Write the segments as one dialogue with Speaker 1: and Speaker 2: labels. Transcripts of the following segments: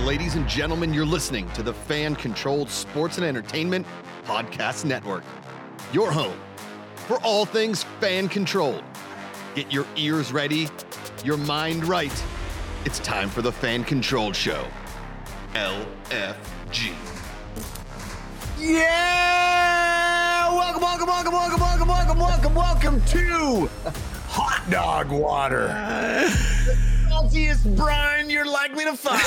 Speaker 1: Ladies and gentlemen, you're listening to the fan controlled sports and entertainment podcast network, your home for all things fan controlled. Get your ears ready, your mind right. It's time for the fan controlled show. LFG.
Speaker 2: Yeah! Welcome, welcome, welcome, welcome, welcome, welcome, welcome, welcome to hot dog water. Saltiest brine you're likely to find.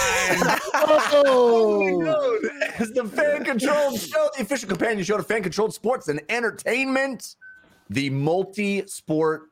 Speaker 2: oh, it's the fan controlled show, the official companion show to fan controlled sports and entertainment, the multi sport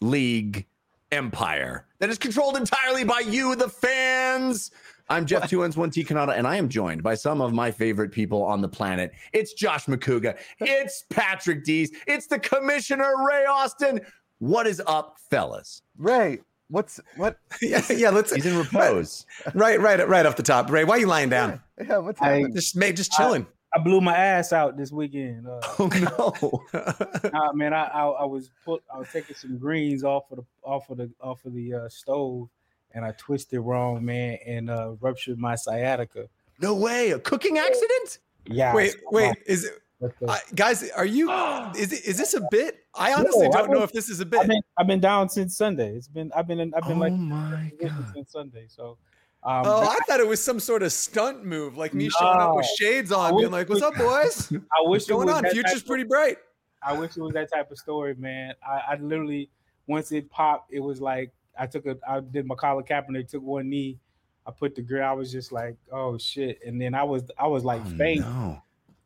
Speaker 2: league empire that is controlled entirely by you, the fans. I'm Jeff Two N's One T Kanata, and I am joined by some of my favorite people on the planet. It's Josh McCouga, it's Patrick Dees, it's the Commissioner Ray Austin. What is up, fellas?
Speaker 3: Ray, what's what?
Speaker 4: yeah, yeah, let's
Speaker 2: He's in repose.
Speaker 4: right, right, right off the top. Ray, why are you lying down?
Speaker 3: Yeah, what's
Speaker 5: I-
Speaker 3: happening?
Speaker 4: Just mate, just chilling.
Speaker 5: I blew my ass out this weekend. Uh,
Speaker 4: oh no.
Speaker 5: nah, man, I, I I was put I was taking some greens off of the off of the off of the uh, stove, and I twisted wrong, man, and uh, ruptured my sciatica.
Speaker 2: No way, a cooking accident?
Speaker 5: Yeah.
Speaker 4: wait, wait, is it,
Speaker 5: I've
Speaker 4: I, guys? Are you? Is it, is this a bit? I honestly
Speaker 5: No, I
Speaker 4: don't know
Speaker 5: don't-
Speaker 4: if this is a bit.
Speaker 5: been I've been down since Sunday. It's been I've been in, I've been like
Speaker 2: Oh my
Speaker 5: since Sunday. So. Um,
Speaker 4: Oh, I thought it was some sort of stunt move, like me showing up with
Speaker 5: No.
Speaker 4: shades on, being like, "What's up, boys?
Speaker 5: I wish
Speaker 4: What's
Speaker 5: it
Speaker 4: going
Speaker 5: was
Speaker 4: on?
Speaker 5: that
Speaker 4: Future's
Speaker 5: type of-
Speaker 4: pretty bright."
Speaker 5: I wish it was that type of story, man. I, I literally once it popped, it was like I took a I did my collar cap and they took one knee. I put the girl, I was just like, oh shit. And then I was I was
Speaker 2: Oh,
Speaker 5: like faint.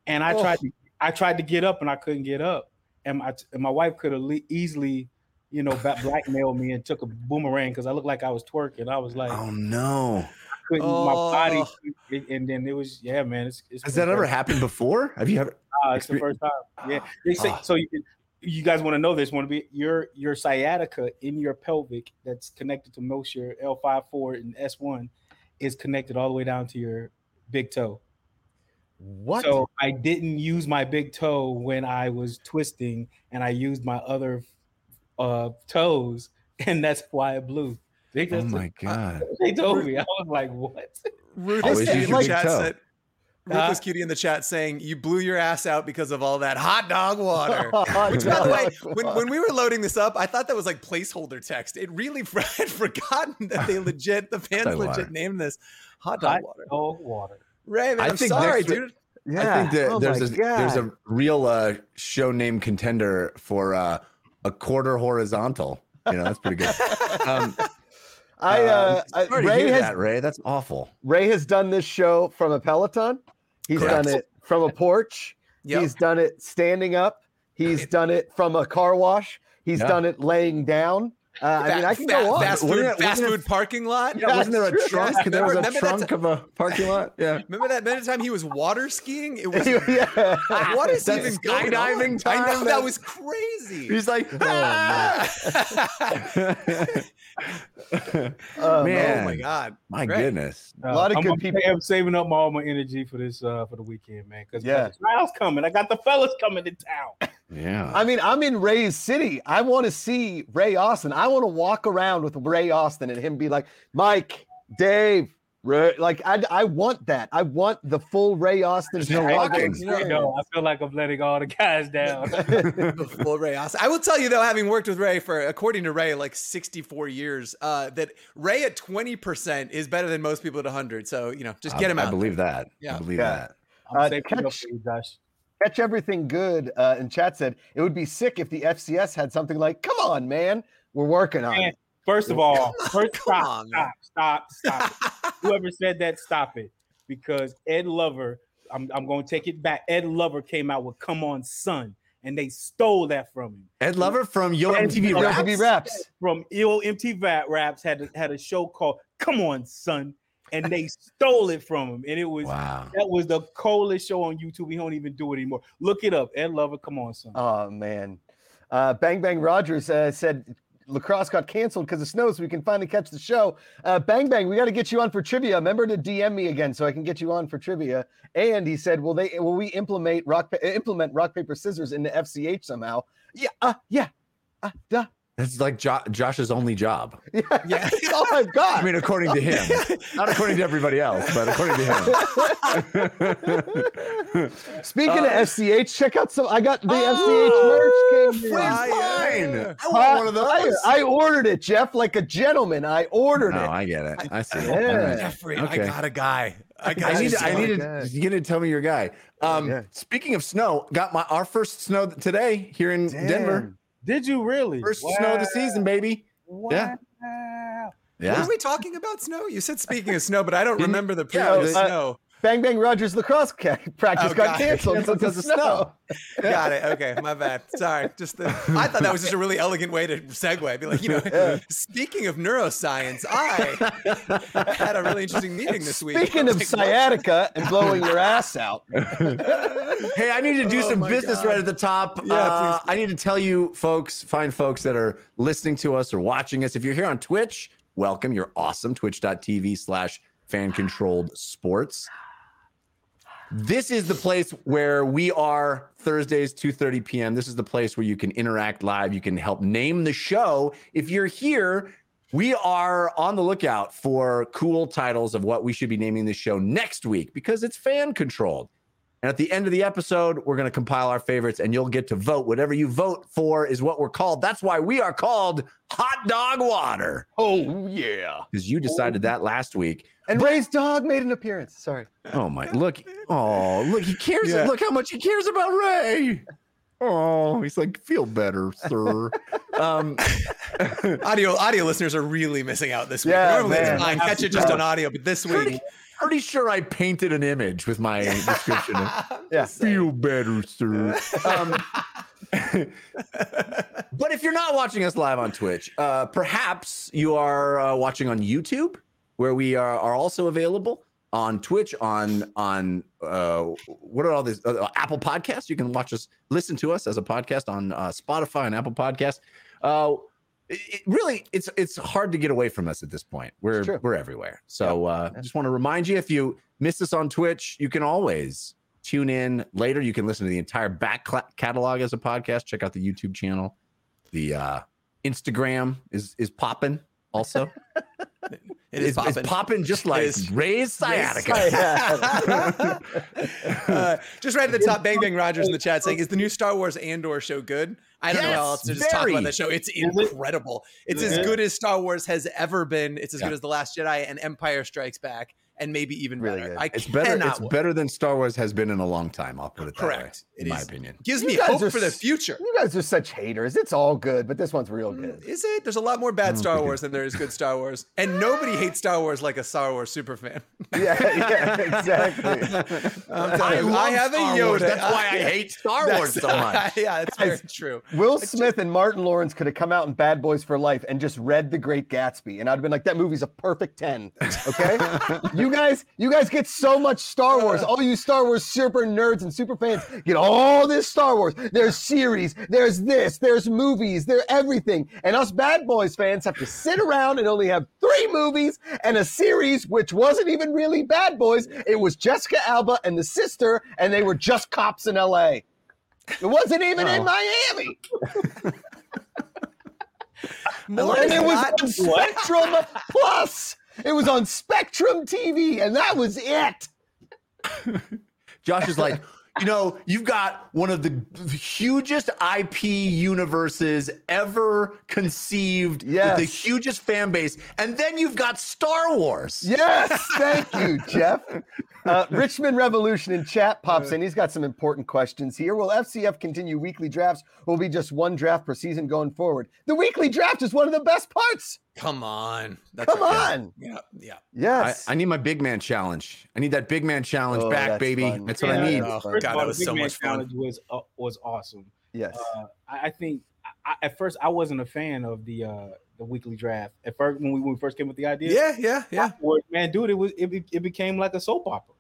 Speaker 5: And I
Speaker 4: Oh.
Speaker 5: tried to I tried to get up and I couldn't get up. And my and my wife could have le- easily, you know, ba- blackmailed me and took a boomerang because I looked like I was twerking. I was
Speaker 2: Oh.
Speaker 5: like,
Speaker 2: no.
Speaker 5: couldn't my body.
Speaker 4: Oh.
Speaker 5: couldn't- And then it was, yeah, man. It's, it's
Speaker 2: Has that
Speaker 5: been
Speaker 2: ever
Speaker 5: crazy.
Speaker 2: happened before? Have you ever?
Speaker 5: Uh, it's the
Speaker 2: Exper-
Speaker 5: first time. Yeah. They say,
Speaker 2: Ah.
Speaker 5: so you can, you guys want to know this? Want to be your your sciatica in your pelvic that's connected to most your L54 and S1 is connected all the way down to your big toe.
Speaker 2: What?
Speaker 5: So I didn't use my big toe when I was twisting, and I used my other uh, toes, and that's why it blew. They
Speaker 2: oh
Speaker 5: just
Speaker 2: my god.
Speaker 5: they told me I was like, what?
Speaker 4: Ruthless
Speaker 2: use
Speaker 4: Cutie
Speaker 2: your
Speaker 4: in the
Speaker 2: big
Speaker 4: chat
Speaker 2: toe.
Speaker 4: said. Ruthless Cutie in the chat saying, "You blew your ass out because of all that hot dog water." Which, by the way, when, when we were loading this up, I thought that was like placeholder text. It really I had forgotten that they legit, the fans
Speaker 2: dog
Speaker 4: legit
Speaker 2: water.
Speaker 4: named this hot dog
Speaker 5: Hot
Speaker 4: water.
Speaker 5: dog water.
Speaker 4: Right?
Speaker 2: I
Speaker 4: I'm
Speaker 2: think
Speaker 4: sorry,
Speaker 2: next week-
Speaker 4: dude.
Speaker 3: yeah.
Speaker 2: I think that
Speaker 3: oh
Speaker 2: there's
Speaker 3: my
Speaker 2: a there's
Speaker 3: God.
Speaker 2: a real uh, show name contender for uh, a quarter horizontal. You know, that's pretty good. Um,
Speaker 3: I, uh,
Speaker 2: I'm
Speaker 3: I-
Speaker 2: sorry to
Speaker 3: Ray
Speaker 2: hear
Speaker 3: has
Speaker 2: that, Ray. That's awful.
Speaker 3: Ray has done this show from a Peloton. He's
Speaker 2: Correct.
Speaker 3: done it from a porch.
Speaker 4: Yep.
Speaker 3: He's done it standing up. He's done it from a car wash. He's
Speaker 2: Yeah.
Speaker 3: done it laying down. Uh, I mean,
Speaker 4: Fa-
Speaker 3: I can
Speaker 4: fa-
Speaker 3: go on.
Speaker 4: Fast
Speaker 2: Wasn't
Speaker 4: food,
Speaker 2: it-
Speaker 4: fast
Speaker 2: wasn't it-
Speaker 4: food parking lot.
Speaker 3: Yeah,
Speaker 2: wasn't there a
Speaker 3: that's true.
Speaker 2: trunk?
Speaker 4: Yeah,
Speaker 2: there was a
Speaker 4: remember that
Speaker 2: trunk of a parking lot. Yeah.
Speaker 4: Remember that minute time he was water skiing? It was
Speaker 3: yeah.
Speaker 4: what is
Speaker 2: That's
Speaker 4: even going on?
Speaker 2: skydiving
Speaker 4: I know
Speaker 2: time?
Speaker 4: that was crazy.
Speaker 2: He's like,
Speaker 3: man.
Speaker 2: "Ah!"
Speaker 3: Oh,
Speaker 2: man,
Speaker 4: oh my god.
Speaker 2: my
Speaker 4: Right.
Speaker 2: goodness.
Speaker 3: A lot of
Speaker 5: I'm,
Speaker 3: good
Speaker 5: I'm-
Speaker 3: people-
Speaker 5: I'm saving up my- all my energy for this uh for the weekend, man. Because
Speaker 3: Yeah.
Speaker 5: the trials coming. I got the fellas coming to town.
Speaker 2: Yeah.
Speaker 3: I mean, I'm in Ray's city. I want to see Ray Austin. I want to walk around with Ray Austin and him be like, Mike, Dave, Ray. Like, I, I want that. I want the full Ray Austin.
Speaker 2: no
Speaker 3: Chicago
Speaker 2: walking.
Speaker 3: experience.
Speaker 5: You know, I feel like I'm letting all the guys down.
Speaker 4: Well, Ray Austin. I will tell you though, having worked with Ray for, according to Ray, like 64 years, uh, that Ray at 20% is better than most people at 100. So, you know, just get him
Speaker 2: I,
Speaker 4: out.
Speaker 2: I
Speaker 4: there.
Speaker 2: believe that. I
Speaker 4: Yeah.
Speaker 2: believe
Speaker 3: Yeah.
Speaker 2: that.
Speaker 5: I'm
Speaker 3: Uh,
Speaker 5: saving it up
Speaker 3: catch-
Speaker 5: for you, Josh.
Speaker 3: Catch everything good. Uh, and chat said it would be sick if the FCS had something like, come on, man, we're working on it.
Speaker 5: First of all,
Speaker 4: come
Speaker 5: first stop,
Speaker 4: on, man.
Speaker 5: stop, stop, stop, it. Whoever said that, stop it. Because Ed Lover, I'm, I'm gonna take it back. Ed Lover came out with "Come On, Son," and they stole that from him.
Speaker 2: Ed Lover from Yo
Speaker 5: Ed
Speaker 2: MTV
Speaker 5: Lover.
Speaker 2: Raps.
Speaker 3: Raps? Raps.
Speaker 5: from E Ill MT Vat Raps had a, had a show called "Come On, Son," and they stole it from him, and it was
Speaker 2: Wow.
Speaker 5: that was the coldest show on YouTube. We don't even do it anymore. Look it up, Ed Lover. Come on, son.
Speaker 3: Oh, man. Uh, Bang Bang Rogers uh, said lacrosse got canceled because of snow, so we can finally catch the show. Uh, Bang Bang, we got to get you on for trivia. Remember to DM me again so I can get you on for trivia. And he said, "Will they? Will we implement rock pa- implement rock paper scissors into FCH somehow?" Yeah, uh, yeah, uh, duh,
Speaker 6: That's like jo- Josh's only job.
Speaker 4: Yeah.
Speaker 3: oh my
Speaker 6: I
Speaker 3: god!
Speaker 6: mean, according to him, not according to everybody else, but according to him.
Speaker 3: Speaking of SCH, check out some. I got the
Speaker 4: Uh, Oh,
Speaker 3: SCH merch. Came in.
Speaker 4: Fire.
Speaker 6: fine.
Speaker 4: I want one
Speaker 3: Uh,
Speaker 4: of those.
Speaker 3: I, I ordered it, Jeff, like a gentleman. I ordered
Speaker 6: no,
Speaker 3: it.
Speaker 6: I get it. I see. it.
Speaker 3: Yeah.
Speaker 4: Jeffrey, I
Speaker 6: Okay.
Speaker 4: got a guy. I got.
Speaker 6: I need.
Speaker 4: you
Speaker 6: To, I
Speaker 4: someone.
Speaker 6: need.
Speaker 3: guy.
Speaker 6: To, you gonna tell me your guy? Um,
Speaker 3: Yeah.
Speaker 6: Speaking of snow, got my our first snow today here in Denver.
Speaker 5: Did you really?
Speaker 6: First snow of the season, baby. Yeah.
Speaker 5: Wow.
Speaker 4: What are we talking about? Snow? You said speaking of snow, but I don't
Speaker 6: Didn't-
Speaker 4: remember the
Speaker 6: Yeah,
Speaker 4: previous
Speaker 3: uh,
Speaker 4: snow.
Speaker 3: Bang Bang Rogers lacrosse ca- practice
Speaker 4: Oh,
Speaker 3: got
Speaker 4: God.
Speaker 3: canceled
Speaker 6: Canceled
Speaker 3: because of snow.
Speaker 4: Got it. Okay, my bad. Sorry. Just the, I thought that was just a really elegant way to segue. Be like, you know, speaking of neuroscience, I had a really interesting meeting this week.
Speaker 3: Speaking
Speaker 4: I
Speaker 3: of
Speaker 4: was like,
Speaker 3: sciatica and blowing your ass out,
Speaker 6: Hey, I need to do some business right at the top.
Speaker 4: Oh Yeah,
Speaker 6: Uh,
Speaker 4: please
Speaker 6: I need to tell you, folks, fine folks that are listening to us or watching us. If you're here on Twitch, welcome. You're awesome. Twitch.tv slash fan controlled sports. This is the place where we are Thursdays, 2:30 p.m. This is the place where you can interact live. You can help name the show. If you're here, we are on the lookout for cool titles of what we should be naming this show next week because it's fan controlled. And at the end of the episode, we're going to compile our favorites and you'll get to vote. Whatever you vote for is what we're called. That's why we are called Hot Dog Water. Oh, yeah. Because you decided that last week.
Speaker 3: and Ray's dog made an appearance. Sorry.
Speaker 6: Oh, my. Look. Oh, look. He cares.
Speaker 4: Yeah.
Speaker 6: Look how much he cares about Ray. Oh, he's like, feel better, sir. um,
Speaker 4: Audio audio listeners are really missing out this week.
Speaker 3: Yeah,
Speaker 4: Normally
Speaker 3: man.
Speaker 4: it's fine. Catch it just on audio, but this
Speaker 6: pretty,
Speaker 4: week,
Speaker 6: pretty sure I painted an image with my description of
Speaker 3: Yeah.
Speaker 6: feel better, sir. Um, but if you're not watching us live on Twitch, uh, perhaps you are uh, watching on YouTube, where we are, are also available on Twitch, on on uh, what are all these uh, Apple Podcasts? You can watch us, listen to us as a podcast on uh, Spotify and Apple Podcasts. Uh, it, it really, it's it's hard to get away from us at this point. We're
Speaker 3: true.
Speaker 6: we're everywhere. So uh, just want to remind you, if you miss us on Twitch, you can always tune in later. You can listen to the entire back cla- catalog as a podcast. Check out the YouTube channel. The uh, Instagram is is popping also.
Speaker 4: it is
Speaker 6: It's- it's
Speaker 4: popping.
Speaker 6: popping just like
Speaker 4: is.
Speaker 6: Ray's sciatica.
Speaker 4: uh, just right at the top, Bang Bang Rogers in the chat saying, "Is the new Star Wars Andor show good?" I don't know how
Speaker 6: Yes,
Speaker 4: else to just talk
Speaker 6: very.
Speaker 4: about that show. It's
Speaker 5: it?
Speaker 4: incredible. It's
Speaker 5: Is
Speaker 4: as
Speaker 5: it?
Speaker 4: good as Star Wars has ever been. It's as
Speaker 6: Yeah.
Speaker 4: good as The Last Jedi and Empire Strikes Back, and maybe even
Speaker 3: Really
Speaker 4: better.
Speaker 3: good.
Speaker 4: I
Speaker 6: It's better.
Speaker 4: Cannot,
Speaker 6: It's better than Star Wars has been in a long time. I'll put it that
Speaker 4: Correct.
Speaker 6: way. In
Speaker 4: It
Speaker 6: my
Speaker 4: is.
Speaker 6: opinion.
Speaker 4: gives
Speaker 3: You
Speaker 4: me
Speaker 3: guys
Speaker 4: hope
Speaker 3: are
Speaker 4: for the
Speaker 3: s-
Speaker 4: future.
Speaker 3: You guys are such haters. It's all good, but this one's real good.
Speaker 4: Is it? There's a lot more bad Star Wars than there is good Star Wars, and nobody hates Star Wars like a Star Wars superfan.
Speaker 3: Yeah, yeah, exactly.
Speaker 4: I'm telling you, I have a
Speaker 6: Um, Star Wars.
Speaker 4: Yoda.
Speaker 6: That's why I hate Star Wars so much.
Speaker 4: yeah, it's very true.
Speaker 3: Will Smith and Martin Lawrence could have come out in Bad Boys for Life and just read The Great Gatsby, and I'd have been like, "That movie's a perfect ten. Okay, you guys, you guys get so much Star Wars. All you Star Wars super nerds and super fans get all this Star Wars. There's series, there's this, there's movies, there's everything. And us Bad Boys fans have to sit around and only have three movies and a series, which wasn't even really Bad Boys. It was Jessica Alba and the sister, and they were just cops in L.A. It wasn't even in Miami.
Speaker 4: More
Speaker 3: and
Speaker 4: is
Speaker 3: it was
Speaker 4: not-
Speaker 3: on Spectrum Plus. It was on Spectrum TV, and that was it.
Speaker 6: Josh is like, you know, you've got one of the hugest IP universes ever conceived,
Speaker 3: Yes.
Speaker 6: with the hugest fan base, and then you've got Star Wars.
Speaker 3: Yes, thank you, Jeff. Uh, Richmond Revolution in chat pops in. He's got some important questions here. Will FCF continue weekly drafts? Will be just one draft per season going forward? The weekly draft is one of the best parts.
Speaker 4: Come on. That's
Speaker 3: Come
Speaker 4: right.
Speaker 3: on.
Speaker 4: Yeah. yeah.
Speaker 6: I,
Speaker 3: Yes.
Speaker 6: I need my big man challenge. I need that big man challenge
Speaker 3: Oh,
Speaker 6: back,
Speaker 3: that's
Speaker 6: baby.
Speaker 3: fun.
Speaker 6: That's what
Speaker 5: Yeah,
Speaker 6: I need.
Speaker 4: yeah.
Speaker 5: First
Speaker 4: Uh, God,
Speaker 5: of all,
Speaker 4: that
Speaker 5: the
Speaker 4: was
Speaker 5: Big
Speaker 4: so
Speaker 5: Man
Speaker 4: much fun.
Speaker 5: Challenge was uh, was awesome.
Speaker 3: yes.
Speaker 5: Uh, I, I think I, I- at first I wasn't a fan of the uh, the weekly draft. At first, when we, when we first came with the idea,
Speaker 4: Yeah. Yeah. Yeah.
Speaker 5: afterwards, man, dude, it was it, be- it became like a soap opera.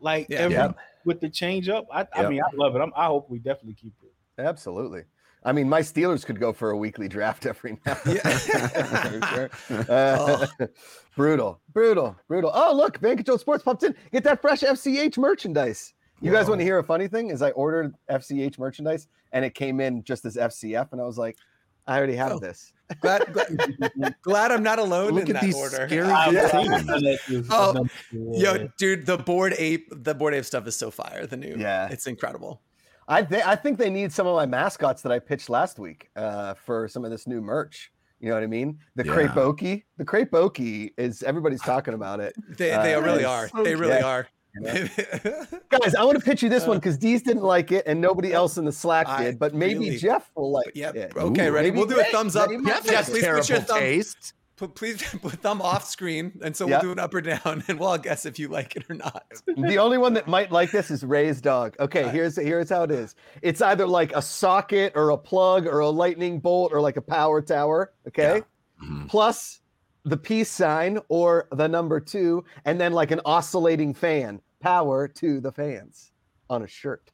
Speaker 5: Like
Speaker 4: Yeah.
Speaker 5: every,
Speaker 3: Yep.
Speaker 5: with the change up, I, I
Speaker 6: Yep.
Speaker 5: mean, I love it. I'm, I hope we definitely keep it.
Speaker 3: Absolutely. I mean, my Steelers could go for a weekly draft every now. and then,
Speaker 4: Yeah.
Speaker 3: for sure. Uh, Brutal, brutal, brutal. Oh, look, Van Control Sports popped in. Get that fresh FCH merchandise. You guys want to hear a funny thing? Is I ordered FCH merchandise and it came in just as FCF, and I was like, I already have
Speaker 4: Oh.
Speaker 3: this.
Speaker 4: Glad, glad, glad I'm not alone
Speaker 6: Look
Speaker 4: in
Speaker 6: at
Speaker 4: that
Speaker 6: these
Speaker 4: order.
Speaker 6: scary
Speaker 5: I've
Speaker 6: things.
Speaker 5: done that too. I've
Speaker 4: Oh,
Speaker 5: done that too.
Speaker 4: Yo, dude, the board ape, the board ape stuff is so fire. The new,
Speaker 3: Yeah.
Speaker 4: it's incredible.
Speaker 3: I th- I think they need some of my mascots that I pitched last week uh, for some of this new merch. You know what I mean? The
Speaker 6: Yeah.
Speaker 3: crepe okey. The crepe okey is everybody's talking about it.
Speaker 4: They,
Speaker 3: Uh,
Speaker 4: they really
Speaker 3: it's
Speaker 4: are.
Speaker 5: so
Speaker 4: they really
Speaker 3: cute.
Speaker 4: are.
Speaker 3: Guys, I want to pitch you this
Speaker 4: Uh,
Speaker 3: one because Dee's didn't like it and nobody else in the Slack
Speaker 4: I
Speaker 3: did, but maybe
Speaker 4: really-
Speaker 3: Jeff will like
Speaker 4: yeah.
Speaker 3: it.
Speaker 4: Okay,
Speaker 6: Ooh,
Speaker 4: ready?
Speaker 3: maybe
Speaker 4: We'll do a
Speaker 3: great.
Speaker 4: thumbs up.
Speaker 3: Maybe Jeff
Speaker 4: Jeff,
Speaker 3: has
Speaker 4: please put your
Speaker 6: terrible
Speaker 4: thumb.
Speaker 6: taste.
Speaker 4: put- Please put thumb off screen, and so
Speaker 3: Yeah.
Speaker 4: we'll do an up or down, and we'll all guess if you like it or not.
Speaker 3: the only one that might like this is Ray's dog. Okay, here's here's how it is. It's either like a socket or a plug or a lightning bolt or like a power tower. Okay, Mm-hmm.
Speaker 6: Mhm.
Speaker 3: plus the peace sign or the number two, and then like an oscillating fan. Power to the fans on a shirt.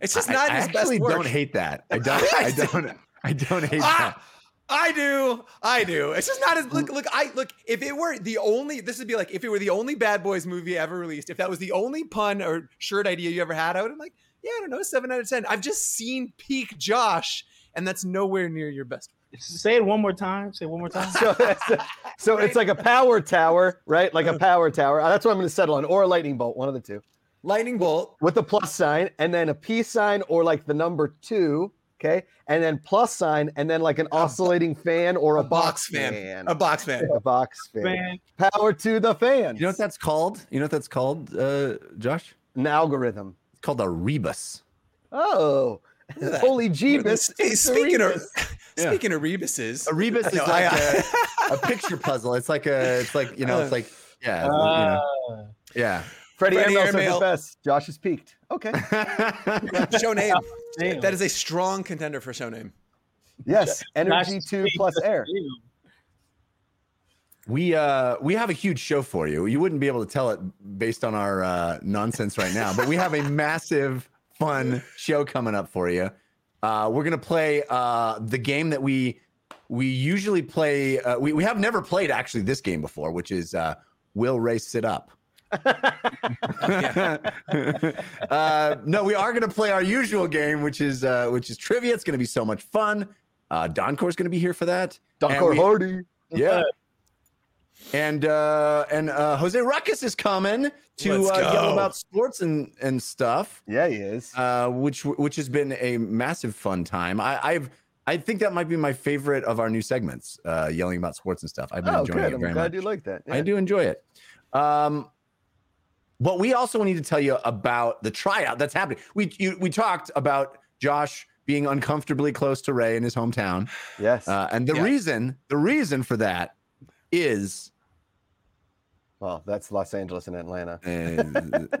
Speaker 4: It's just
Speaker 6: I-
Speaker 4: not
Speaker 6: I
Speaker 4: his best
Speaker 6: actually
Speaker 4: work.
Speaker 6: don't hate that. I don't. I don't. I don't hate that.
Speaker 4: Ah, I do. I do. It's just not as look. Look, I look. If it were the only, this would be like if it were the only Bad Boys movie ever released. If that was the only pun or shirt idea you ever had, I would have been like, yeah, I don't know, seven out of ten. I've just seen peak Josh, and that's nowhere near your best.
Speaker 5: Say it one more time. Say it one more time.
Speaker 3: So, that's so it's like a power tower, right? Like a power tower. Uh, That's what I'm going to settle on, or a lightning bolt, one of the two.
Speaker 4: Lightning bolt.
Speaker 3: with a plus sign and then a peace sign or like the number two okay and then plus sign and then like an oscillating fan or a, box, fan,
Speaker 4: A box fan.
Speaker 3: a box fan.
Speaker 5: Man,
Speaker 3: power to the fan
Speaker 6: You know what that's called? You know what that's called, uh, Josh?
Speaker 3: an algorithm
Speaker 6: It's called a rebus.
Speaker 3: oh
Speaker 4: at that.
Speaker 3: holy
Speaker 4: Look at this.
Speaker 3: jeebus
Speaker 4: Hey,
Speaker 3: it's a
Speaker 4: speaking of
Speaker 3: rebus.
Speaker 6: Yeah.
Speaker 4: speaking of rebuses,
Speaker 6: A rebus is
Speaker 4: No, I-
Speaker 6: like a a picture puzzle. It's like a. It's like you know. It's like yeah. you know,
Speaker 5: uh,
Speaker 6: yeah.
Speaker 3: freddie,
Speaker 4: Freddie
Speaker 3: Airmail says
Speaker 4: Airmail.
Speaker 3: it's best josh is peaked okay
Speaker 4: show name.
Speaker 5: damn.
Speaker 4: That is a strong contender for show name.
Speaker 3: yes
Speaker 5: Josh
Speaker 3: energy
Speaker 5: is
Speaker 3: two
Speaker 5: peaked.
Speaker 3: plus air
Speaker 5: Damn.
Speaker 6: we uh we have a huge show for you. You wouldn't be able to tell it based on our uh, nonsense right now, but we have a massive fun show coming up for you. Uh, we're gonna play uh the game that we we usually play. Uh, we we have never played actually this game before, which is uh, will Ray sit up. uh, no, we are going to play our usual game, which is uh, which is trivia. It's going to be so much fun. Uh, Doncore's going to be here for that. And
Speaker 3: Donkor
Speaker 6: we-
Speaker 3: hardy
Speaker 6: Yeah. And uh, and uh, Jose Ruckus is coming to
Speaker 4: Let's
Speaker 6: uh, yell
Speaker 4: go.
Speaker 6: about sports and and stuff,
Speaker 3: yeah he is
Speaker 6: uh, which which has been a massive fun time. I, I've I think that might be my favorite of our new segments, uh, yelling about sports and stuff. I've been
Speaker 3: oh
Speaker 6: enjoying
Speaker 3: good
Speaker 6: it
Speaker 3: i'm
Speaker 6: very
Speaker 3: glad
Speaker 6: much.
Speaker 3: you like that
Speaker 6: I
Speaker 3: yeah.
Speaker 6: do enjoy it. Um, but we also need to tell you about the tryout that's happening. We you, we talked about Josh being uncomfortably close to Ray in his hometown,
Speaker 3: yes
Speaker 6: uh, and the
Speaker 4: Yeah.
Speaker 6: reason the reason for that is
Speaker 3: well that's los angeles and atlanta
Speaker 6: uh,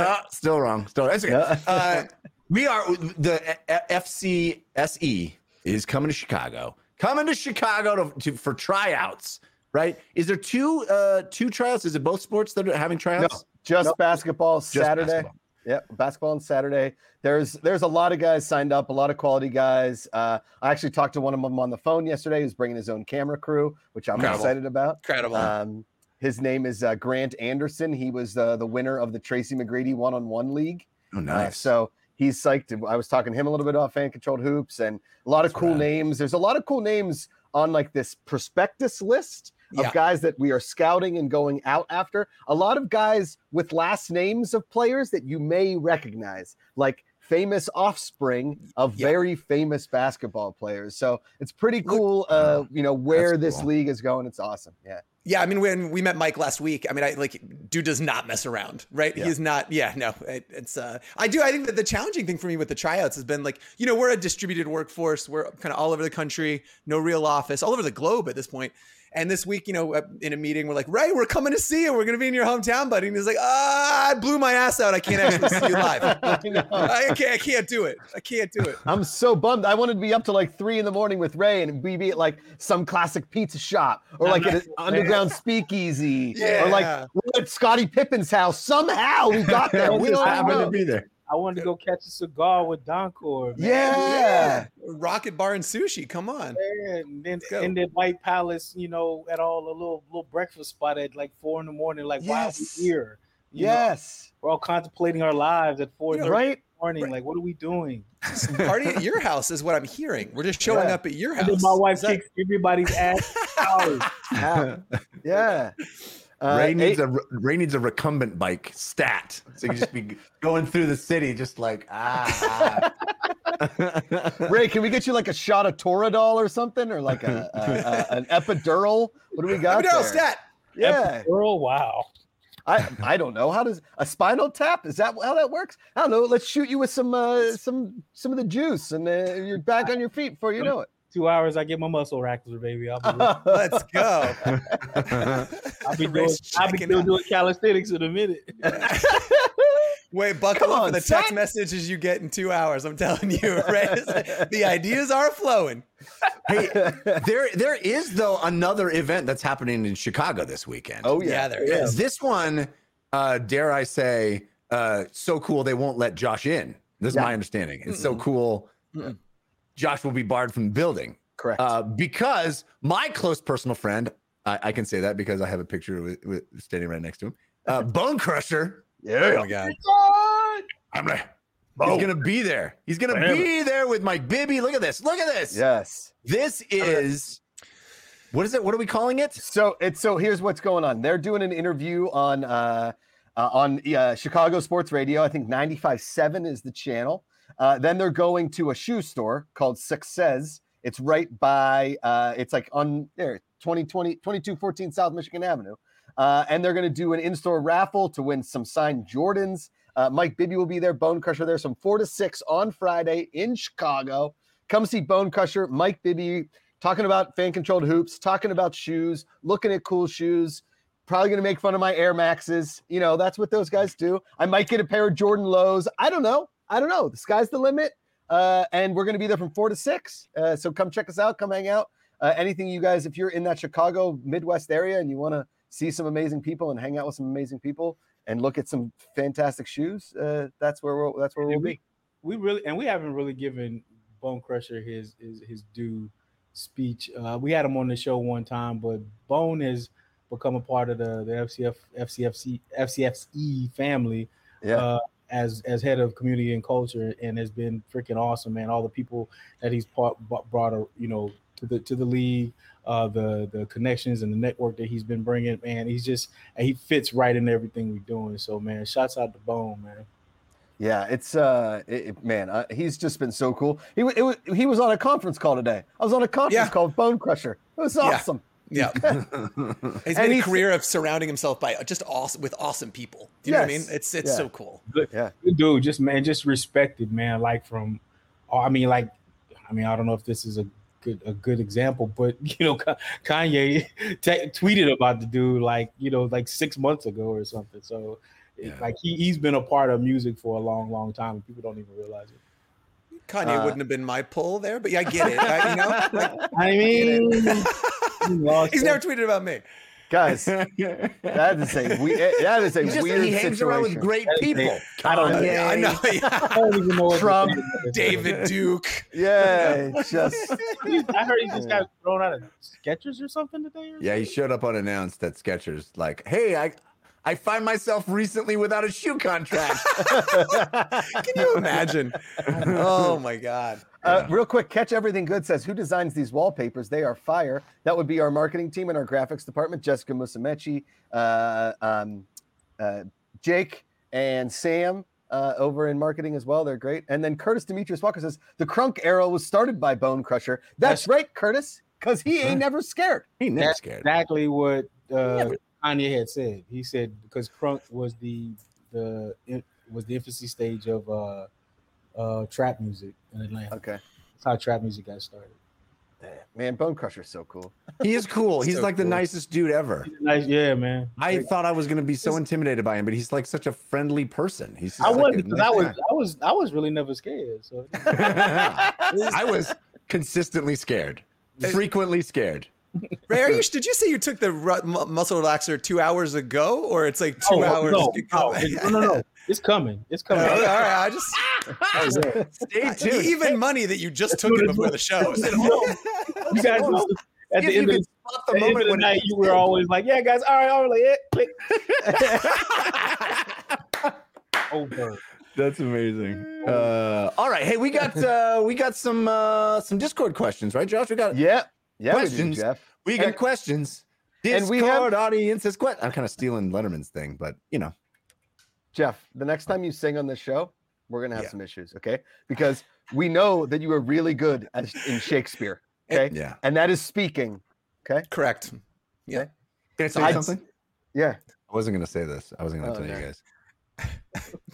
Speaker 6: uh, still wrong. Still that's okay.
Speaker 3: Yeah.
Speaker 6: Uh, we are the F- FCSE is coming to Chicago. Coming to Chicago to, to for tryouts. Right? Is there two uh two tryouts? Is it both sports that are having tryouts?
Speaker 3: just
Speaker 6: Nope.
Speaker 3: basketball
Speaker 6: Just
Speaker 3: Saturday.
Speaker 6: basketball.
Speaker 3: Yep, basketball on Saturday. There's there's a lot of guys signed up, a lot of quality guys. Uh, I actually talked to one of them on the phone yesterday. Who's bringing his own camera crew, which I'm
Speaker 4: Incredible.
Speaker 3: excited about.
Speaker 4: Incredible.
Speaker 3: Um, his name is uh, Grant Anderson. He was uh, the winner of the Tracy McGrady one-on-one league.
Speaker 6: Oh,
Speaker 3: Uh,
Speaker 6: nice.
Speaker 3: so he's psyched. I was talking to him a little bit about fan controlled hoops and a lot of cool
Speaker 6: rad.
Speaker 3: names. There's a lot of cool names on like this prospectus list of
Speaker 4: Yeah.
Speaker 3: guys that we are scouting and going out after. A lot of guys with last names of players that you may recognize, like famous offspring of
Speaker 4: Yeah.
Speaker 3: very famous basketball players. So it's pretty
Speaker 4: Look-
Speaker 3: cool. Uh, you know where
Speaker 6: That's
Speaker 3: this
Speaker 6: cool.
Speaker 3: league is going. It's awesome. Yeah.
Speaker 4: Yeah, I mean, when we met Mike last week, I mean, I like dude does not mess around, right?
Speaker 3: Yeah.
Speaker 4: He's not. Yeah, no, it, it's. uh I do. I think that the challenging thing for me with the tryouts has been like, you know, we're a distributed workforce. We're kind of all over the country, no real office, all over the globe at this point. And this week, you know, uh, in a meeting, we're like, right, we're coming to see you. We're going to be in your hometown, buddy. And he's like, ah, I blew my ass out. I can't actually see you live. I can't. I can't do it. I can't do it.
Speaker 3: I'm so bummed. I wanted to be up to like three in the morning with Ray and we be at like some classic pizza shop or like at an underground speakeasy or like
Speaker 4: Yeah.
Speaker 3: we're at Scottie Pippen's house. Somehow we got there. we
Speaker 6: we
Speaker 3: don't
Speaker 6: just happened to
Speaker 3: know.
Speaker 6: be there.
Speaker 5: I wanted to go catch a cigar with Doncor. Man.
Speaker 3: Yeah.
Speaker 4: Rocket Bar and Sushi. Come on.
Speaker 5: And then
Speaker 4: go.
Speaker 5: in the White Palace, you know, at all a little little breakfast spot at like four in the morning. Like, why are we
Speaker 3: Yes.
Speaker 5: here? you know,
Speaker 3: Yes.
Speaker 5: we're all contemplating our lives at four in the
Speaker 3: Right?
Speaker 5: morning. Like, what are we doing?
Speaker 4: Party at your house is what I'm hearing. We're just showing
Speaker 3: Yeah.
Speaker 4: up at your
Speaker 5: And
Speaker 4: house.
Speaker 5: then my wife
Speaker 4: Is that-
Speaker 5: kicks everybody's ass. out.
Speaker 3: Yeah. yeah. Uh,
Speaker 6: Ray needs
Speaker 3: eight-
Speaker 6: a re- Ray needs a recumbent bike stat, so you can just be going through the city, just like ah. ah.
Speaker 3: Ray, can we get you like a shot of Toradol or something, or like a, a, a- an epidural? What do we got?
Speaker 4: Epidural
Speaker 3: there?
Speaker 4: stat.
Speaker 3: Yeah,
Speaker 5: Girl, wow.
Speaker 3: I I don't know how does a spinal tap is that how that works? I don't know. Let's shoot you with some uh, some some of the juice, and uh, you're back on your feet before you know it.
Speaker 5: Two hours, I get my muscle racks, baby. I'll be,
Speaker 4: Let's go.
Speaker 5: I'll be doing,
Speaker 4: Ray's
Speaker 5: I'll be
Speaker 4: checking
Speaker 5: still
Speaker 4: out.
Speaker 5: doing calisthenics in a minute.
Speaker 4: Wait, buckle
Speaker 3: Come
Speaker 4: up
Speaker 3: on,
Speaker 4: for the text messages you get in two hours. I'm telling you, Ray. is like, the ideas are flowing.
Speaker 6: hey, there there is though another event that's happening in Chicago this weekend.
Speaker 3: oh
Speaker 4: Yeah,
Speaker 3: yeah,
Speaker 4: there
Speaker 6: Yeah,
Speaker 4: is.
Speaker 6: This one, uh, dare I say, uh, so cool they won't let Josh in. This is
Speaker 3: Yeah.
Speaker 6: my understanding. It's so cool. uh,
Speaker 4: Mm-mm.
Speaker 6: Josh will be barred from the building
Speaker 3: correct.
Speaker 6: uh, because my close personal friend, I, I can say that because I have a picture with, with standing right next to him, uh, Bone Crusher.
Speaker 4: Oh
Speaker 3: yeah,
Speaker 4: my god.
Speaker 6: I'm gonna, he's gonna be there. He's gonna
Speaker 3: Damn
Speaker 6: be there with Mike Bibby. Look at this. Look at this.
Speaker 3: yes.
Speaker 6: This is what is it? What are we calling it?
Speaker 3: So it's so here's what's going on. They're doing an interview on uh, uh on uh, Chicago Sports Radio. I think 95.7 is the channel. Uh, then they're going to a shoe store called Success. It's right by uh, it's like on there 2020 2214 South Michigan Avenue. Uh, and they're going to do an in-store raffle to win some signed Jordans. Uh, Mike Bibby will be there. Bone Crusher there. Some four to six on Friday in Chicago. Come see Bone Crusher, Mike Bibby, talking about fan controlled hoops, talking about shoes, looking at cool shoes, probably going to make fun of my Air Maxes. You know, that's what those guys do. I might get a pair of Jordan Lows. I don't know. I don't know. The sky's the limit. Uh, and we're going to be there from four to six. Uh, so come check us out. Come hang out. Uh, anything you guys, if you're in that Chicago Midwest area and you want to see some amazing people and hang out with some amazing people and look at some fantastic shoes, uh, that's where we'll, that's where we'll be.
Speaker 5: we really and we haven't really given Bone Crusher his his, his due speech. Uh, we had him on the show one time, but Bone has become a part of the, the FCF FCFC FCFE E family
Speaker 3: Yeah.
Speaker 5: uh, as as head of community and culture, and has been freaking awesome, man. All the people that he's brought brought uh, you know to the to the league, uh, the the connections and the network that he's been bringing, man. He's just and he fits right in everything we're doing. So, man, shouts out to Bone, man.
Speaker 3: Yeah, it's uh, it, it- man, uh, he's just been so cool. He wa- it was he was on a conference call today. I was on a conference
Speaker 4: Yeah.
Speaker 3: call with Bone Crusher. It was
Speaker 4: Yeah.
Speaker 3: awesome.
Speaker 4: Yeah. He's
Speaker 3: And
Speaker 4: made a
Speaker 3: he's-
Speaker 4: career of surrounding himself by just awesome with awesome people. Do you know what I mean?
Speaker 3: Yes.
Speaker 4: It's it's
Speaker 3: Yeah.
Speaker 4: so cool.
Speaker 5: good dude. Just man, just respected, man. Like from, oh, I mean, like, I mean, I don't know if this is a good a good example, but you know, Ka- Kanye te- tweeted about the dude like you know like six months ago or something. So. it-
Speaker 6: Yeah.
Speaker 5: Like he, he's been a part of music for a long, long time, and people don't even realize it.
Speaker 4: Kanye
Speaker 3: Uh,
Speaker 4: wouldn't have been my pull there, but yeah, I get it. I, you know, like,
Speaker 5: I mean,
Speaker 4: he's never tweeted about me.
Speaker 3: Guys, that is a we that is a
Speaker 6: He's just-
Speaker 3: weird
Speaker 6: he hangs around with
Speaker 3: situation.
Speaker 6: great
Speaker 5: That is
Speaker 6: people.
Speaker 5: I don't know.
Speaker 4: Yeah, I know. Yeah.
Speaker 5: I don't even know what
Speaker 3: Trump,
Speaker 4: David Duke.
Speaker 3: yeah, just
Speaker 5: I heard he just got thrown out of Skechers or something today. Or
Speaker 6: Yeah, he showed up unannounced at Skechers. Like, hey, I, I find myself recently without a shoe contract.
Speaker 4: Can you imagine? Oh my God.
Speaker 3: Uh, real quick, catch everything good says who designs these wallpapers? They are fire. That would be our marketing team and our graphics department: Jessica Musumeci, uh, um, uh, Jake, and Sam uh, over in marketing as well. They're great. And then Curtis Demetrius Walker says the Crunk Arrow was started by Bone Crusher. That's right, Curtis, because he ain't never scared.
Speaker 6: He never
Speaker 5: That's
Speaker 6: scared.
Speaker 5: exactly what uh, Kanye had said. He said because Crunk was the the it was the infancy stage of uh, uh, trap music in Atlanta.
Speaker 3: Okay,
Speaker 5: That's how trap music got started.
Speaker 3: man, Bone Crusher's so cool.
Speaker 6: He is cool. He's
Speaker 4: So
Speaker 6: like the
Speaker 4: cool.
Speaker 6: nicest dude ever.
Speaker 5: Nice, yeah, man.
Speaker 6: I thought I was gonna be so intimidated by him, but he's like such a friendly person. He's just
Speaker 5: I
Speaker 6: like a
Speaker 5: wasn't because I was
Speaker 6: nice
Speaker 5: I was I was really never scared. So
Speaker 6: guy. I was consistently scared, frequently scared.
Speaker 4: Ray, are you, did you say you took the ru- mu- muscle relaxer two hours ago, or it's like two
Speaker 5: Oh,
Speaker 4: hours?
Speaker 5: No,
Speaker 4: to come?
Speaker 5: no, it's- no, no, no. It's coming. It's
Speaker 4: All
Speaker 5: coming.
Speaker 4: right, all right, I just
Speaker 6: Stay
Speaker 4: I-
Speaker 6: tuned.
Speaker 4: even money that you just took it before the show.
Speaker 5: You guys, at
Speaker 6: If
Speaker 5: the
Speaker 6: you
Speaker 4: about
Speaker 5: end of the At
Speaker 6: could
Speaker 4: the
Speaker 5: the end of
Speaker 4: moment
Speaker 5: the
Speaker 4: when
Speaker 5: night, you were always like, "Yeah, guys, all right, all right, yeah, click."
Speaker 6: Oh,
Speaker 5: Over.
Speaker 6: That's amazing. Uh, all right, hey, we got uh, we got some uh, some Discord questions, right, Josh? We got
Speaker 3: Yeah. Yeah. we do,
Speaker 6: Questions?
Speaker 3: Jeff.
Speaker 6: we got
Speaker 3: And-
Speaker 6: questions.
Speaker 3: and
Speaker 6: Discord
Speaker 3: we have-
Speaker 6: audience has questions. I'm kind of stealing Letterman's thing, but you know,
Speaker 3: Jeff, the next time you sing on this show, we're gonna have
Speaker 6: Yeah.
Speaker 3: some issues, okay? Because we know that you are really good as in Shakespeare,
Speaker 4: Eh,
Speaker 3: okay?
Speaker 6: yeah.
Speaker 3: And that is speaking.
Speaker 4: correct.
Speaker 6: Can I say
Speaker 3: I-
Speaker 6: something?
Speaker 3: Yeah.
Speaker 6: I wasn't gonna say this. I wasn't gonna
Speaker 3: Oh,
Speaker 6: tell
Speaker 3: no.
Speaker 6: you guys.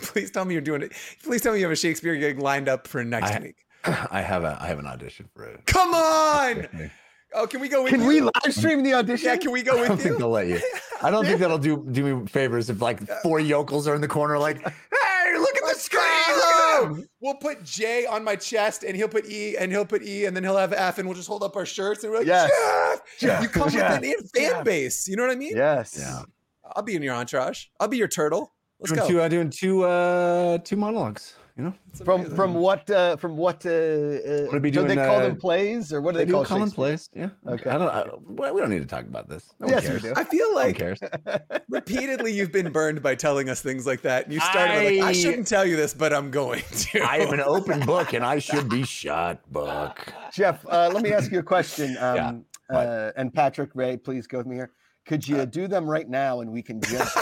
Speaker 4: Please tell me you're doing it. Please tell me you have a Shakespeare gig lined up for next
Speaker 6: I-
Speaker 4: week.
Speaker 6: I have a I have an audition for it.
Speaker 4: Come on! Oh, can we go with
Speaker 3: Can
Speaker 4: you?
Speaker 3: we live stream the audition?
Speaker 4: Yeah, can we go
Speaker 6: I don't
Speaker 4: with
Speaker 6: think
Speaker 4: you?
Speaker 6: they'll let you. I don't think that'll do do me favors if like four yokels are in the corner, like, hey, look at the
Speaker 4: Let's
Speaker 6: screen. Look at
Speaker 4: go!
Speaker 6: him!"
Speaker 4: We'll put J on my chest, and he'll put E, and he'll put E, and then he'll have F, and we'll just hold up our shirts, and we're like,
Speaker 3: Yes.
Speaker 4: "Jeff!"
Speaker 3: Jeff,
Speaker 4: You come
Speaker 3: Jeff,
Speaker 4: with an E? in- fan base. You know what I mean?
Speaker 3: Yes.
Speaker 6: Yeah.
Speaker 4: I'll be in your entourage. I'll be your turtle. Let's
Speaker 6: doing
Speaker 4: go.
Speaker 6: two, uh, doing two, uh, two monologues. You know,
Speaker 4: It's
Speaker 3: From
Speaker 4: amazing.
Speaker 3: from what uh from what uh, uh
Speaker 6: What are we
Speaker 3: do they
Speaker 6: doing,
Speaker 3: call
Speaker 6: uh,
Speaker 3: them plays or what do they,
Speaker 6: do
Speaker 3: call Shakespeare?
Speaker 6: commonplace. Yeah.
Speaker 3: Okay.
Speaker 6: Okay. I don't. I, don't- we we don't need to talk about this. No one
Speaker 3: Yes,
Speaker 6: cares.
Speaker 3: we do.
Speaker 4: I feel
Speaker 6: No one
Speaker 4: like
Speaker 6: cares.
Speaker 4: repeatedly you've been burned by telling us things like that. You started with, like, I
Speaker 6: I-
Speaker 4: shouldn't tell you this, but I'm going to.
Speaker 6: I am an open book, and I should be shot. Book.
Speaker 3: Jeff, uh, let me ask you a question.
Speaker 6: Yeah,
Speaker 3: Um,
Speaker 6: what?
Speaker 3: uh, and Patrick Ray, please go with me here. Could
Speaker 6: Uh,
Speaker 3: you do them right now and we can just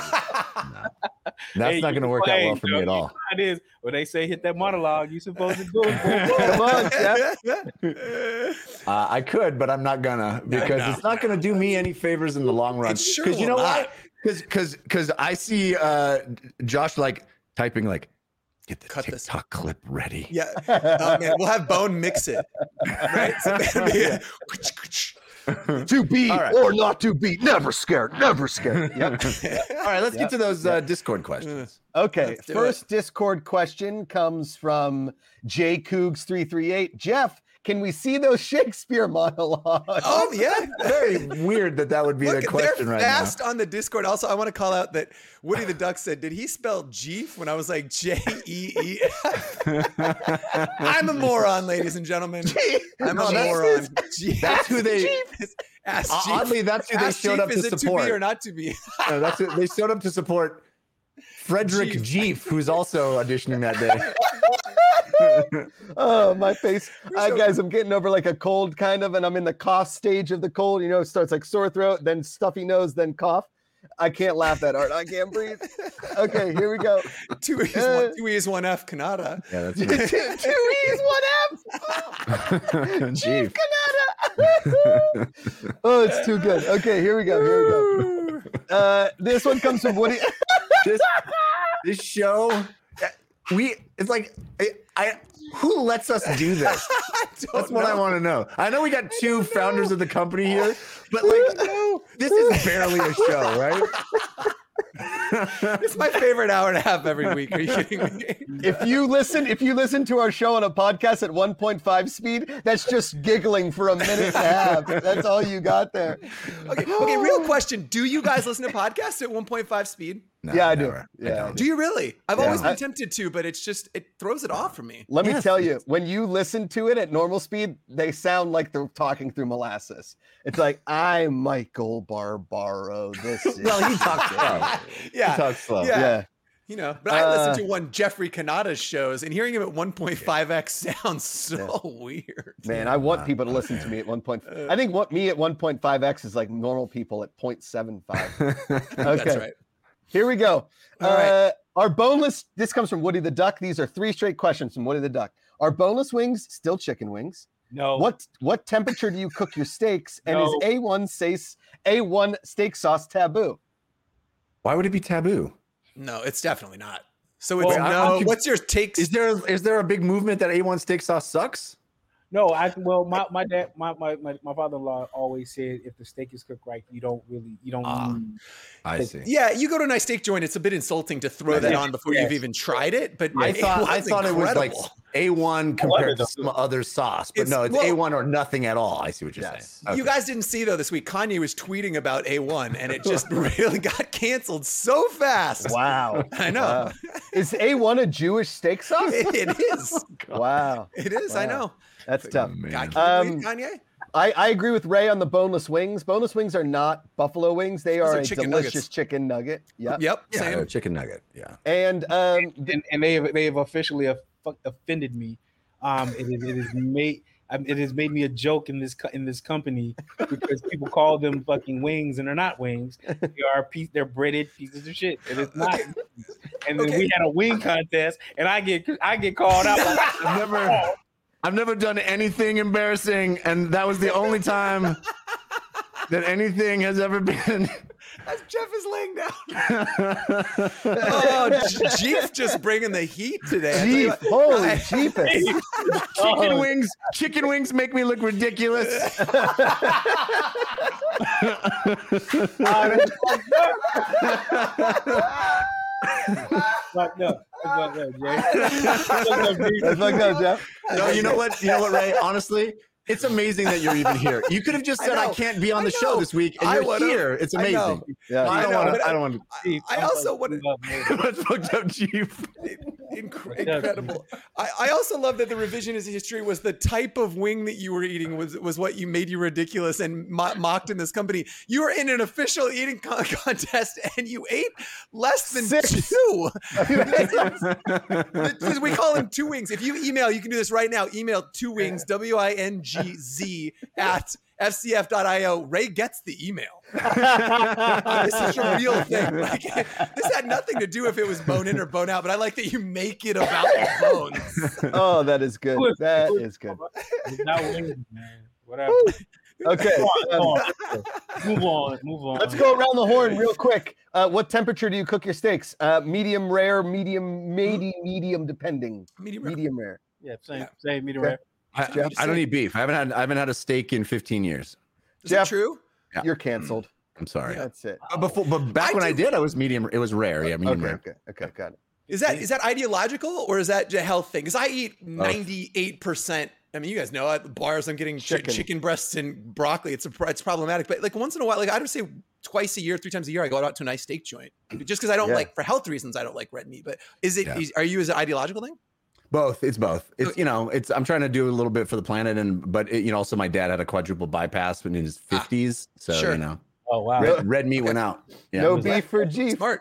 Speaker 6: That's
Speaker 5: Hey, you
Speaker 6: not going to
Speaker 5: can
Speaker 6: work out
Speaker 5: play,
Speaker 6: well for me
Speaker 5: Joe.
Speaker 6: at all.
Speaker 5: It is. When they say hit that monologue, you supposed to do it. boy.
Speaker 3: come on, Jeff?
Speaker 6: Uh, I could, but I'm not gonna because
Speaker 4: no,
Speaker 6: it's not gonna do me any favors in the long run.
Speaker 4: It sure
Speaker 6: you know
Speaker 4: will
Speaker 6: why? Because because because I see uh, Josh like typing like, get the
Speaker 4: Cut this.
Speaker 6: TikTok clip ready.
Speaker 4: yeah. Oh man, we'll have Bone mix it. Right? So that'd be-
Speaker 1: To be
Speaker 6: All right.
Speaker 1: or not to be, never scared, never scared.
Speaker 3: Yep.
Speaker 6: All right, let's
Speaker 3: Yeah,
Speaker 6: get to those
Speaker 3: yeah.
Speaker 6: uh, Discord questions.
Speaker 3: Okay.
Speaker 4: Let's do it.
Speaker 3: First Discord question comes from J Coogs338. Jeff, can we see those Shakespeare monologues?
Speaker 4: oh yeah.
Speaker 6: Very weird that that would be
Speaker 4: Look,
Speaker 6: the
Speaker 4: they're
Speaker 6: question right
Speaker 4: fast on the Discord. Also, I want to call out that Woody the Duck said, "Did he spell Jeef?" When I was like J E E.
Speaker 6: now.
Speaker 4: I'm a moron, ladies and gentlemen.
Speaker 3: Oh,
Speaker 4: I'm
Speaker 6: No,
Speaker 4: a
Speaker 6: that's-
Speaker 4: moron. Jeef.
Speaker 6: that's who they-
Speaker 4: Ask
Speaker 6: O-
Speaker 4: Jeef.
Speaker 6: Oddly, that's who they
Speaker 4: Ask
Speaker 6: showed
Speaker 4: Jeef,
Speaker 6: up to
Speaker 4: is it to
Speaker 6: support.
Speaker 4: be or not to be?
Speaker 6: Uh, that's who, they showed up to support Frederick Jeef, who's also auditioning that day.
Speaker 3: Oh, my face.
Speaker 4: We're
Speaker 3: Uh,
Speaker 4: so-
Speaker 3: guys, I'm getting over like a cold kind of, and I'm in the cough stage of the cold. You know, it starts like sore throat, then stuffy nose, then cough. I can't laugh that hard. I can't breathe. Okay, here we go.
Speaker 4: Two E's,
Speaker 3: Uh.
Speaker 4: one, two E's, one F, Kanata.
Speaker 6: Yeah, that's
Speaker 3: two, two E's, one F. Chief
Speaker 6: Jeef.
Speaker 3: Canada. oh, it's too good. Okay, here we go. Here we go. Uh, this one comes from Woody.
Speaker 6: this, this show eh, we it's like I, I who lets us do this
Speaker 4: I don't
Speaker 6: that's what i
Speaker 4: know.
Speaker 6: want to know i know we got two founders of the company here but like this is barely a show right
Speaker 4: It's my favorite hour and a half every week. Are you kidding me?
Speaker 3: If you listen, if you listen to our show on a podcast at 1.5 speed, that's just giggling for a minute and a half. That's all you got there.
Speaker 4: Okay, okay, real question. Do you guys listen to podcasts at 1.5 speed?
Speaker 6: No,
Speaker 3: Yeah, I do.
Speaker 6: never.
Speaker 3: Yeah.
Speaker 6: don't.
Speaker 4: Do you really? I've
Speaker 6: Yeah.
Speaker 4: always
Speaker 3: I-
Speaker 4: been tempted to, but it's just it throws it off for me.
Speaker 3: Let me
Speaker 6: Yes,
Speaker 3: tell you, when you listen to it at normal speed, they sound like they're talking through molasses. It's like, I'm Michael Barbaro. This is
Speaker 6: well he talks slow he
Speaker 4: Yeah,
Speaker 6: talks slow
Speaker 4: Yeah.
Speaker 3: yeah.
Speaker 4: you know. But I
Speaker 3: Uh,
Speaker 4: listened to one Jeffrey Kanata's shows, and hearing him at 1.5x sounds so weird.
Speaker 3: Man, I want people to listen to me at one point. I think what me at 1.5x is like normal people at 0.75. Okay.
Speaker 4: That's right.
Speaker 3: Here we go.
Speaker 4: All right.
Speaker 3: Uh, Are boneless, this comes from Woody the Duck. These are three straight questions from Woody the Duck. Are boneless wings still chicken wings?
Speaker 4: Oh.
Speaker 5: No.
Speaker 3: What what temperature do you cook your steaks? And
Speaker 5: No.
Speaker 3: is A1 sace, A1 steak sauce taboo?
Speaker 6: why would it be taboo
Speaker 4: No, it's definitely not. So it's
Speaker 5: Well,
Speaker 6: I-
Speaker 4: no.
Speaker 6: I'm conf-
Speaker 4: what's your take?
Speaker 6: is there is there a big movement that a1 steak sauce sucks
Speaker 5: No, I well, my, my dad, my, my, my, my father-in-law always said if the steak is cooked right, you don't really, you don't.
Speaker 6: Ah.
Speaker 5: need-
Speaker 6: i see
Speaker 4: Yeah, you go to a nice steak joint. It's a bit insulting to throw that
Speaker 5: Yeah.
Speaker 4: on before
Speaker 5: Yes.
Speaker 4: you've even tried it. But
Speaker 6: I
Speaker 4: it
Speaker 6: thought I
Speaker 4: was
Speaker 6: thought it was like
Speaker 4: incredible.
Speaker 6: A one compared to
Speaker 5: does
Speaker 6: some other sauce, but
Speaker 4: It's-
Speaker 6: no, it's
Speaker 4: well-
Speaker 6: A one or nothing at all. I see what you're
Speaker 3: Yes.
Speaker 6: saying.
Speaker 4: You
Speaker 6: Okay.
Speaker 4: guys didn't see though this week Kanye was tweeting about A1 and it just really got canceled so fast.
Speaker 3: Wow.
Speaker 4: I know.
Speaker 3: Wow. Is A1 a Jewish steak sauce?
Speaker 4: It is.
Speaker 3: wow.
Speaker 4: It is. I
Speaker 3: Wow.
Speaker 4: know.
Speaker 3: That's tough.
Speaker 6: Man.
Speaker 4: Oh, God, can you
Speaker 3: Um,
Speaker 4: believe Kanye?
Speaker 3: I, I agree with Ray on the boneless wings. Boneless wings are not buffalo wings. They
Speaker 4: Those
Speaker 3: are
Speaker 4: are
Speaker 3: a
Speaker 4: chicken
Speaker 3: delicious
Speaker 4: nuggets.
Speaker 3: chicken nugget. Yeah.
Speaker 4: Yep.
Speaker 6: Yeah,
Speaker 4: Same.
Speaker 6: a chicken nugget. Yeah.
Speaker 3: And um,
Speaker 5: and, and they have, they have officially of- fuck- offended me. Um, it, is- it is made um, it has made me a joke in this co- in this company because people call them fucking wings and they're not wings. They are piece, they're breaded pieces of shit. And it's not. And then we
Speaker 4: Okay.
Speaker 5: had a wing contest, and I get I get called out.
Speaker 6: I've never, I've never done anything embarrassing, and that was the only time that anything has ever been.
Speaker 4: As Jeff is laying down.
Speaker 6: I
Speaker 4: Oh, J- Jeef just bringing the heat today. I tell you
Speaker 3: Jeep,
Speaker 4: what,
Speaker 3: holy jeepers.
Speaker 6: chicken wings, chicken wings make me look ridiculous.
Speaker 5: fucked up. That's fucked up, Jay. Fucked up,
Speaker 3: That's
Speaker 5: dude.
Speaker 3: fucked up, Jeff.
Speaker 6: No, you know what? You know what, Ray? Honestly, it's amazing that you're even here. You could have just
Speaker 4: I
Speaker 6: said I,
Speaker 4: know.
Speaker 6: can't be on
Speaker 4: I
Speaker 6: the show
Speaker 4: know.
Speaker 6: this week, and
Speaker 4: I
Speaker 6: you're
Speaker 4: would've.
Speaker 6: here. It's
Speaker 4: I know.
Speaker 6: amazing.
Speaker 3: Yeah.
Speaker 6: I don't
Speaker 4: know,
Speaker 6: want
Speaker 4: but
Speaker 6: to.
Speaker 4: I-
Speaker 6: I don't want
Speaker 4: I, I
Speaker 5: I'm
Speaker 4: also
Speaker 5: like,
Speaker 4: want to.
Speaker 5: love, man.
Speaker 6: to. What's fucked up, Chief?
Speaker 4: Incre- incredible. I, I also love that the revisionist history was the type of wing that you were eating was was what you made you ridiculous and mo- mocked in this company. You were in an official eating con- contest and you ate less than
Speaker 3: Six.
Speaker 4: two. Because we call them two wings. If you email, you can do this right now. Email two wings, W I N G Z, at fcf.io. Ray gets the email. this is a real thing. Like, this had nothing to do if it was bone in or bone out, but I like that you make it about the bones.
Speaker 3: Oh, that is good. That is good.
Speaker 5: It's not wings, man. Whatever.
Speaker 3: Okay.
Speaker 5: Come
Speaker 3: um,
Speaker 5: on, come on. Move on. Move on.
Speaker 3: Let's go around the horn real quick. Uh, what temperature do you cook your steaks? Uh, medium rare, medium, maybe medium, depending.
Speaker 4: Medium rare.
Speaker 3: Medium rare.
Speaker 5: Yeah, same,
Speaker 4: Yeah.
Speaker 5: same meter
Speaker 3: Okay.
Speaker 5: rep.
Speaker 6: I, I don't eat beef. I haven't had I haven't had a steak in 15 years.
Speaker 4: Is
Speaker 3: Jeff.
Speaker 4: that true?
Speaker 6: Yeah.
Speaker 3: You're canceled.
Speaker 6: I'm sorry.
Speaker 4: Yeah.
Speaker 3: That's it.
Speaker 6: But before, Uh, but back
Speaker 4: I
Speaker 6: when I
Speaker 4: do-
Speaker 6: did, I was medium. It was rare. Yeah, medium
Speaker 3: Okay,
Speaker 6: rare.
Speaker 3: okay, okay, got it.
Speaker 4: Is that is that ideological or is that a health thing? Because I eat ninety eight percent. I mean, you guys know at the bars I'm getting chi-
Speaker 3: Chicken.
Speaker 4: chicken, breasts and broccoli. It's a, pr- it's problematic, but like once in a while, like I would say twice a year, three times a year, I go out to a nice steak joint. Just because I don't
Speaker 3: Yeah.
Speaker 4: like for health reasons, I don't like red meat. But is it?
Speaker 6: Yeah.
Speaker 4: is- are you is it ideological thing?
Speaker 6: Both. It's both. It's
Speaker 4: Okay.
Speaker 6: you know. It's I'm trying to do a little bit for the planet, and but it, you know, also my dad had a quadruple bypass when in his
Speaker 4: Ah,
Speaker 6: 50s, so
Speaker 4: sure.
Speaker 6: you know,
Speaker 5: Oh wow.
Speaker 6: red, red meat went out. Yeah, it
Speaker 3: no
Speaker 6: was-
Speaker 3: beef for Jeep.
Speaker 4: Smart.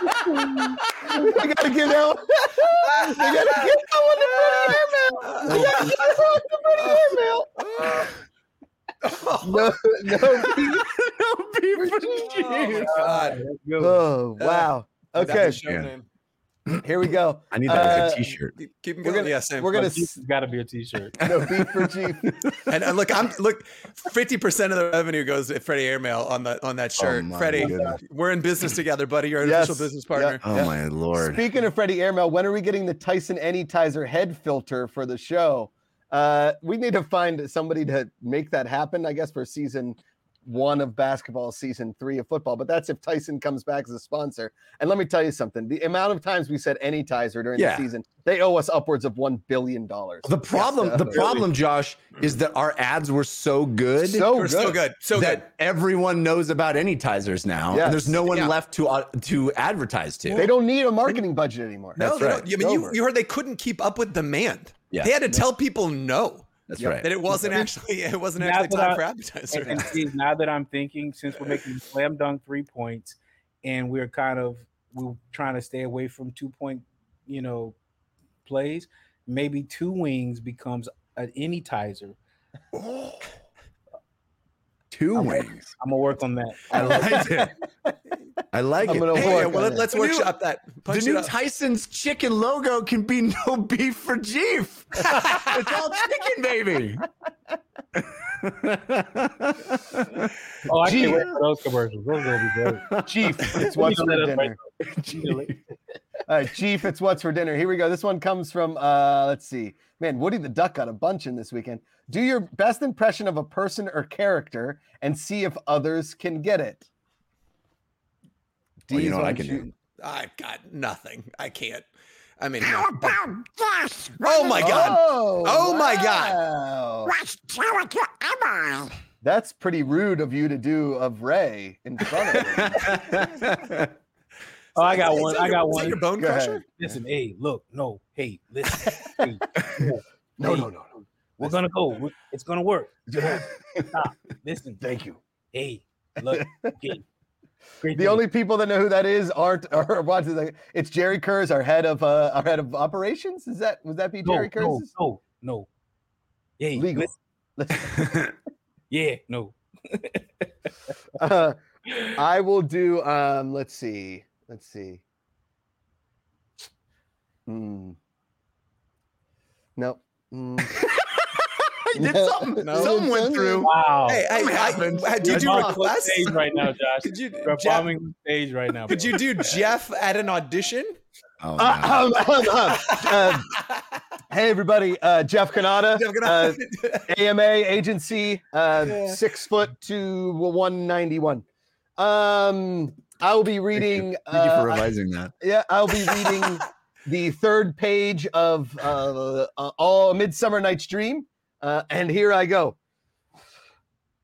Speaker 3: We gotta give that one. We gotta give that one to Freddie Airmail. We gotta give that one to Freddie Airmail. No, no beef.
Speaker 6: no beef for
Speaker 4: Oh my
Speaker 6: Jeez.
Speaker 4: god.
Speaker 5: Let's go.
Speaker 3: Oh
Speaker 6: Uh,
Speaker 3: wow.
Speaker 4: That's
Speaker 3: Okay,
Speaker 4: the show
Speaker 6: Yeah.
Speaker 4: name.
Speaker 3: here we go.
Speaker 6: I need that as
Speaker 3: Uh,
Speaker 6: a T-shirt.
Speaker 4: Keep- Keep 'em
Speaker 3: We're
Speaker 4: going.
Speaker 3: gonna-
Speaker 4: yeah, same.
Speaker 3: We're gonna
Speaker 5: Like, this
Speaker 3: s-
Speaker 5: has got to be a T-shirt.
Speaker 3: no beef for Jeep.
Speaker 4: and, and look, I'm look, fifty percent of the revenue goes to Freddie Airmail on the on that shirt.
Speaker 6: my
Speaker 4: Freddie,
Speaker 6: goodness.
Speaker 4: we're in business together, buddy. You're an
Speaker 3: Oh Yes.
Speaker 4: official business
Speaker 3: Yeah.
Speaker 4: partner.
Speaker 6: Oh
Speaker 3: Yeah.
Speaker 6: my lord.
Speaker 3: Speaking of Freddie Airmail, when are we getting the Tyson Anytizer head filter for the show? Uh, we need to find somebody to make that happen, I guess, for season one of basketball, season three of football. But that's if Tyson comes back as a sponsor. And let me tell you something the amount of times we said Anytizer during
Speaker 6: Yeah.
Speaker 3: the season, they owe us upwards of $1 billion. uh,
Speaker 6: the problem, the problem, Josh, is that our ads were so good.
Speaker 3: So
Speaker 4: We're
Speaker 3: good.
Speaker 4: so good, so
Speaker 6: that
Speaker 4: good.
Speaker 6: everyone knows about Anytizers now,
Speaker 3: Yes.
Speaker 6: and there's no one
Speaker 4: Yeah.
Speaker 6: left to uh, to advertise to.
Speaker 3: They don't need a marketing budget anymore.
Speaker 4: No,
Speaker 6: That's
Speaker 4: they
Speaker 6: right.
Speaker 4: don't. I mean, you,
Speaker 3: Over.
Speaker 4: you heard they couldn't keep up with demand.
Speaker 6: Yeah.
Speaker 4: They had to tell people no
Speaker 6: That's
Speaker 3: Yep.
Speaker 6: right.
Speaker 4: that it wasn't actually it wasn't
Speaker 5: Now
Speaker 4: actually
Speaker 5: that
Speaker 4: time
Speaker 5: I-
Speaker 4: for
Speaker 5: And
Speaker 4: appetizers.
Speaker 5: see, now that I'm thinking, since we're making slam dunk three points, and we're kind of we're trying to stay away from two point, you know, plays, maybe two wings becomes an anytizer.
Speaker 6: Two wings.
Speaker 5: I'm gonna work on that.
Speaker 6: I liked it. I like
Speaker 3: I'm
Speaker 6: it.
Speaker 3: gonna
Speaker 6: Hey,
Speaker 4: Hey,
Speaker 3: work
Speaker 4: yeah, well,
Speaker 3: on it.
Speaker 4: let's
Speaker 6: The new-
Speaker 4: workshop that.
Speaker 6: uh, the
Speaker 4: Punch it
Speaker 6: new
Speaker 4: up.
Speaker 6: Tyson's chicken logo can be no beef for Jeef. it's all chicken, baby.
Speaker 5: Oh, I
Speaker 3: Gee.
Speaker 5: can't wait for those commercials. Those are gonna be great.
Speaker 3: Chief, it's what's
Speaker 5: You
Speaker 3: for
Speaker 5: know that,
Speaker 3: dinner.
Speaker 5: right?
Speaker 3: All right, Chief, it's what's for dinner. Here we go. This one comes from, uh, let's see. Man, Woody the Duck got a bunch in this weekend. Do your best impression of a person or character and see if others can get it.
Speaker 6: Well, you
Speaker 3: Deez,
Speaker 6: know what
Speaker 3: why
Speaker 6: I
Speaker 3: don't
Speaker 6: can
Speaker 3: you-
Speaker 6: do?
Speaker 4: I've got nothing. I can't. I mean, no. Oh my god.
Speaker 3: Oh,
Speaker 4: Oh my God.
Speaker 3: wow. That's pretty rude of you to do of Ray in front of him.
Speaker 5: Oh, I
Speaker 4: Is
Speaker 5: got
Speaker 4: that
Speaker 5: one.
Speaker 4: your-
Speaker 5: I
Speaker 4: is
Speaker 5: got
Speaker 4: that
Speaker 5: one.
Speaker 4: Your bone
Speaker 3: Go ahead.
Speaker 4: crusher.
Speaker 5: Listen, hey, look, no, hey, listen. hey, no,
Speaker 3: No, no, no, no.
Speaker 5: We're gonna go. We- It's gonna work.
Speaker 3: Yeah,
Speaker 5: Listen,
Speaker 3: Thank you.
Speaker 5: hey, look, okay. Great
Speaker 3: The
Speaker 5: deal.
Speaker 3: only people that know who that is aren't are watching. The, it's Jerry Kurz, our head of uh, our head of operations. Is that would that be
Speaker 5: no,
Speaker 3: Jerry
Speaker 5: no,
Speaker 3: Kurz's?
Speaker 5: no, no. Yeah,
Speaker 3: Legal.
Speaker 5: listen, yeah, no.
Speaker 3: Uh, I will do. Um, let's see. Let's see. Mm. No. Mm.
Speaker 6: I did
Speaker 3: No.
Speaker 6: something.
Speaker 3: No.
Speaker 6: Something went through.
Speaker 5: Wow.
Speaker 4: Hey, hey, I, I, did you
Speaker 5: You're
Speaker 4: do
Speaker 5: on
Speaker 4: requests?
Speaker 5: stage right now, Josh.
Speaker 4: Did you,
Speaker 5: You're
Speaker 4: Jeff,
Speaker 5: bombing the stage right now.
Speaker 4: could
Speaker 5: bro.
Speaker 4: you do Jeff at an audition?
Speaker 6: Oh, no.
Speaker 3: Uh, um, um, um, hey everybody, uh, Jeff Canada,
Speaker 4: Jeff, can I-
Speaker 3: uh, AMA agency, uh,
Speaker 4: Yeah.
Speaker 3: six foot to one ninety one. Um, I will be reading.
Speaker 6: Thank you for
Speaker 3: uh,
Speaker 6: revising that.
Speaker 3: Yeah, I'll be reading the third page of uh, uh, All Midsummer Night's Dream, uh, and here I go.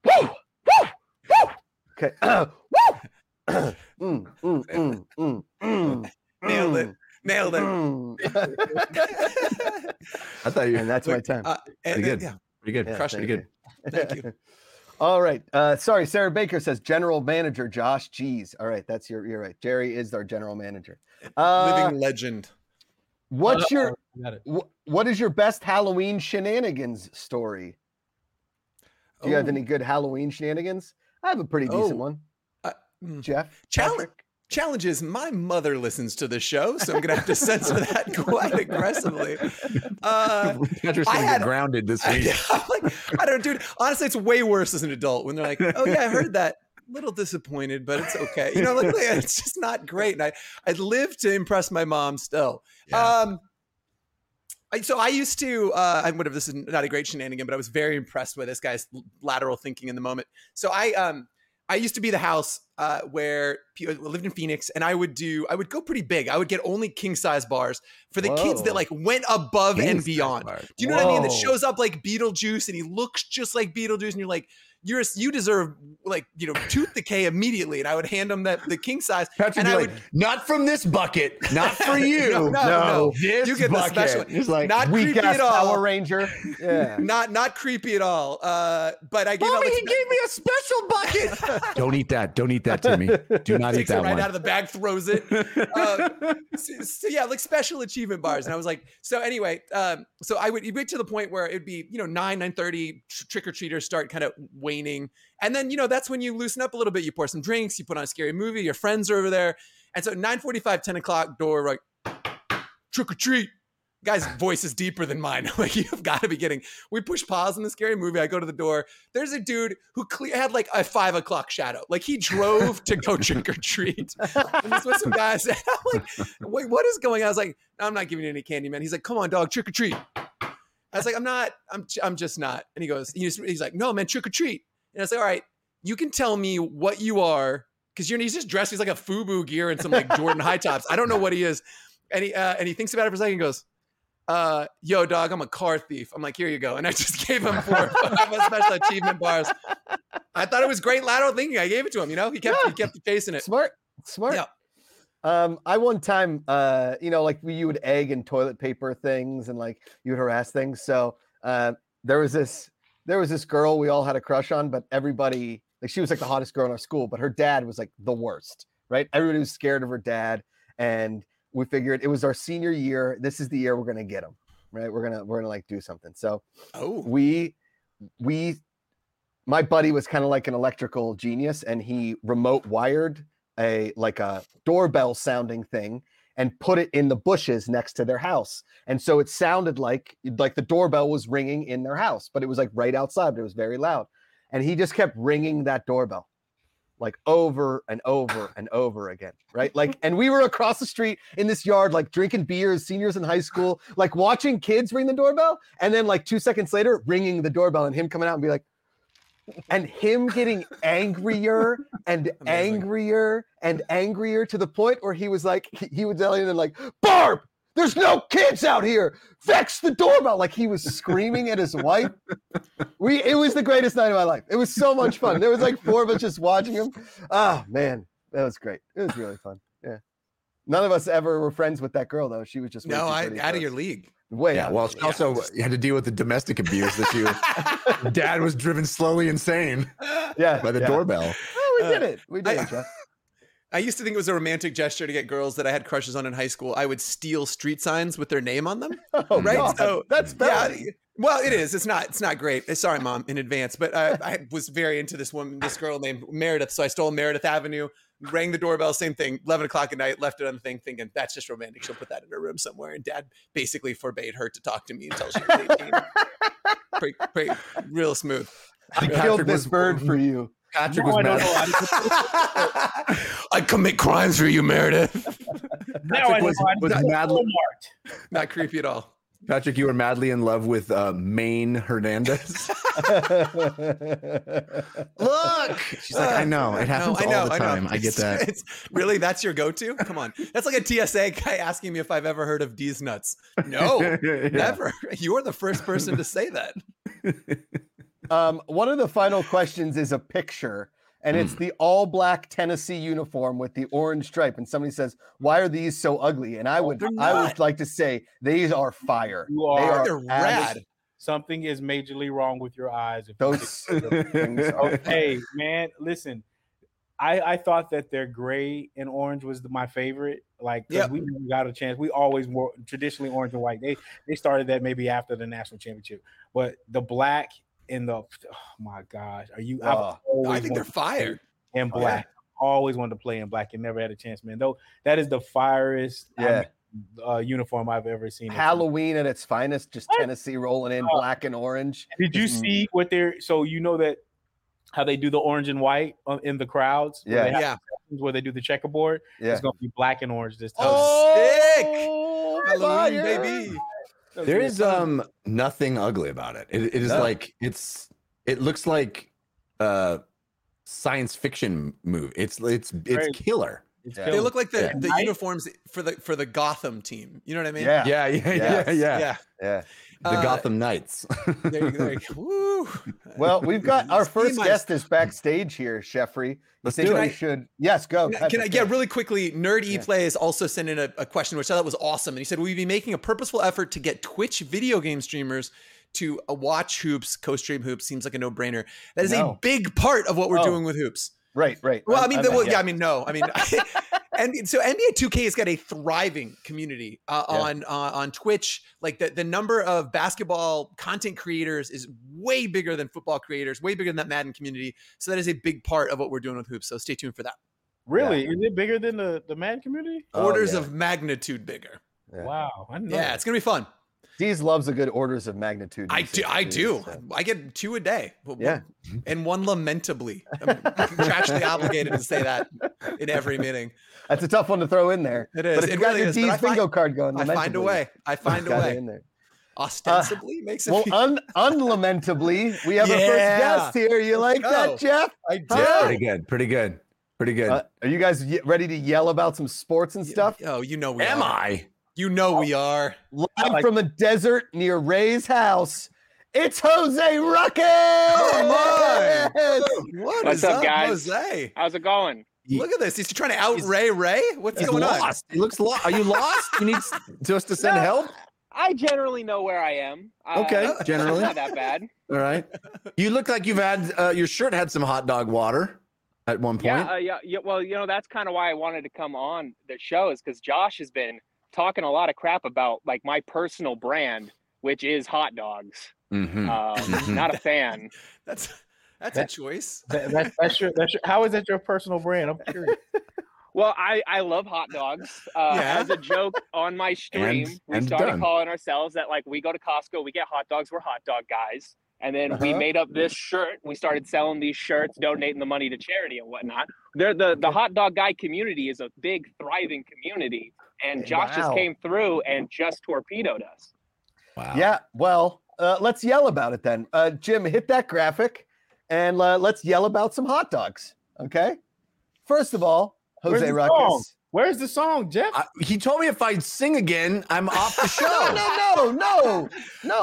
Speaker 3: Woo! Woo! Woo! Okay. woo! Mm, mm, mm, mm, mm,
Speaker 4: Nailed it.
Speaker 3: mm,
Speaker 4: Nailed it.
Speaker 3: mm.
Speaker 6: I thought you
Speaker 3: and that's my time.
Speaker 4: Uh, and,
Speaker 6: Pretty good.
Speaker 4: yeah,
Speaker 6: pretty good.
Speaker 3: Yeah,
Speaker 6: Crushed it
Speaker 3: thank
Speaker 6: good.
Speaker 4: thank you.
Speaker 3: All right. Uh, sorry, Sarah Baker says general manager Josh. Geez. All right, that's your. You're right. Jerry is our general manager. Uh,
Speaker 4: Living legend.
Speaker 3: what's your
Speaker 5: I got it.
Speaker 3: Wh- what is your best Halloween shenanigans story? Do you have
Speaker 4: Ooh.
Speaker 3: any good Halloween shenanigans? I have a pretty decent
Speaker 4: Oh,
Speaker 3: one.
Speaker 4: uh, mm.
Speaker 3: Jeff,
Speaker 4: Challenge.
Speaker 3: Patrick?
Speaker 4: Challenge is my mother listens to the show, so I'm gonna have to censor that quite aggressively. Uh,
Speaker 6: Patrick's
Speaker 4: I
Speaker 6: gonna
Speaker 4: had-
Speaker 6: get grounded this week.
Speaker 4: I, I'm like, I don't, dude. Honestly, it's way worse as an adult when they're like, "Oh yeah, I heard that." Little disappointed, but it's okay. You know, like it's just not great. And I, I live to impress my mom still.
Speaker 6: Yeah.
Speaker 4: Um, I, so I used to, uh, I whatever. This is not a great shenanigan, but I was very impressed with this guy's lateral thinking in the moment. So I, um, I used to be the house uh, where pe- I lived in Phoenix, and I would do, I would go pretty big. I would get only king size bars for the kids
Speaker 3: Whoa.
Speaker 4: that like went above and
Speaker 6: King's
Speaker 4: beyond.
Speaker 6: Bachelor.
Speaker 4: Do you know what I mean? That
Speaker 3: Whoa.
Speaker 4: shows up like Beetlejuice and he looks just like Beetlejuice, and you're like, you're you deserve like you know tooth decay immediately. And I would hand him that the king size.
Speaker 6: Patrick's
Speaker 4: And I
Speaker 6: like, not from this bucket, not for you.
Speaker 4: No, no, no.
Speaker 6: This
Speaker 4: You get the
Speaker 6: bucket.
Speaker 4: special one.
Speaker 6: He's like,
Speaker 4: Not
Speaker 3: weak
Speaker 4: creepy
Speaker 3: ass
Speaker 4: at all.
Speaker 3: Power Ranger. Yeah.
Speaker 4: Not not creepy at all. Uh, but I gave out
Speaker 6: Mommy,
Speaker 4: like,
Speaker 6: he gave me a special bucket. Don't eat that. Don't eat that, Timmy. Do not eat
Speaker 4: takes it
Speaker 6: that
Speaker 4: right
Speaker 6: one.
Speaker 4: out of the bag, throws it. Uh, so, so yeah, like special achievement bars. And I was like, so anyway, um, so I would you get to the point where it'd be you know nine nine thirty trick or treaters start kind of waning, and then you know that's when you loosen up a little bit. You pour some drinks, you put on a scary movie. Your friends are over there, and so 9:45, 10 o'clock door like trick or treat. Guy's voice is deeper than mine. I'm like, you've got to be kidding. We push pause on the scary movie. I go to the door. There's a dude who cle- had like a five o'clock shadow. Like he drove to go trick or treat. And he's with some guys. And I'm like, wait, what is going on? I was like, I'm not giving you any candy, man. He's like, come on, dog, trick or treat. I was like, I'm not, I'm, I'm just not. And he goes, he's, he's like, no, man, trick or treat. And I was like, all right, you can tell me what you are because you're he's just dressed. He's like a FUBU gear and some like Jordan high tops. I don't know what he is. And he uh, and he thinks about it for a second. and Goes, uh, yo, dog, I'm a car thief. I'm like, here you go. And I just gave him four or five special achievement bars. I thought it was great lateral thinking. I gave it to him. You know, he kept he kept chasing it.
Speaker 3: Smart. Smart.
Speaker 4: Yeah.
Speaker 3: Um, I one time, uh, you know, like we- you would egg and toilet paper things, and like you would harass things. So uh, there was this, there was this girl we all had a crush on, but everybody, like, she was like the hottest girl in our school, but her dad was like the worst, right? Everybody was scared of her dad, and we figured it was our senior year. This is the year we're gonna get him, right? We're gonna we're gonna like do something. So
Speaker 4: Oh,
Speaker 3: we we my buddy was kind of like an electrical genius and he remote wired a like a doorbell sounding thing and put it in the bushes next to their house and so it sounded like like the doorbell was ringing in their house but it was like right outside but it was very loud and he just kept ringing that doorbell like over and over and over again right like and we were across the street in this yard like drinking beers seniors in high school like watching kids ring the doorbell and then like two seconds later ringing the doorbell and him coming out and be like and him getting angrier and
Speaker 4: Amazing.
Speaker 3: angrier and angrier to the point where he was like he, he would tell you then like barb there's no kids out here vex the doorbell like he was screaming at his wife we it was the greatest night of my life. It was so much fun. There was like four of us just watching him. Oh man, that was great. It was really fun. Yeah. None of us ever were friends with that girl though. She was just way
Speaker 4: no,
Speaker 3: too
Speaker 4: I
Speaker 3: pretty for
Speaker 4: out of
Speaker 3: us.
Speaker 4: your league.
Speaker 3: Way
Speaker 6: Yeah.
Speaker 3: out.
Speaker 6: Well, she also had to deal with the domestic abuse that you dad was driven slowly insane
Speaker 3: yeah,
Speaker 6: by the
Speaker 3: yeah.
Speaker 6: doorbell.
Speaker 3: Oh, we
Speaker 4: Uh,
Speaker 3: did it. We did
Speaker 4: I-
Speaker 3: it, Jeff.
Speaker 4: I used to think it was a romantic gesture to get girls that I had crushes on in high school. I would steal street signs with their name on them.
Speaker 3: Oh,
Speaker 4: right?
Speaker 3: God.
Speaker 4: So
Speaker 3: that's
Speaker 4: yeah.
Speaker 3: bad.
Speaker 4: Well, it is. It's not. It's not great. Uh, Sorry, mom, in advance. But I, I was very into this woman, this girl named Meredith. So I stole Meredith Avenue, rang the doorbell, same thing, eleven o'clock at night, left it on the thing, thinking that's just romantic. She'll put that in her room somewhere. And Dad basically forbade her to talk to me until she was eighteen. pretty, pretty, real smooth.
Speaker 3: I
Speaker 6: Patrick
Speaker 3: killed this
Speaker 6: was-
Speaker 3: bird for you.
Speaker 6: Patrick
Speaker 5: No, I
Speaker 6: was
Speaker 5: don't
Speaker 6: mad.
Speaker 5: know.
Speaker 4: I commit crimes for you, Meredith.
Speaker 5: Now I know
Speaker 6: was-
Speaker 5: I
Speaker 6: was
Speaker 5: got
Speaker 6: mad-
Speaker 5: Walmart.
Speaker 4: Not creepy at all.
Speaker 6: Patrick, you were madly in love with uh, Maine Hernandez.
Speaker 4: Look,
Speaker 6: She's like, I know. It happens
Speaker 4: I
Speaker 6: all
Speaker 4: know,
Speaker 6: the
Speaker 4: I know.
Speaker 6: time. I
Speaker 4: It's-
Speaker 6: get that.
Speaker 4: It's, really that's your go-to. Come on, that's like a TSA guy asking me if I've ever heard of D's nuts. No,
Speaker 6: Yeah.
Speaker 4: never. You are the first person to say that.
Speaker 3: um, one of the final questions is a picture, and
Speaker 4: Hmm.
Speaker 3: it's the all black Tennessee uniform with the orange stripe. And somebody says, "Why are these so ugly?" And I would,
Speaker 4: Oh, they're
Speaker 3: I would
Speaker 4: not.
Speaker 3: like to say, these are fire.
Speaker 5: You
Speaker 3: They
Speaker 5: are.
Speaker 3: are
Speaker 4: They're
Speaker 3: abs-
Speaker 4: rad.
Speaker 5: Something is majorly wrong with your eyes. If you
Speaker 3: Those things are
Speaker 5: hey man listen i i thought that their gray and orange was the, my favorite like 'cause
Speaker 4: Yep.
Speaker 5: we never got a chance we always wore traditionally orange and white they they started that maybe after the national championship but the black and the oh my gosh are you I've
Speaker 3: Oh,
Speaker 5: always
Speaker 4: Uh, I think they're
Speaker 5: wanted to
Speaker 4: fire.
Speaker 5: play in black always wanted to play in black and never had a chance man though that is the firest I
Speaker 3: Yeah.
Speaker 5: mean, uh, uniform i've ever seen
Speaker 3: Halloween at its finest, just
Speaker 5: What?
Speaker 3: Tennessee rolling in
Speaker 5: Oh.
Speaker 3: black and orange.
Speaker 5: Did you
Speaker 4: Mm-hmm.
Speaker 3: Just-
Speaker 5: see what they're so you know that how they do the orange and white uh, in the crowds? where they
Speaker 3: Yeah.
Speaker 5: have
Speaker 4: Yeah.
Speaker 5: sections Where they do the checkerboard,
Speaker 3: Yeah.
Speaker 5: it's gonna be black and orange this time.
Speaker 7: Oh,
Speaker 4: Oh,
Speaker 3: Oh,
Speaker 4: Halloween,
Speaker 3: fire.
Speaker 4: baby.
Speaker 5: That's
Speaker 6: There
Speaker 5: what
Speaker 6: is
Speaker 5: it's-
Speaker 6: um nothing ugly about it. It, it is
Speaker 3: No.
Speaker 6: like it's it looks like uh science fiction movie. It's it's it's
Speaker 5: Crazy.
Speaker 6: killer.
Speaker 5: it's
Speaker 3: yeah.
Speaker 4: They
Speaker 5: killing
Speaker 4: look like the,
Speaker 6: Yeah.
Speaker 4: the
Speaker 5: Right?
Speaker 4: uniforms for the for the Gotham team. You know what I mean?
Speaker 3: Yeah.
Speaker 6: Yeah, yeah,
Speaker 3: Yes.
Speaker 4: Yeah.
Speaker 3: Yeah.
Speaker 6: The
Speaker 4: Uh,
Speaker 6: Gotham Knights.
Speaker 4: There you go. There you go. Woo.
Speaker 3: Well, we've got our
Speaker 4: See
Speaker 3: first
Speaker 4: my-
Speaker 3: guest is backstage here, Jeffrey. You
Speaker 6: Let's
Speaker 3: think
Speaker 6: do
Speaker 3: we
Speaker 6: it.
Speaker 3: should? Yes, go.
Speaker 4: Can I- Can I
Speaker 3: Patrick,
Speaker 4: get
Speaker 3: go.
Speaker 4: really quickly? Nerd E
Speaker 3: Yeah.
Speaker 4: Plays also sent in a, a question, which I thought was awesome. And he said, Will you be making a purposeful effort to get Twitch video game streamers to uh, watch hoops? Co stream hoops seems like a no brainer. That is a
Speaker 3: No.
Speaker 4: big part of what we're
Speaker 3: Oh.
Speaker 4: doing with hoops.
Speaker 3: Right, right.
Speaker 4: Well, I
Speaker 3: I'm-
Speaker 4: mean,
Speaker 3: I'm
Speaker 4: the,
Speaker 3: at-
Speaker 4: well,
Speaker 3: yeah.
Speaker 4: yeah, I mean, no, I mean, and so NBA 2K has got a thriving community uh,
Speaker 3: Yeah.
Speaker 4: on uh, on Twitch. Like the, the number of basketball content creators is way bigger than football creators, way bigger than that Madden community. So that is a big part of what we're doing with hoops. So stay tuned for that.
Speaker 5: really is it bigger than the the man community?
Speaker 3: Oh,
Speaker 4: Orders
Speaker 3: yeah.
Speaker 4: of magnitude bigger.
Speaker 3: Yeah.
Speaker 5: Wow, I know.
Speaker 4: Yeah, it's gonna be fun.
Speaker 3: Deez loves a good orders of magnitude.
Speaker 4: I do.
Speaker 3: music,
Speaker 4: I
Speaker 3: too,
Speaker 4: do.
Speaker 3: so.
Speaker 4: I get two a day. W-
Speaker 3: Yeah.
Speaker 4: w- and one lamentably. I'm contractually obligated to say that in every meeting.
Speaker 3: That's a tough one to throw in there.
Speaker 4: It is.
Speaker 3: But if
Speaker 4: it
Speaker 3: you got
Speaker 4: really
Speaker 3: your
Speaker 4: is. but I
Speaker 3: Deez bingo
Speaker 4: find,
Speaker 3: card going,
Speaker 4: I find a
Speaker 3: lamentably,
Speaker 4: way. I find a
Speaker 3: got it
Speaker 4: way.
Speaker 3: in there.
Speaker 4: Ostensibly makes it.
Speaker 3: Well,
Speaker 4: feel-
Speaker 3: un- unlamentably, we have a
Speaker 4: Yeah.
Speaker 3: first guest here. You
Speaker 4: Let's
Speaker 3: like that,
Speaker 4: go.
Speaker 3: Jeff?
Speaker 4: I
Speaker 3: huh?
Speaker 6: Pretty good. Pretty good. Pretty good.
Speaker 3: Uh, are you guys ye- ready to yell about some sports and stuff? Oh.
Speaker 4: Oh, you know we
Speaker 6: Am
Speaker 4: are.
Speaker 6: I?
Speaker 4: You know we are.
Speaker 3: Live from a desert near Ray's house, it's Jose Rocket.
Speaker 4: Oh, What
Speaker 7: What's
Speaker 4: is
Speaker 7: up, guys?
Speaker 4: Jose?
Speaker 7: How's it going?
Speaker 4: Look at this. He's trying to out Ray Ray. What's
Speaker 6: He's
Speaker 4: going on?
Speaker 6: lost. He looks lost. Are you lost? You need s- to us to send help?
Speaker 7: I generally know where I am. Uh,
Speaker 6: Okay,
Speaker 7: it's
Speaker 6: generally.
Speaker 7: not that bad.
Speaker 6: All right. You look like you've had uh, your shirt had some hot dog water at one point.
Speaker 7: Yeah, uh, yeah, yeah. Well, you know, that's kind of why I wanted to come on the show is because Josh has been talking a lot of crap about like my personal brand, which is hot dogs.
Speaker 6: Mhm.
Speaker 7: Um, not a fan.
Speaker 4: That's that's a
Speaker 5: That-
Speaker 4: choice.
Speaker 5: That- that's, that's your, that's your, how is that your personal brand? I'm curious.
Speaker 7: Well, I I love hot dogs. Uh,
Speaker 4: Yeah.
Speaker 7: As a joke on my stream, we
Speaker 6: and
Speaker 7: started
Speaker 6: done.
Speaker 7: calling ourselves that. Like, we go to Costco, we get hot dogs. We're hot dog guys. And then we
Speaker 3: Uh-huh.
Speaker 7: made up this shirt. We started selling these shirts, donating the money to charity and whatnot. They're the the hot dog guy community is a big thriving community, and Josh just
Speaker 3: Wow.
Speaker 7: came through and just torpedoed us.
Speaker 6: Wow.
Speaker 3: Yeah, well, uh, let's yell about it then. Uh, Jim, hit that graphic and uh, let's yell about some hot dogs. Okay. First of all,
Speaker 5: Where's
Speaker 3: Jose
Speaker 5: the song?
Speaker 3: Ruckus.
Speaker 5: Where's the song, Jeff?
Speaker 6: I, he told me if I sing again, I'm off the
Speaker 3: No,
Speaker 6: show.
Speaker 3: no, no, no, no,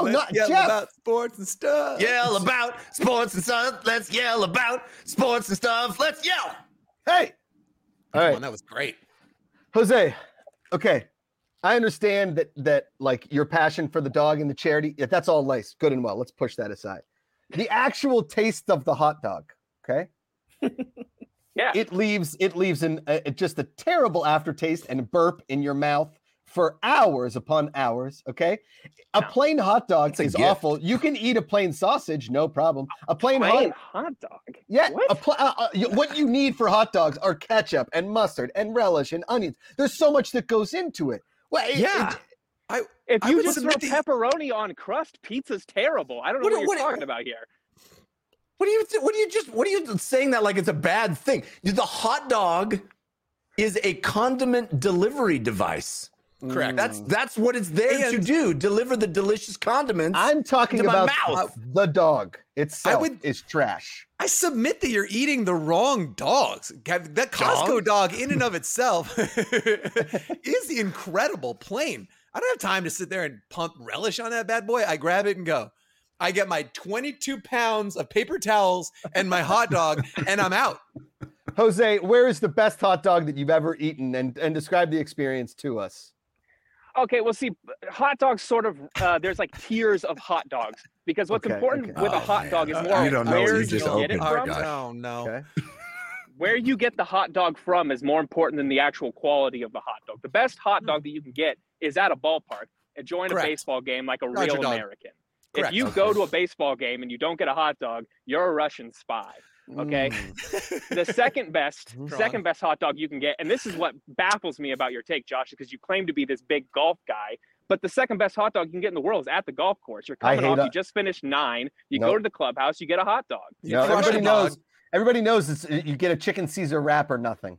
Speaker 4: Let's
Speaker 3: not
Speaker 4: yell
Speaker 3: Jeff.
Speaker 4: about sports and stuff.
Speaker 6: yell about sports and stuff. Let's yell about sports and stuff. Let's yell.
Speaker 3: hey.
Speaker 4: Come
Speaker 3: All right.
Speaker 4: on, that was great.
Speaker 3: Jose, okay. I understand that that like your passion for the dog and the charity, yeah, that's all nice, good and well. Let's push that aside. The actual taste of the hot dog, okay?
Speaker 7: Yeah.
Speaker 3: It leaves it leaves an uh, just a terrible aftertaste and burp in your mouth for hours upon hours, okay? A
Speaker 7: No.
Speaker 3: plain hot dog
Speaker 6: It's a
Speaker 3: is
Speaker 6: gift.
Speaker 3: awful. You can eat a plain sausage, no problem. A plain, hot
Speaker 7: Plain hot dog.
Speaker 3: yeah,
Speaker 7: What?
Speaker 3: a pla- uh, uh, y- what you need for hot dogs are ketchup and mustard and relish and onions. There's so much that goes into it. Well, it-
Speaker 4: Yeah.
Speaker 3: it-
Speaker 7: If
Speaker 4: I
Speaker 7: you
Speaker 4: would
Speaker 7: just throw
Speaker 4: submit these-
Speaker 7: pepperoni on crust, pizza's terrible. I don't
Speaker 6: What
Speaker 7: know what,
Speaker 6: do-
Speaker 7: you're
Speaker 6: what do-
Speaker 7: talking about here.
Speaker 6: What are you? What are you just? What are you saying that like it's a bad thing? The hot dog is a condiment delivery device.
Speaker 4: Correct.
Speaker 6: That's that's what it's there to
Speaker 4: And-
Speaker 6: do. Deliver the delicious condiments.
Speaker 3: I'm talking
Speaker 6: Into my
Speaker 3: about
Speaker 6: mouth.
Speaker 3: the dog itself
Speaker 4: would-
Speaker 3: is trash.
Speaker 4: I submit that you're eating the wrong dogs. Gav- That Costco dog, in and of itself, is incredible. Plain. I don't have time to sit there and pump relish on that bad boy. I grab it and go. I get my 22 pounds of paper towels and my hot dog, and I'm out.
Speaker 3: Jose, where is the best hot dog that you've ever eaten, and and describe the experience to us?
Speaker 7: Okay, well, see, b- hot dogs sort of uh, there's like tiers of hot dogs because what's
Speaker 3: Okay,
Speaker 7: important
Speaker 3: okay.
Speaker 7: with
Speaker 6: Oh,
Speaker 7: a hot dog
Speaker 6: man.
Speaker 7: is
Speaker 6: Uh,
Speaker 7: more
Speaker 6: you don't know what
Speaker 7: where
Speaker 6: you
Speaker 7: you,
Speaker 6: just
Speaker 7: get it
Speaker 6: opened,
Speaker 7: from.
Speaker 6: guys.
Speaker 4: Oh, no.
Speaker 3: Okay.
Speaker 7: Where you get the hot dog from is more important than the actual quality of the hot dog. The best
Speaker 6: Hmm.
Speaker 7: hot dog that you can get is at a ballpark. and Join
Speaker 4: Correct.
Speaker 7: a baseball game like a
Speaker 4: Roger,
Speaker 7: real
Speaker 4: dog.
Speaker 7: American.
Speaker 4: Correct.
Speaker 7: If you go to a baseball game and you don't get a hot dog, you're a Russian spy. Okay.
Speaker 3: Mm.
Speaker 7: the second best,
Speaker 4: Go on.
Speaker 7: second best hot dog you can get, and this is what baffles me about your take, Josh, because you claim to be this big golf guy, but the second best hot dog you can get in the world is at the golf course. You're
Speaker 3: I
Speaker 7: coming
Speaker 3: hate
Speaker 7: off,
Speaker 3: a-
Speaker 7: you just finished nine, you go
Speaker 3: Nope.
Speaker 7: to the clubhouse, you get a hot dog.
Speaker 4: You
Speaker 3: No,
Speaker 4: crush a
Speaker 3: everybody
Speaker 4: dog.
Speaker 3: knows. Everybody knows it's, you get a chicken Caesar wrap or nothing.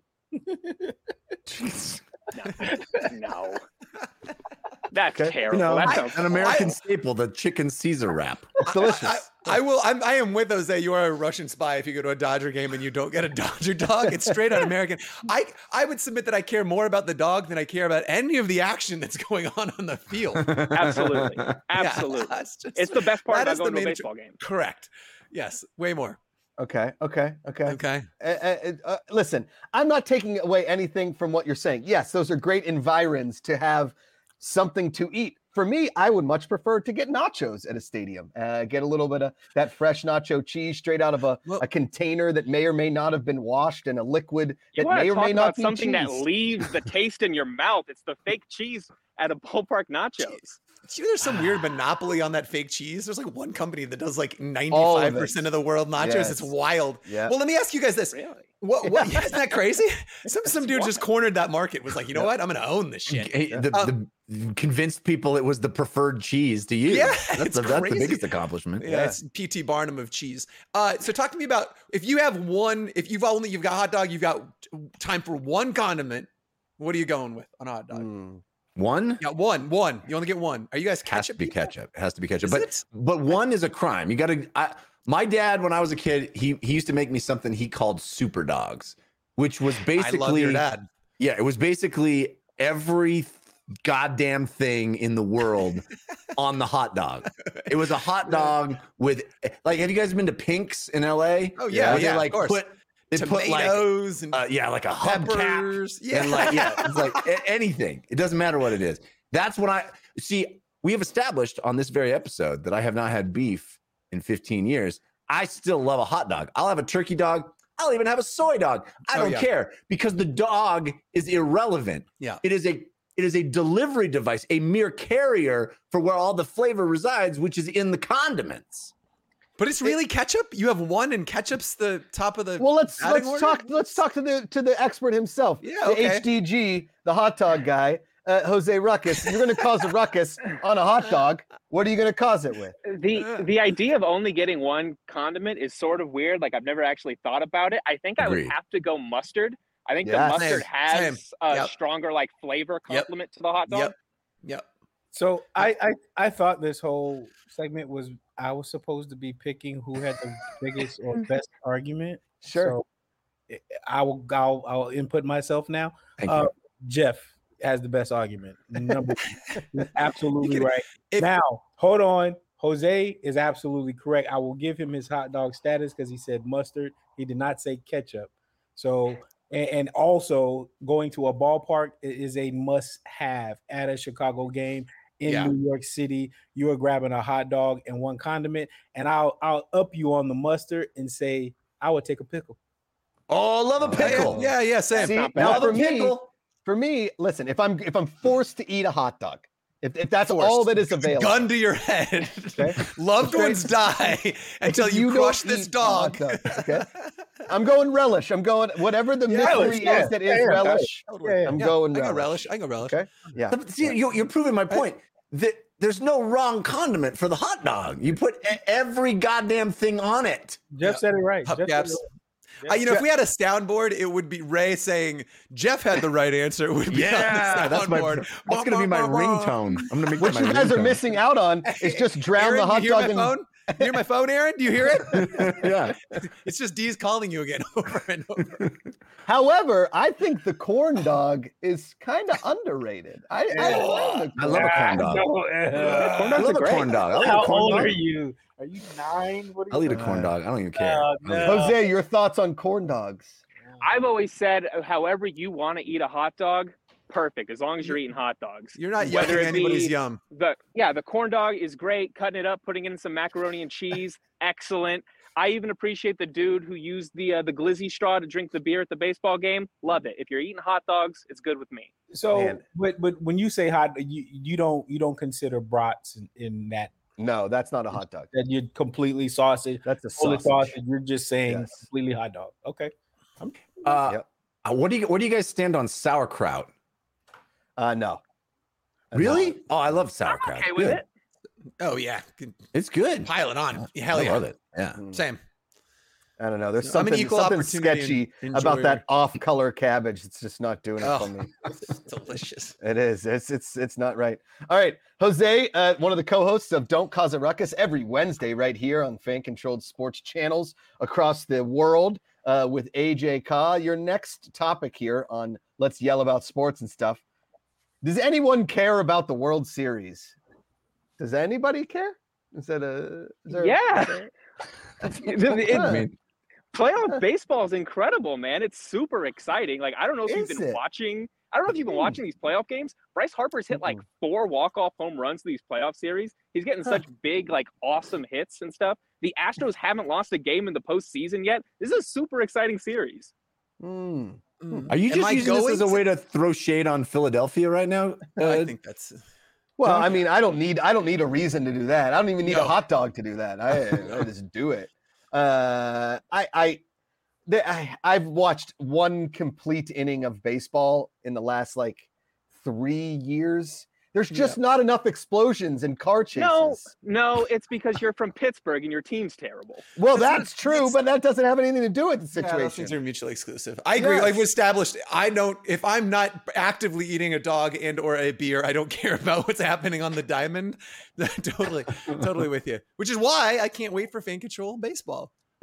Speaker 7: No, that's
Speaker 3: Okay.
Speaker 7: terrible.
Speaker 6: You know,
Speaker 7: that sounds
Speaker 6: an American staple, the chicken Caesar wrap.
Speaker 3: It's delicious.
Speaker 4: I, I will. I'm, I am with Jose. You are a Russian spy if you go to a Dodger game and you don't get a Dodger dog. It's straight on American. I I would submit that I care more about the dog than I care about any of the action that's going on on the field. Yeah,
Speaker 7: absolutely, absolutely.
Speaker 4: that's just-
Speaker 7: It's the best part
Speaker 4: that
Speaker 7: about
Speaker 4: is the
Speaker 7: going to a
Speaker 4: main attr-
Speaker 7: baseball game.
Speaker 4: correct. Yes, way more.
Speaker 3: okay, okay, okay.
Speaker 4: Okay.
Speaker 3: Uh, uh, uh, listen, I'm not taking away anything from what you're saying. Yes, those are great environs to have something to eat. For me, I would much prefer to get nachos at a stadium. Uh, get a little bit of that fresh nacho cheese straight out of a,
Speaker 4: Well-
Speaker 3: a container that may or may not have been washed and a liquid
Speaker 7: You
Speaker 3: that
Speaker 7: want
Speaker 3: may
Speaker 7: to
Speaker 3: or
Speaker 7: talk
Speaker 3: may not
Speaker 7: about
Speaker 3: be
Speaker 7: something that
Speaker 3: cheese.
Speaker 7: leaves the taste in your mouth? It's the fake cheese at a ballpark nachos.
Speaker 4: See, there's some weird monopoly on that fake cheese. There's like one company that does like
Speaker 3: All of it.
Speaker 4: 95 percent of the world nachos.
Speaker 3: Yes.
Speaker 4: It's wild.
Speaker 3: yeah.
Speaker 4: Well, let me ask you guys this.
Speaker 7: Really?
Speaker 4: What? what yeah, isn't that crazy? Some some dude just cornered that market. Was like, you know what? I'm gonna own this shit.
Speaker 6: Hey, the,
Speaker 4: Um,
Speaker 6: the convinced people it was the preferred cheese to use.
Speaker 4: Yeah,
Speaker 6: that's,
Speaker 4: it's
Speaker 6: the, that's the
Speaker 4: crazy.
Speaker 6: biggest accomplishment.
Speaker 4: Yeah, it's PT Barnum of cheese. Uh, so talk to me about if you have one, if you've only you've got hot dog, you've got t- time for one condiment. What are you going with on a hot dog?
Speaker 3: Mm.
Speaker 6: One
Speaker 4: Yeah, one, one. You only get one. Are you guys
Speaker 6: has to
Speaker 4: ketchup?
Speaker 6: be
Speaker 4: people?
Speaker 6: ketchup. Has to be ketchup.
Speaker 4: Is
Speaker 6: but
Speaker 4: it?
Speaker 6: but one is a crime. You got to. My dad, when I was a kid, he he used to make me something he called super dogs, which was basically
Speaker 4: I love your dad.
Speaker 6: Yeah, it was basically every goddamn thing in the world on the hot dog. It was a hot dog with like have you guys been to Pink's in LA?
Speaker 4: Oh, yeah,
Speaker 6: Where they,
Speaker 4: yeah, of
Speaker 6: like
Speaker 4: course.
Speaker 6: put they put like
Speaker 4: Tomatoes and
Speaker 6: uh, yeah, like a hubcap
Speaker 4: peppers. Yeah,
Speaker 6: and like yeah, it's like a- anything. It doesn't matter what it is. That's when I see we have established on this very episode that I have not had beef in 15 years. I still love a hot dog. I'll have a turkey dog. I'll even have a soy dog. I
Speaker 4: Oh,
Speaker 6: don't
Speaker 4: yeah.
Speaker 6: care because the dog is irrelevant.
Speaker 4: Yeah.
Speaker 6: It is a it is a delivery device, a mere carrier for where all the flavor resides, which is in the condiments.
Speaker 4: but it's really ketchup. You have one, and ketchup's the top of the.
Speaker 3: Well, let's
Speaker 4: batting
Speaker 3: let's
Speaker 4: order?
Speaker 3: talk let's talk to the to the expert himself.
Speaker 4: Yeah, okay.
Speaker 3: The HDG, the hot dog guy, uh, Jose Ruckus. You're going to cause a ruckus on a hot dog. What are you going to cause it with?
Speaker 4: Yeah.
Speaker 7: the the idea of only getting one condiment is sort of weird. Like I've never actually thought about it. I think I would
Speaker 6: Agreed.
Speaker 7: have to go mustard. I think
Speaker 3: Yes.
Speaker 7: the mustard
Speaker 4: Same,
Speaker 7: has a
Speaker 4: Yep.
Speaker 7: stronger like flavor complement to the hot dog.
Speaker 4: Yep. Yep.
Speaker 5: So I, I I thought this whole segment was I was supposed to be picking who had the biggest or best argument.
Speaker 3: Sure.
Speaker 5: So eh, I will I'll, I'll input myself now.
Speaker 6: Thank
Speaker 5: Uh, Jeff has the best argument. Number one. He's absolutely
Speaker 4: can-
Speaker 5: right.
Speaker 4: if-
Speaker 5: now, hold on. Jose is absolutely correct. I will give him his hot dog status because he said mustard. He did not say ketchup. So and, and also going to a ballpark i- is a must-have at a Chicago game in
Speaker 1: Yeah.
Speaker 5: New York City. You are grabbing a hot dog and one condiment, and I'll I'll up you on the mustard and say I would take a pickle.
Speaker 4: Oh, love a pickle. Yeah, yeah, same.
Speaker 3: See, now
Speaker 4: love
Speaker 3: for
Speaker 4: a
Speaker 3: me-
Speaker 4: pickle. Hmm.
Speaker 3: For me, listen, if I'm if I'm forced to eat a hot dog, if, if that's
Speaker 4: Forced.
Speaker 3: all that is available,
Speaker 4: Gun to your head.
Speaker 3: okay?
Speaker 4: Loved
Speaker 3: Okay.
Speaker 4: ones die until
Speaker 3: If
Speaker 4: you,
Speaker 3: don't
Speaker 4: crush this
Speaker 3: eat a hot
Speaker 6: uh,
Speaker 4: dog.
Speaker 3: dog, okay? I'm going relish. I'm going whatever the
Speaker 4: Yeah,
Speaker 3: mystery
Speaker 4: yeah,
Speaker 3: is that is
Speaker 4: yeah, yeah,
Speaker 3: relish.
Speaker 4: That would work.
Speaker 3: Yeah, I'm
Speaker 4: Yeah,
Speaker 3: going
Speaker 4: I go
Speaker 3: relish.
Speaker 4: relish. I go relish.
Speaker 3: Okay. Yeah.
Speaker 6: But See, you, you're proving my point. That there's no wrong condiment for the hot dog. You put e- every goddamn thing on it.
Speaker 5: Jeff
Speaker 4: Yeah.
Speaker 5: said it right. Jeff said it
Speaker 4: Hubcaps.
Speaker 5: right.
Speaker 4: Uh, you know, if we had a soundboard, it would be Ray saying Jeff had the right answer. It would be
Speaker 6: Yeah,
Speaker 4: on the
Speaker 6: that's my.
Speaker 4: soundboard.
Speaker 6: That's gonna be my ringtone. I'm gonna make
Speaker 3: What
Speaker 6: that
Speaker 3: you
Speaker 6: my
Speaker 3: guys are
Speaker 6: ringtone.
Speaker 3: missing out on is just drown
Speaker 4: Aaron,
Speaker 3: the hot
Speaker 4: you hear
Speaker 3: dog in
Speaker 4: my phone? You hear my phone, Aaron? Do you hear it?
Speaker 6: yeah,
Speaker 4: It's just D's calling you again over and over.
Speaker 3: However, I think the corn dog is kind of underrated. I, I love the
Speaker 6: I love a corn
Speaker 5: Ah,
Speaker 6: dog.
Speaker 5: no, uh,
Speaker 6: I love a corn dog. I
Speaker 5: How
Speaker 6: love a corn
Speaker 5: old
Speaker 6: dog.
Speaker 5: are you? Are you nine? What are you
Speaker 6: Oh, I'll eat a corn dog. I don't even care.
Speaker 5: Uh,
Speaker 6: I don't
Speaker 5: no.
Speaker 3: Jose, your thoughts on corn dogs?
Speaker 7: I've always said, uh, however you want to eat a hot dog, perfect. As long as you're eating hot dogs.
Speaker 4: You're not
Speaker 7: Whether
Speaker 4: yucking
Speaker 7: it
Speaker 4: anybody's
Speaker 7: be-
Speaker 4: yum.
Speaker 7: The yeah, the corn dog is great. Cutting it up, putting in some macaroni and cheese, excellent. I even appreciate the dude who used the uh, the glizzy straw to drink the beer at the baseball game. Love it. If you're eating hot dogs, it's good with me.
Speaker 5: So,
Speaker 6: Man.
Speaker 5: but but when you say hot, you you don't you don't consider brats in, in that
Speaker 3: No, that's not a hot dog.
Speaker 5: that you're completely sausage,
Speaker 3: That's a
Speaker 5: fully
Speaker 3: sausage.
Speaker 5: sausage. You're just saying
Speaker 3: Yes.
Speaker 5: completely hot dog. Okay,
Speaker 6: Uh,
Speaker 3: Yep.
Speaker 6: uh, What do you What do you guys stand on sauerkraut?
Speaker 3: Uh, no. Uh, no.
Speaker 6: Really? Oh, I love sauerkraut.
Speaker 7: Okay with
Speaker 6: Good.
Speaker 7: it.
Speaker 4: Oh yeah, Can
Speaker 6: It's good.
Speaker 4: pile it
Speaker 3: Oh,
Speaker 4: on. Hell
Speaker 6: I
Speaker 4: yeah,
Speaker 6: love it. Yeah.
Speaker 3: Hmm.
Speaker 4: same.
Speaker 3: I don't know. There's
Speaker 4: I'm an
Speaker 3: something,
Speaker 4: equal
Speaker 3: something
Speaker 4: opportunity
Speaker 3: sketchy
Speaker 4: en-
Speaker 3: about that
Speaker 4: enjoyer.
Speaker 3: off-color cabbage. It's just not doing it
Speaker 4: Oh.
Speaker 3: for me.
Speaker 4: It's delicious.
Speaker 3: It is. It's it's it's not right. All right, Jose, uh, one of the co-hosts of Don't Cause a Ruckus, every Wednesday right here on fan-controlled sports channels across the world uh, with AJ Ka. Your next topic here on Let's Yell About Sports and Stuff. Does anyone care about the World Series? Does anybody care? Is that a is there a-
Speaker 7: Yeah.
Speaker 3: It-
Speaker 6: I mean,
Speaker 7: Playoff baseball is incredible, man. It's super exciting. Like I don't know if
Speaker 3: Is
Speaker 7: you've been
Speaker 3: it?
Speaker 7: watching. I don't know if you've been
Speaker 3: Mm.
Speaker 7: watching these playoff games. Bryce Harper's hit like four walk-off home runs these playoff series. He's getting such big, like awesome hits and stuff. The Astros haven't lost a game in the postseason yet. This is a super exciting series.
Speaker 3: Hmm.
Speaker 6: are you
Speaker 4: Am
Speaker 6: just
Speaker 4: I
Speaker 6: using this as a
Speaker 4: going
Speaker 6: way to throw shade on Philadelphia right now?
Speaker 4: to- Oh, I
Speaker 6: Uh,
Speaker 4: think that's
Speaker 3: Well, I mean, I don't need I don't need a reason to do that. I don't even need a
Speaker 4: No.
Speaker 3: hot dog to do that. I, I just do it. Uh, I I, the, I I've watched one complete inning of baseball in the last like three years. There's
Speaker 4: Yeah.
Speaker 3: just not enough explosions and car chases.
Speaker 7: No, no, it's because you're from Pittsburgh and your team's terrible.
Speaker 3: well,
Speaker 4: That's not-
Speaker 3: that's true,
Speaker 4: that's-
Speaker 3: but that doesn't have anything to do with the
Speaker 4: Yeah, those things
Speaker 3: situation.
Speaker 4: are mutually exclusive. I agree. I've
Speaker 3: Yes.
Speaker 4: established. I don't. If I'm not actively eating a dog and or a beer, I don't care about what's happening on the diamond. totally, totally with you. Which is why I can't wait for fan control baseball.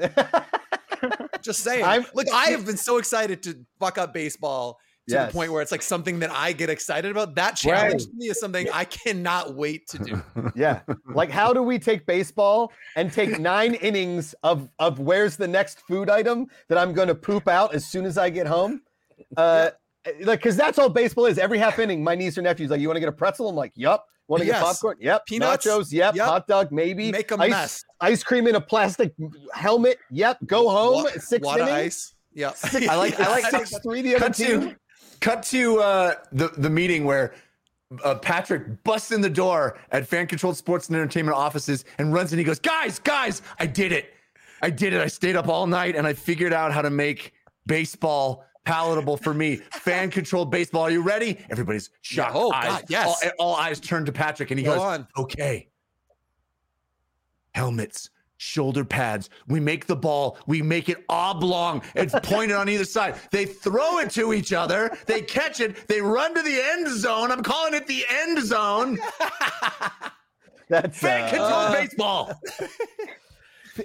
Speaker 4: Just saying.
Speaker 3: I'm-
Speaker 4: Look, I have been so excited to fuck up baseball to the
Speaker 3: Yes.
Speaker 4: point where it's like something that I get excited about. That challenge to me is something I cannot wait to do.
Speaker 3: yeah, like how do we take baseball and take nine innings of of where's the next food item that I'm going to poop out as soon as I get home? Uh, Like, because that's all baseball is. Every half inning, my niece or nephew's like, "You want to get a pretzel?" I'm like, "Yup." Want to get
Speaker 4: Yes.
Speaker 3: popcorn? Yep.
Speaker 4: Peanuts?
Speaker 3: Nachos? Yep.
Speaker 4: Yep.
Speaker 3: Hot dog? Maybe.
Speaker 4: Make a
Speaker 3: ice,
Speaker 4: mess.
Speaker 3: Ice cream in a plastic helmet? Yep. Go home.
Speaker 4: Wa-
Speaker 3: Six
Speaker 4: water
Speaker 3: innings.
Speaker 4: ice. Yeah.
Speaker 6: I like- I like
Speaker 3: Six three. The other
Speaker 6: cut
Speaker 3: team.
Speaker 6: to cut to uh, the the meeting where uh, Patrick busts in the door at fan controlled sports and entertainment offices and runs and he goes, guys, guys, I did it, I did it. I stayed up all night and I figured out how to make baseball palatable for me. fan controlled baseball. Are you ready? Everybody's shocked.
Speaker 4: Oh,
Speaker 6: eyes,
Speaker 4: God, yes.
Speaker 6: All, all eyes turn to Patrick and he
Speaker 4: Go
Speaker 6: goes,
Speaker 4: on.
Speaker 6: okay. Helmets, shoulder pads. We make the ball, we make it oblong. It's pointed on either side. They throw it to each other, they catch it, they run to the end zone. I'm calling it the end zone.
Speaker 3: That's
Speaker 6: Fan
Speaker 3: uh,
Speaker 6: control baseball.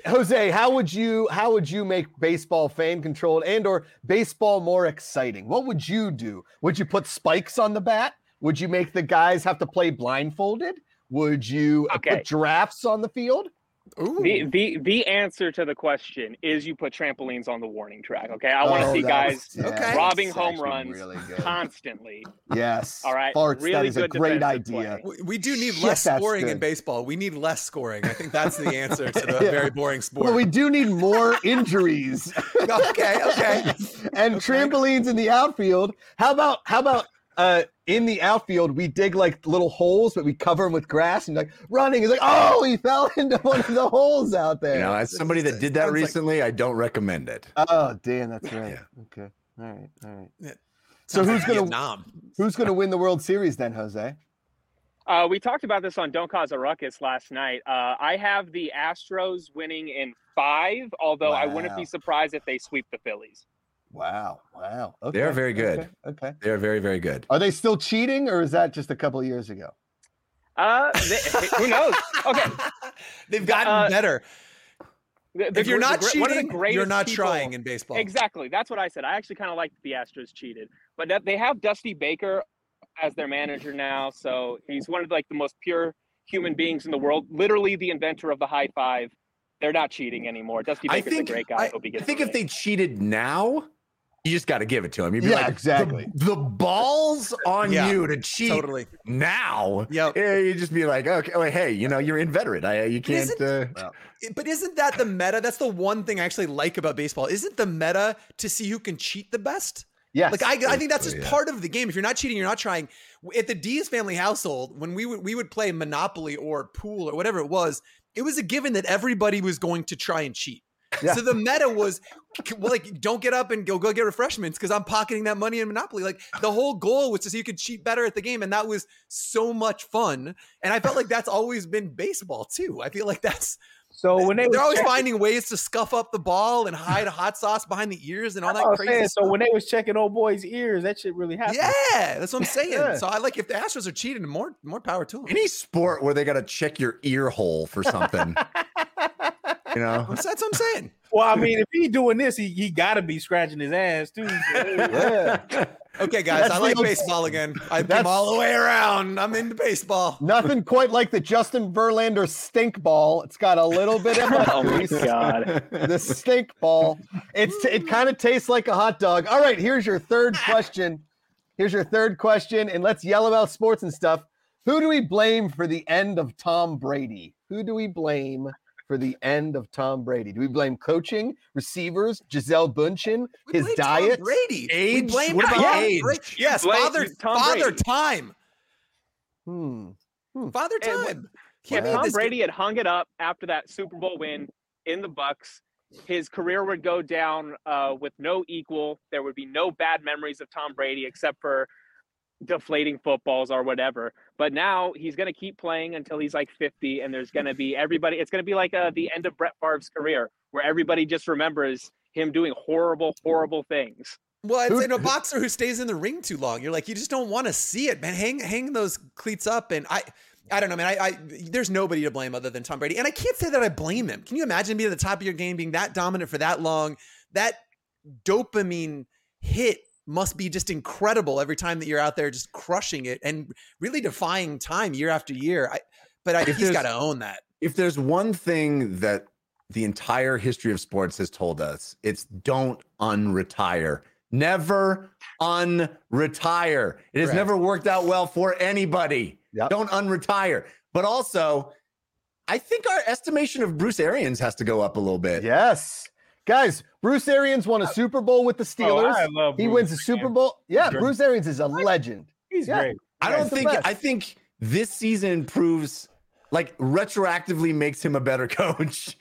Speaker 3: Jose, how would you how would you make baseball fan controlled and or baseball more exciting? What would you do? Would you put spikes on the bat? Would you make the guys have to play blindfolded? Would you uh,
Speaker 7: Okay.
Speaker 3: put giraffes on the field?
Speaker 4: Ooh.
Speaker 7: The, the the answer to the question is you put trampolines on the warning track. Okay, I want to
Speaker 3: Oh,
Speaker 7: see
Speaker 3: that
Speaker 7: guys
Speaker 3: was- yeah,
Speaker 4: Okay.
Speaker 3: that's
Speaker 7: robbing
Speaker 3: actually
Speaker 7: home runs
Speaker 3: Really good.
Speaker 7: constantly.
Speaker 3: yes.
Speaker 7: All right,
Speaker 3: Farts, that
Speaker 7: really
Speaker 3: is a
Speaker 7: good
Speaker 3: great
Speaker 7: defensive
Speaker 3: idea.
Speaker 7: play.
Speaker 4: We- We do need
Speaker 3: Shit,
Speaker 4: less
Speaker 3: that's
Speaker 4: scoring in
Speaker 3: good.
Speaker 4: baseball. We need less scoring. I think that's the answer to the
Speaker 3: Yeah.
Speaker 4: very boring sport.
Speaker 3: But we do need more injuries
Speaker 4: okay, okay.
Speaker 3: and trampolines in the outfield. How about how about uh in the outfield we dig like little holes, but we cover them with grass and like running is like oh he fell into one of the holes out there.
Speaker 6: You know, as somebody that did that
Speaker 4: Sounds like-
Speaker 6: recently, I don't recommend it.
Speaker 3: oh damn, that's right.
Speaker 6: Yeah.
Speaker 3: Okay, all right, all right. So
Speaker 4: Sounds
Speaker 3: who's
Speaker 4: like
Speaker 3: gonna-
Speaker 4: Vietnam?
Speaker 3: Who's gonna win the World Series then, Jose?
Speaker 7: Uh, we talked about this on Don't Cause a Ruckus last night. Uh, I have the Astros winning in five, although I wouldn't
Speaker 3: Wow.
Speaker 7: be surprised if they sweep the Phillies.
Speaker 3: Wow, wow. Okay,
Speaker 6: They're very good.
Speaker 3: okay, Okay.
Speaker 6: They are very, very good.
Speaker 3: Are they still cheating, or is that just a couple years ago?
Speaker 7: Uh, they, who knows? Okay,
Speaker 4: They've gotten
Speaker 7: Uh,
Speaker 4: better.
Speaker 7: the, the
Speaker 4: If you're
Speaker 7: gr- the
Speaker 4: not
Speaker 7: gre- one of the
Speaker 4: cheating, you're
Speaker 7: greatest
Speaker 4: not
Speaker 7: people-
Speaker 4: trying in baseball.
Speaker 7: Exactly. That's what I said. I actually kind of like the Astros cheated, but that, they have Dusty Baker as their manager now, so he's one of like the most pure human beings in the world. Literally, the inventor of the high five. They're not cheating anymore. Dusty
Speaker 6: I
Speaker 7: Baker's
Speaker 6: think-
Speaker 7: a great guy.
Speaker 6: I-
Speaker 7: hope he
Speaker 6: I
Speaker 7: gets
Speaker 6: think
Speaker 7: the
Speaker 6: if
Speaker 7: ring.
Speaker 6: they cheated now, you just got to give it to them. You'd be
Speaker 3: Yeah,
Speaker 6: like, "The-
Speaker 3: exactly.
Speaker 6: The, balls on
Speaker 4: Yeah,
Speaker 6: you to cheat
Speaker 4: Totally.
Speaker 6: now.
Speaker 4: Yep.
Speaker 6: Yeah, you'd just be like, okay, like, hey, you know, you're inveterate. I, you can't.
Speaker 4: isn't-
Speaker 6: Uh,
Speaker 4: It- But isn't that the meta? That's the one thing I actually like about baseball. Isn't the meta to see who can cheat the best?
Speaker 3: Yes.
Speaker 4: Like I, I think that's just
Speaker 6: Yeah.
Speaker 4: part of the game. If you're not cheating, you're not trying. W- At the D's family household, when we would we would play Monopoly or Pool or whatever it was, it was a given that everybody was going to try and cheat.
Speaker 3: Yeah.
Speaker 4: So the meta was c- well, like don't get up and go go get refreshments because I'm pocketing that money in Monopoly. Like the whole goal was to see you could cheat better at the game, and that was so much fun. And I felt like that's always been baseball too. I feel like that's
Speaker 5: So when they
Speaker 4: they're
Speaker 5: was
Speaker 4: always
Speaker 5: checking-
Speaker 4: finding ways to scuff up the ball and hide hot sauce behind the ears and all
Speaker 5: That's
Speaker 4: that
Speaker 3: Oh,
Speaker 5: what I'm
Speaker 4: crazy.
Speaker 5: saying. So
Speaker 4: stuff.
Speaker 5: when they was checking old boy's ears, that shit really happened.
Speaker 4: Yeah, that's what I'm saying.
Speaker 3: Yeah.
Speaker 4: So I like if the Astros are cheating, more more power to them.
Speaker 6: any sport where they got to check your ear hole for something, you know?
Speaker 4: That's that's what I'm saying.
Speaker 5: Well, I mean, if he doing this, he, he gotta be scratching his ass too.
Speaker 3: Yeah.
Speaker 4: Okay, guys,
Speaker 3: That's
Speaker 4: I
Speaker 3: the
Speaker 4: like
Speaker 3: old-
Speaker 4: baseball again. I
Speaker 3: That's-
Speaker 4: came all the way around. I'm into baseball.
Speaker 3: Nothing quite like the Justin Verlander stink ball. It's got a little bit of
Speaker 7: oh my
Speaker 3: a
Speaker 7: god.
Speaker 3: the stink ball. It's it kind of tastes like a hot dog. All right, here's your third question. Here's your third question, and let's yell about sports and stuff. Who do we blame for the end of Tom Brady? Who do we blame for the end of Tom Brady? Do we blame coaching, receivers, Giselle Bundchen,
Speaker 4: We
Speaker 3: his
Speaker 4: blame Tom
Speaker 3: diet?
Speaker 4: Brady, We
Speaker 6: Age?
Speaker 4: blame
Speaker 6: What about
Speaker 4: Tom
Speaker 6: age?
Speaker 4: Brady. Yes,
Speaker 7: Blame
Speaker 4: father,
Speaker 7: Tom
Speaker 4: father
Speaker 7: Brady.
Speaker 4: time,
Speaker 3: Hmm.
Speaker 4: father
Speaker 7: And what-
Speaker 4: time. He
Speaker 7: If
Speaker 4: made
Speaker 7: Tom
Speaker 4: this-
Speaker 7: Brady had hung it up after that Super Bowl win in the Bucks, his career would go down uh, with no equal. There would be no bad memories of Tom Brady except for deflating footballs or whatever. But now he's going to keep playing until he's like 50, and there's going to be everybody. It's going to be like uh, the end of Brett Favre's career, where everybody just remembers him doing horrible, horrible things.
Speaker 4: Well, it's
Speaker 3: Who-
Speaker 4: in a boxer who stays in the ring too long. You're like, you just don't want to see it, man. Hang hang those cleats up, and I, I don't know, man. I, I there's nobody to blame other than Tom Brady, and I can't say that I blame him. Can you imagine being at the top of your game, being that dominant for that long? That dopamine hit must be just incredible every time that you're out there, just crushing it and really defying time year after year. I, but I,
Speaker 6: If
Speaker 4: he's
Speaker 6: there's-
Speaker 4: got to own that.
Speaker 6: If there's one thing that the entire history of sports has told us, it's don't unretire. Never unretire. It has
Speaker 4: Correct.
Speaker 6: never worked out well for anybody.
Speaker 3: Yep.
Speaker 6: Don't unretire. But also, I think our estimation of Bruce Arians has to go up a little bit.
Speaker 3: Yes. Guys, Bruce Arians won a Super Bowl with the
Speaker 5: Oh,
Speaker 3: Steelers.
Speaker 5: I love
Speaker 3: he
Speaker 5: Bruce,
Speaker 3: wins the
Speaker 5: man.
Speaker 3: Super Bowl. Yeah,
Speaker 5: Great.
Speaker 3: Bruce Arians is a legend.
Speaker 5: He's
Speaker 3: Yeah.
Speaker 5: great.
Speaker 6: I
Speaker 3: Yeah,
Speaker 6: don't
Speaker 3: it's the
Speaker 6: think
Speaker 3: best.
Speaker 6: I think this season proves like retroactively makes him a better coach.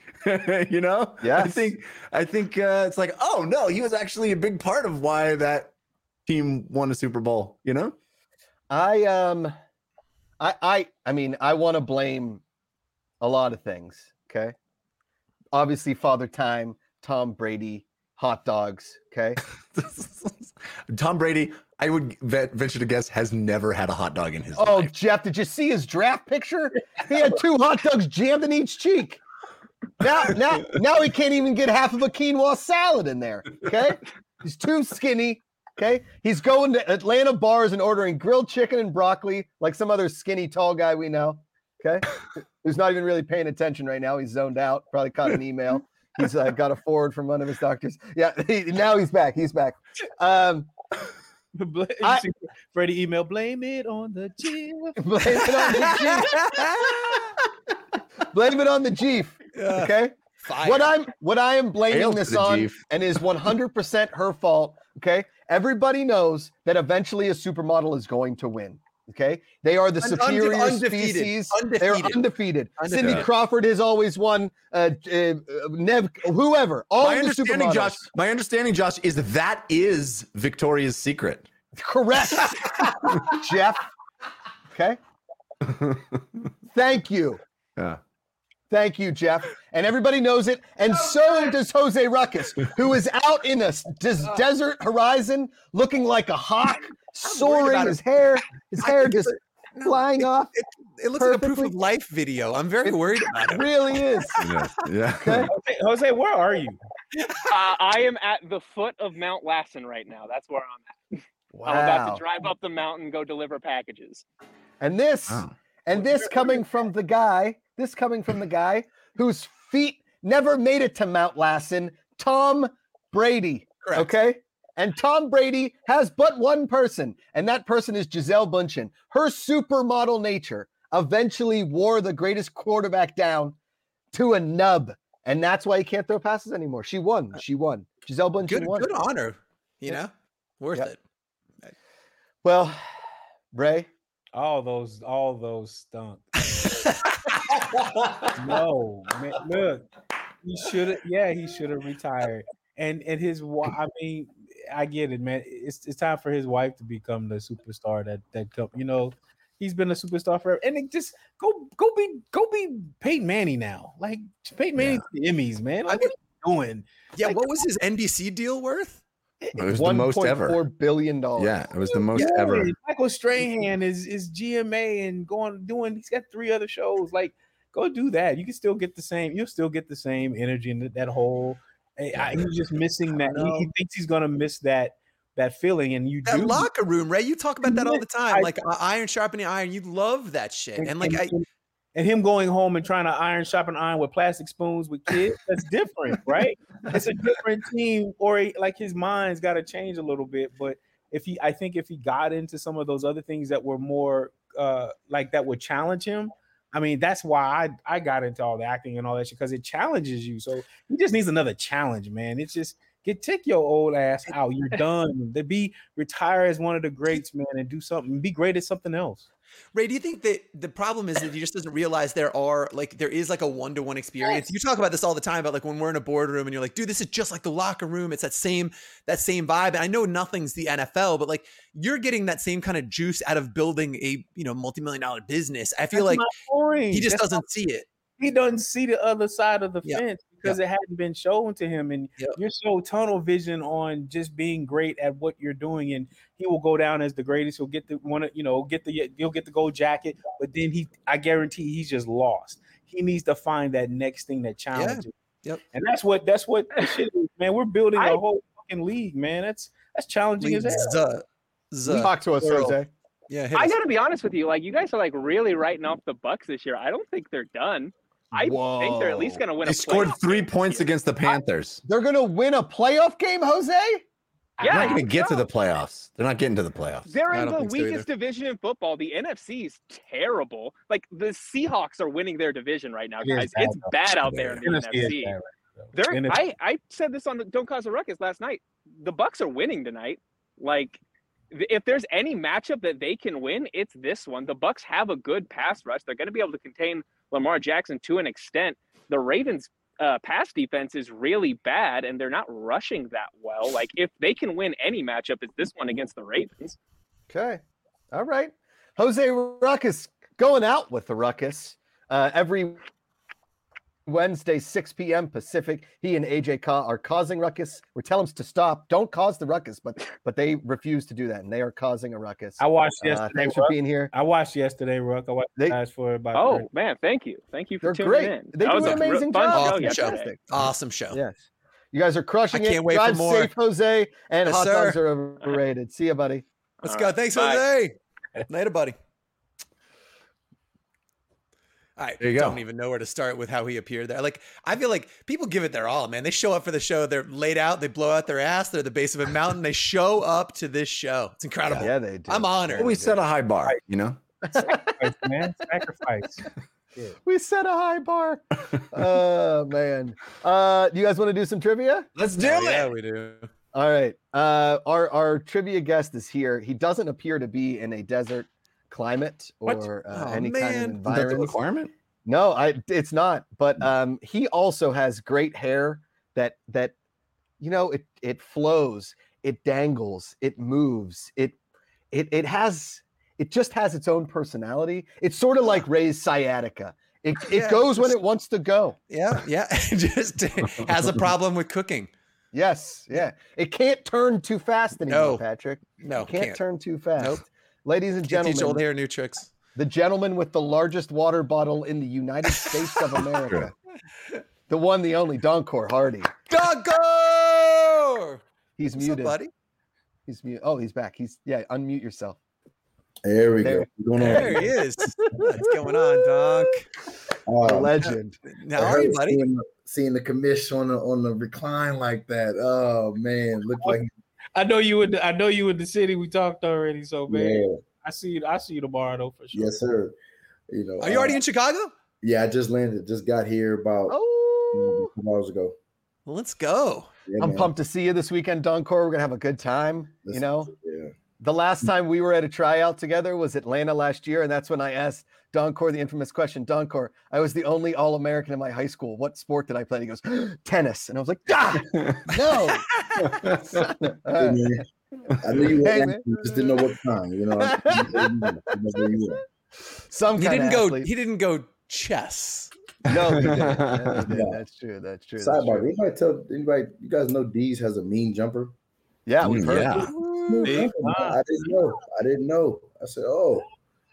Speaker 6: you know? I
Speaker 3: Yes.
Speaker 6: think I think uh, it's like, oh no, he was actually a big part of why that team won a Super Bowl, you know?
Speaker 3: I um I I I mean, I want to blame a lot of things, okay? Obviously Father Time, Tom Brady, hot dogs, okay?
Speaker 6: Tom Brady, I would vet, venture to guess, has never had a hot dog in his
Speaker 3: Oh,
Speaker 6: life.
Speaker 3: Jeff, did you see his draft picture? He had two hot dogs jammed in each cheek. Now, now, now he can't even get half of a quinoa salad in there. Okay, he's too skinny. Okay, he's going to Atlanta bars and ordering grilled chicken and broccoli like some other skinny tall guy we know. Okay, who's not even really paying attention right now. He's zoned out, probably caught an email. He's uh, got a forward from one of his doctors. Yeah, he, now he's back. He's back. Um,
Speaker 5: Blame,
Speaker 3: I-
Speaker 5: Freddie email, blame it on the gym.
Speaker 3: blame it on the Jeep. blame it on the Jeep. Okay.
Speaker 4: Fire.
Speaker 3: What I'm what I am blaming
Speaker 6: Hail to
Speaker 3: this
Speaker 6: the
Speaker 3: on
Speaker 6: Jeep.
Speaker 3: and is 100% her fault, okay? Everybody knows that eventually a supermodel is going to win, okay? They are the
Speaker 4: Unde-
Speaker 3: superior
Speaker 4: undefeated.
Speaker 3: species. They're
Speaker 4: Undefeated.
Speaker 3: undefeated. Cindy
Speaker 6: Undefeated.
Speaker 3: Crawford has always won uh, uh Nev whoever, all
Speaker 6: my
Speaker 3: of the
Speaker 6: understanding,
Speaker 3: supermodels.
Speaker 6: Josh. My understanding, Josh, is that that is Victoria's Secret.
Speaker 3: Correct. Jeff. Okay? Thank you.
Speaker 6: Yeah.
Speaker 3: Thank you, Jeff. And everybody knows it. And so does Jose Ruckus, who is out in a s- des- desert horizon looking like a hawk, soaring
Speaker 4: about
Speaker 3: his hair, his
Speaker 4: I
Speaker 3: hair
Speaker 4: think
Speaker 3: just flying off.
Speaker 4: It, it looks like a proof of
Speaker 3: Perfectly-
Speaker 4: life video. I'm very worried about
Speaker 3: It
Speaker 4: it.
Speaker 3: really is.
Speaker 6: Yeah. yeah.
Speaker 3: Okay.
Speaker 5: Jose, Jose, where are you?
Speaker 7: Uh, I am at the foot of Mount Lassen right now. That's where I'm at. I'm about
Speaker 3: Wow.
Speaker 7: to drive up the mountain, go deliver packages.
Speaker 3: And this,
Speaker 6: Wow.
Speaker 3: and this coming from the guy, this coming from the guy whose feet never made it to Mount Lassen, Tom Brady.
Speaker 4: Correct.
Speaker 3: Okay. And Tom Brady has but one person, and that person is Giselle Bundchen. Her supermodel nature eventually wore the greatest quarterback down to a nub. And that's why he can't throw passes anymore. She won. She won. Giselle Bundchen
Speaker 4: Uh, Good,
Speaker 3: won.
Speaker 4: good honor. You
Speaker 3: Yeah.
Speaker 4: know, worth
Speaker 3: Yep.
Speaker 4: it.
Speaker 3: Well, Ray,
Speaker 5: All those, all those stunk. no, man, look, he should have. Yeah, he should have retired. And and his, wa- I mean, I get it, man. It's it's time for his wife to become the superstar that that come. You know, he's been a superstar forever. And it just go go be go be Peyton Manning now. Like Peyton Manning to the Emmys, man. Like, what are you doing?
Speaker 4: Yeah,
Speaker 5: Like, uh,
Speaker 4: what was his NBC deal worth?
Speaker 6: It was the most ever.
Speaker 3: $1.4 billion.
Speaker 6: Yeah, it was the most ever.
Speaker 5: Yeah, Michael Strahan is is GMA and going doing. He's got three other shows. Like, go do that. You can still get the same. You'll still get the same energy and that- that whole. I, I, he's just missing that. He, he thinks he's gonna miss that that feeling, and you
Speaker 4: That
Speaker 5: do.
Speaker 4: locker room, Ray. You talk about that all the time.
Speaker 5: I-
Speaker 4: like uh, iron sharpening iron. You love that shit. And like, I,
Speaker 5: and him going home and trying to iron shop and iron with plastic spoons with kids, that's different, right? It's a different team, or he- like his mind's got to change a little bit. But if he, I think if he got into some of those other things that were more uh, like that would challenge him, I mean, that's why I I got into all the acting and all that shit because it challenges you. So he just needs another challenge, man. It's just get take your old ass out. You're done. To be retire as one of the greats, man, and do something. Be great at something else.
Speaker 4: Ray, do you think that the problem is that he just doesn't realize there are like there is like a one to one experience? You talk about this all the time about like when we're in a boardroom and you're like, dude, this is just like the locker room. It's that same that same vibe. And I know nothing's the NFL, but like you're getting that same kind of juice out of building a you know multi million dollar business. I feel
Speaker 5: That's
Speaker 4: like
Speaker 5: my point.
Speaker 4: he just
Speaker 5: That's
Speaker 4: doesn't see it.
Speaker 5: he doesn't see the other side of the
Speaker 4: Yeah.
Speaker 5: fence because it hadn't been shown to him. And
Speaker 4: Yeah.
Speaker 5: you're so tunnel vision on just being great at what you're doing, and he will go down as the greatest. He'll get the one, you know, get the he'll get the gold jacket, but then he, I guarantee, he's just lost. He needs to find that next thing that challenges.
Speaker 4: Yep.
Speaker 5: And that's what that's what the shit is, man. We're building a
Speaker 7: I-
Speaker 5: whole fucking league, man. That's that's challenging as hell.
Speaker 4: Zuh, zuh.
Speaker 3: Talk to us,
Speaker 4: Girl.
Speaker 3: Jose.
Speaker 4: Yeah, hit
Speaker 7: I
Speaker 4: us.
Speaker 7: got to be honest with you. Like, you guys are like really writing off the Bucks this year. I don't think they're done. I think they're at
Speaker 1: Oh.
Speaker 7: least going to win
Speaker 6: They
Speaker 7: a
Speaker 6: scored
Speaker 7: playoff
Speaker 6: three
Speaker 7: game this
Speaker 6: points
Speaker 7: year.
Speaker 6: against the Panthers.
Speaker 3: They're going to win a playoff game, Jose?
Speaker 6: They're
Speaker 7: Yeah,
Speaker 6: not going
Speaker 7: you
Speaker 6: to get to
Speaker 7: know.
Speaker 6: the playoffs. They're not getting to the playoffs.
Speaker 7: They're
Speaker 4: I
Speaker 7: in
Speaker 4: don't
Speaker 7: the
Speaker 4: think so either.
Speaker 7: weakest division in football. The NFC is terrible. Like the Seahawks are winning their division right now,
Speaker 5: It is
Speaker 7: guys.
Speaker 5: bad,
Speaker 7: it's bad out there in the
Speaker 5: NFC is
Speaker 7: NFC.
Speaker 5: bad right now.
Speaker 7: They're,
Speaker 5: NFC
Speaker 7: I, I said this on the Don't Cause a Ruckus last night. The Bucks are winning tonight. Like, th- if there's any matchup that they can win, it's this one. The Bucks have a good pass rush. They're going to be able to contain Lamar Jackson to an extent. The Ravens' uh, pass defense is really bad, and they're not rushing that well. Like, if they can win any matchup, it's this one against the
Speaker 3: Uh,
Speaker 7: Ravens.
Speaker 3: Okay. All right. Jose Ruckus going out with the Ruckus uh, every Wednesday, 6 p.m. Pacific. He and AJ Ka are causing ruckus. We're telling them to stop. Don't cause the ruckus, but but they refuse to do that, and they are causing a ruckus.
Speaker 5: I watched
Speaker 3: Uh,
Speaker 5: yesterday.
Speaker 3: thanks for
Speaker 5: Ruck.
Speaker 3: being here.
Speaker 5: I watched yesterday, Ruck. I watched
Speaker 3: They-
Speaker 5: you guys for about
Speaker 7: Oh
Speaker 5: 30.
Speaker 7: man, thank you, thank you for
Speaker 3: They're
Speaker 7: tuning
Speaker 3: great.
Speaker 7: in.
Speaker 3: They
Speaker 7: that
Speaker 3: do
Speaker 7: was
Speaker 3: an
Speaker 7: a gr-
Speaker 3: amazing
Speaker 7: fun
Speaker 3: job.
Speaker 7: show
Speaker 4: Awesome show.
Speaker 7: yesterday.
Speaker 4: Awesome show.
Speaker 3: Yes. You guys are crushing
Speaker 4: can't
Speaker 3: it.
Speaker 4: wait for
Speaker 3: Drive
Speaker 4: more.
Speaker 3: safe, Jose. And
Speaker 4: Yes,
Speaker 3: hot dogs
Speaker 4: sir.
Speaker 3: are overrated. See you, buddy.
Speaker 4: Let's
Speaker 7: All
Speaker 4: go.
Speaker 7: right,
Speaker 4: Thanks,
Speaker 7: bye.
Speaker 4: Jose. Later, buddy. I
Speaker 6: There you go.
Speaker 4: don't even know where to start with how he appeared there. Like, I feel like people give it their all, man. They show up for the show. They're laid out. They blow out their ass. They're at the base of a mountain. They show up to this show. It's incredible.
Speaker 3: Yeah, they do.
Speaker 4: I'm honored.
Speaker 6: Always set a high bar, you know.
Speaker 5: Sacrifice, man. Sacrifice.
Speaker 3: we set a high bar. oh man. Uh, do you guys want to do some trivia?
Speaker 6: Let's do
Speaker 4: Hell yeah, we do.
Speaker 3: All right. Uh, our our trivia guest is here. He doesn't appear to be in a desert climate
Speaker 6: What?
Speaker 3: or uh,
Speaker 4: Oh,
Speaker 3: any kind of
Speaker 4: man.
Speaker 6: Is that the
Speaker 3: environment.
Speaker 6: requirement?
Speaker 3: No, I it's not. But um, he also has great hair that that you know it it flows, it dangles, it moves, it it it has it just has its own personality. It's sort of like Ray's sciatica. It it
Speaker 4: Yeah,
Speaker 3: goes when
Speaker 4: just-
Speaker 3: it wants to go.
Speaker 4: Yeah, yeah. Just has a problem with cooking.
Speaker 3: Yes, yeah. It can't turn too fast anymore,
Speaker 4: No,
Speaker 3: Patrick.
Speaker 4: No,
Speaker 3: it can't,
Speaker 4: can't,
Speaker 3: turn too fast.
Speaker 4: Nope.
Speaker 3: Ladies and
Speaker 4: Can't teach old
Speaker 3: gentlemen,
Speaker 4: hair new tricks.
Speaker 3: the gentleman with the largest water bottle in the United States of America. the one, the only, Doncor Hardy.
Speaker 4: Doggo!
Speaker 3: He's
Speaker 4: What's up,
Speaker 3: muted.
Speaker 4: buddy?
Speaker 3: He's mute. Oh, he's back. He's yeah. Unmute yourself.
Speaker 8: There we
Speaker 3: There-
Speaker 8: go. What's going on?
Speaker 4: There he is. What's going on, Doc?
Speaker 3: The
Speaker 8: Um,
Speaker 3: legend.
Speaker 8: I
Speaker 4: How are you,
Speaker 8: heard
Speaker 4: buddy?
Speaker 8: Seeing, seeing the commission on the on the recline like that. Oh man, look like
Speaker 5: I know you in the, I know you in the city. We talked already, so man,
Speaker 8: yeah,
Speaker 5: I see you. I see you tomorrow though for sure.
Speaker 8: yes sir. You know,
Speaker 4: Are you
Speaker 8: uh,
Speaker 4: already in Chicago?
Speaker 8: Yeah, I just landed. Just got here about
Speaker 3: Oh,
Speaker 8: two hours ago.
Speaker 4: Let's go.
Speaker 8: Yeah,
Speaker 3: I'm
Speaker 8: man.
Speaker 3: pumped to see you this weekend, Doncor. We're gonna have a good time. You
Speaker 8: Listen,
Speaker 3: know,
Speaker 8: Yeah.
Speaker 3: the last time we were at a tryout together was Atlanta last year, and that's when I asked Doncor the infamous question. Doncor, I was the only All-American in my high school. What sport did I play? And he goes, tennis, and I was like, ah, no.
Speaker 8: Hey,
Speaker 3: Uh,
Speaker 8: man. I knew you were
Speaker 3: Hey,
Speaker 8: asking, just didn't know what time. You know, I just didn't know. I just didn't know.
Speaker 3: some
Speaker 4: He
Speaker 3: kind
Speaker 4: didn't
Speaker 3: of
Speaker 4: go.
Speaker 3: athlete.
Speaker 4: He didn't go chess.
Speaker 3: No, he didn't. Yeah, he didn't.
Speaker 8: Yeah.
Speaker 3: That's true. That's true. That's
Speaker 8: Sidebar:
Speaker 3: true.
Speaker 8: Anybody tell anybody? You guys know Deez has a mean jumper.
Speaker 3: Yeah, we've
Speaker 6: Mm,
Speaker 3: heard.
Speaker 6: yeah.
Speaker 8: I didn't know. I didn't know. I said, "Oh,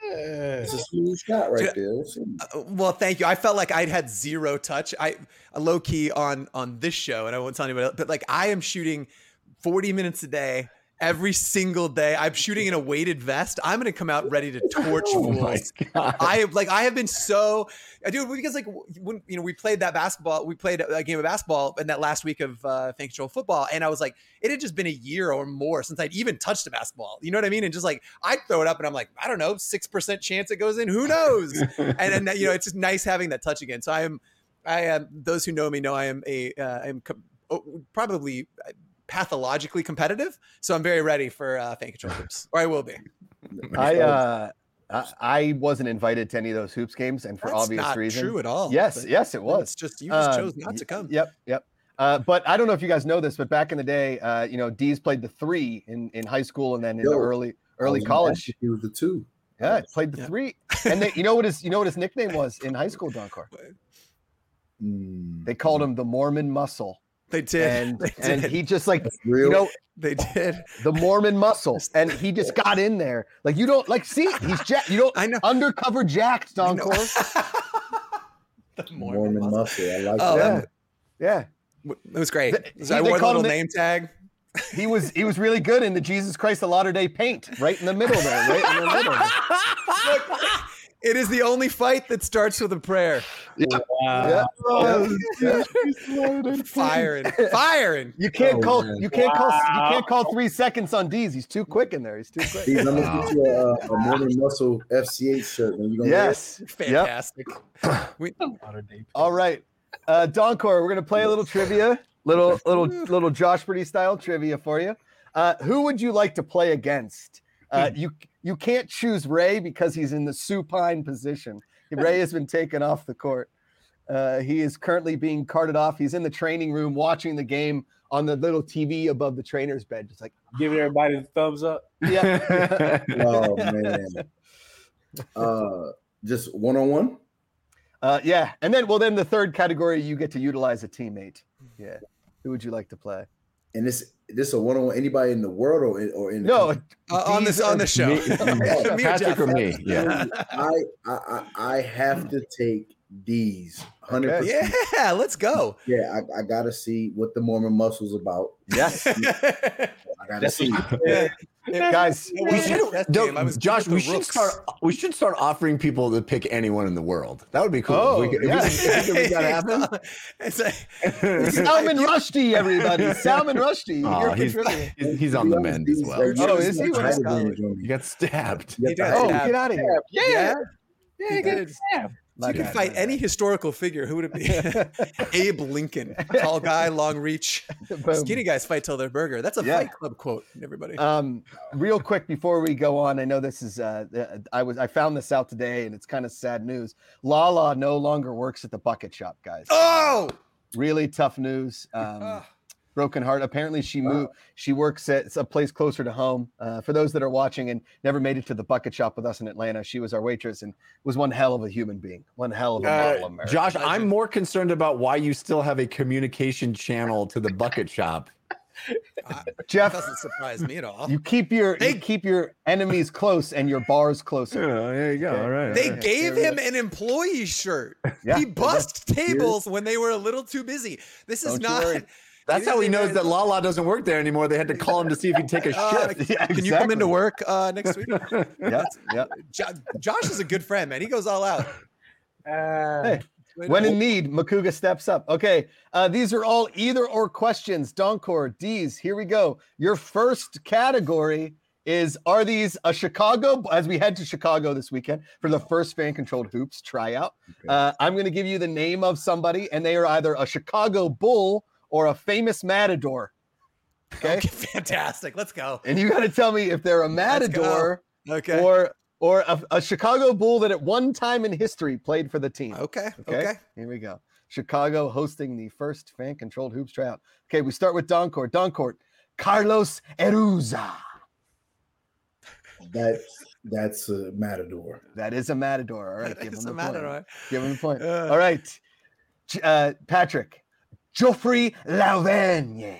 Speaker 5: Yeah.
Speaker 8: it's a smooth shot
Speaker 4: Dude,
Speaker 8: right there." It's smooth.
Speaker 4: Uh, Well, thank you. I felt like I'd had zero touch. I low key on on this show, and I won't tell anybody. Else, but like, I am shooting forty minutes a day every single day. I'm shooting in a weighted vest. I'm gonna come out ready to torch
Speaker 6: Oh my
Speaker 4: fools.
Speaker 6: god.
Speaker 4: I have like I have been so I do because like when you know we played that basketball we played a game of basketball in that last week of uh, fan control football and I was like it had just been a year or more since I'd even touched a basketball you know what I mean and just like I throw it up and I'm like I don't know six percent chance it goes in who knows and then you know it's just nice having that touch again so I am I am those who know me know I am a uh, I'm com- oh, probably pathologically competitive so I'm very ready for uh, fan control hoops or I will be
Speaker 3: I uh, I, I wasn't invited to any of those hoops games, and for
Speaker 4: That's
Speaker 3: obvious
Speaker 4: not
Speaker 3: reasons.
Speaker 4: true at all
Speaker 3: Yes,
Speaker 4: but-
Speaker 3: yes, it was.
Speaker 4: It's just you just
Speaker 3: Um,
Speaker 4: chose not to
Speaker 3: y-
Speaker 4: come.
Speaker 3: Yep, yep. Uh, but I don't know if you guys know this, but back in the day, uh, you know, D's played the three in, in high school and then in the
Speaker 8: Yo,
Speaker 3: early
Speaker 8: I
Speaker 3: early
Speaker 8: was
Speaker 3: college.
Speaker 8: mad He was the two.
Speaker 3: Yeah, he played the
Speaker 4: Yeah.
Speaker 3: three. And they, you know what his you know what his nickname was in high school, Donkor?
Speaker 8: Mm,
Speaker 3: They called him the Mormon Muscle,
Speaker 4: They did.
Speaker 3: and
Speaker 4: they did.
Speaker 3: and he just like
Speaker 8: that's real.
Speaker 3: you know
Speaker 4: they did.
Speaker 3: the Mormon Muscle, and he just got in there like you don't like see he's jack you don't
Speaker 4: I know.
Speaker 3: undercover jacked
Speaker 4: I know.
Speaker 3: Donkor.
Speaker 4: the Mormon,
Speaker 8: Mormon,
Speaker 4: Muslim.
Speaker 8: muscle. I like
Speaker 4: Oh,
Speaker 8: that.
Speaker 3: Yeah, yeah.
Speaker 4: It was great.
Speaker 3: They-
Speaker 4: So I
Speaker 3: they
Speaker 4: wore the
Speaker 3: called him
Speaker 4: little
Speaker 3: the-
Speaker 4: name tag.
Speaker 3: He was he was really good in the Jesus Christ of Latter Day Paint, right in the middle there, right in the middle.
Speaker 4: it is the only fight that starts with a prayer.
Speaker 5: Uh,
Speaker 3: Yeah.
Speaker 4: Firing, firing.
Speaker 3: You can't
Speaker 8: Oh,
Speaker 3: call
Speaker 8: man.
Speaker 3: you can't call
Speaker 5: Wow.
Speaker 3: you can't call three seconds on D's. He's too quick in there. He's too quick.
Speaker 8: Deez, I'm gonna get you a, a Mormon muscle FCH shirt. Man. You gonna wear it?
Speaker 3: yes. Yep.
Speaker 4: Fantastic. We,
Speaker 3: All right. Uh Doncor, we're gonna play a little trivia. Little little little Josh Pretty style trivia for you. Uh who would you like to play against? Uh you you can't choose Ray because he's in the supine position. Ray has been taken off the court. Uh, he is currently being carted off. He's in the training room watching the game on the little TV above the trainer's bed. Just like,
Speaker 5: Giving everybody the thumbs up.
Speaker 3: yeah.
Speaker 8: Oh man. Uh, just one on one.
Speaker 3: Uh, yeah, and then well, then the third category you get to utilize a teammate. Yeah, who would you like to play?
Speaker 8: And this this a one on one. Anybody in the world or in, or in the
Speaker 3: No,
Speaker 4: uh, on this on the show.
Speaker 6: Me-
Speaker 4: or Jeff.
Speaker 6: Patrick or me? Yeah.
Speaker 8: I, I I I have to take these hundred
Speaker 3: Okay.
Speaker 8: percent.
Speaker 4: Yeah, let's go.
Speaker 8: Yeah, I, I gotta see what the Mormon muscle's about.
Speaker 3: yes,
Speaker 8: I gotta see.
Speaker 5: Yeah.
Speaker 3: guys.
Speaker 4: It wasn't a chess
Speaker 6: No,
Speaker 4: game, I was good with
Speaker 6: Josh,
Speaker 4: the
Speaker 6: we should
Speaker 4: rooks.
Speaker 6: start. We should start offering people to pick anyone in the world. That would be cool.
Speaker 3: Oh,
Speaker 6: if we could,
Speaker 3: yeah.
Speaker 6: if we, if we could make that happen.
Speaker 4: It's like-
Speaker 3: Salman Rushdie, everybody. Salman Rushdie.
Speaker 6: Aw,
Speaker 3: You're
Speaker 6: he's,
Speaker 3: contributing.
Speaker 6: he's, he's on the mend as well.
Speaker 3: Oh, is he? What is
Speaker 6: He got stabbed.
Speaker 4: He does
Speaker 3: Oh,
Speaker 4: have-
Speaker 3: get out of here.
Speaker 5: Yeah,
Speaker 4: yeah,
Speaker 5: yeah,
Speaker 4: he
Speaker 5: get
Speaker 4: did.
Speaker 5: stabbed.
Speaker 4: So you can fight any historical figure. Who would it be? Abe Lincoln, tall guy, long reach.
Speaker 3: Boom.
Speaker 4: Skinny guys fight till they're burger. That's a
Speaker 3: Um, Yeah.
Speaker 4: Fight Club quote. Everybody.
Speaker 3: um real quick before we go on i know this is uh the- i was i found this out today and it's kind of sad news lala no longer works at the bucket shop guys
Speaker 4: oh,
Speaker 3: really tough news um
Speaker 4: Ah.
Speaker 3: broken heart apparently she moved she works at a place closer to home uh, for those that are watching and never made it to the bucket shop with us in atlanta she was our waitress and was one hell of a human being one hell of a
Speaker 6: Uh,
Speaker 3: model American.
Speaker 6: Josh, I'm more concerned about why you still have a communication channel to the bucket shop.
Speaker 4: that
Speaker 3: jeff
Speaker 4: doesn't surprise me at all.
Speaker 3: you keep your you
Speaker 4: They-
Speaker 3: keep your enemies close and your bars closer
Speaker 6: there you go. All right.
Speaker 4: They gave him an employee shirt.
Speaker 3: Yeah,
Speaker 4: he
Speaker 3: they did.
Speaker 4: bussed tables when they were a little too busy. This is
Speaker 3: Don't you
Speaker 4: not.
Speaker 3: worry.
Speaker 6: That's how he knows that Lala doesn't work there anymore. They had to call him to see if he'd take a
Speaker 4: Uh,
Speaker 6: shift.
Speaker 3: Yeah,
Speaker 4: Can you come into work
Speaker 3: exactly.
Speaker 4: uh, next week?
Speaker 3: yeah yeah
Speaker 4: Jo- Josh is a good friend, man. He goes all out.
Speaker 5: Uh,
Speaker 3: Hey, When in need, Makuga steps up. Okay, uh, these are all either or questions. Doncor, D's, here we go. Your first category is Are these a Chicago, as we head to Chicago this weekend for the first fan controlled hoops tryout? Uh, I'm going to give you the name of somebody, and they are either a Chicago Bull or a famous matador. Okay,
Speaker 4: Okay, fantastic. Let's go.
Speaker 3: and you got to tell me if they're a
Speaker 4: Let's go.
Speaker 3: matador
Speaker 4: Okay.
Speaker 3: or or a, a Chicago Bull that at one time in history played for the team.
Speaker 4: okay.
Speaker 3: Okay.
Speaker 4: Okay.
Speaker 3: Here we go. Chicago hosting the first fan controlled hoops tryout. Okay, we start with Doncourt. Doncourt, Carlos Eruza.
Speaker 8: That's that's a matador.
Speaker 3: That is a matador. All right, give him
Speaker 4: It's
Speaker 3: the
Speaker 4: a
Speaker 3: point.
Speaker 4: matter of-
Speaker 3: Give him the point.
Speaker 4: Uh.
Speaker 3: All right, J- uh, Patrick, Geoffrey Lauvergne.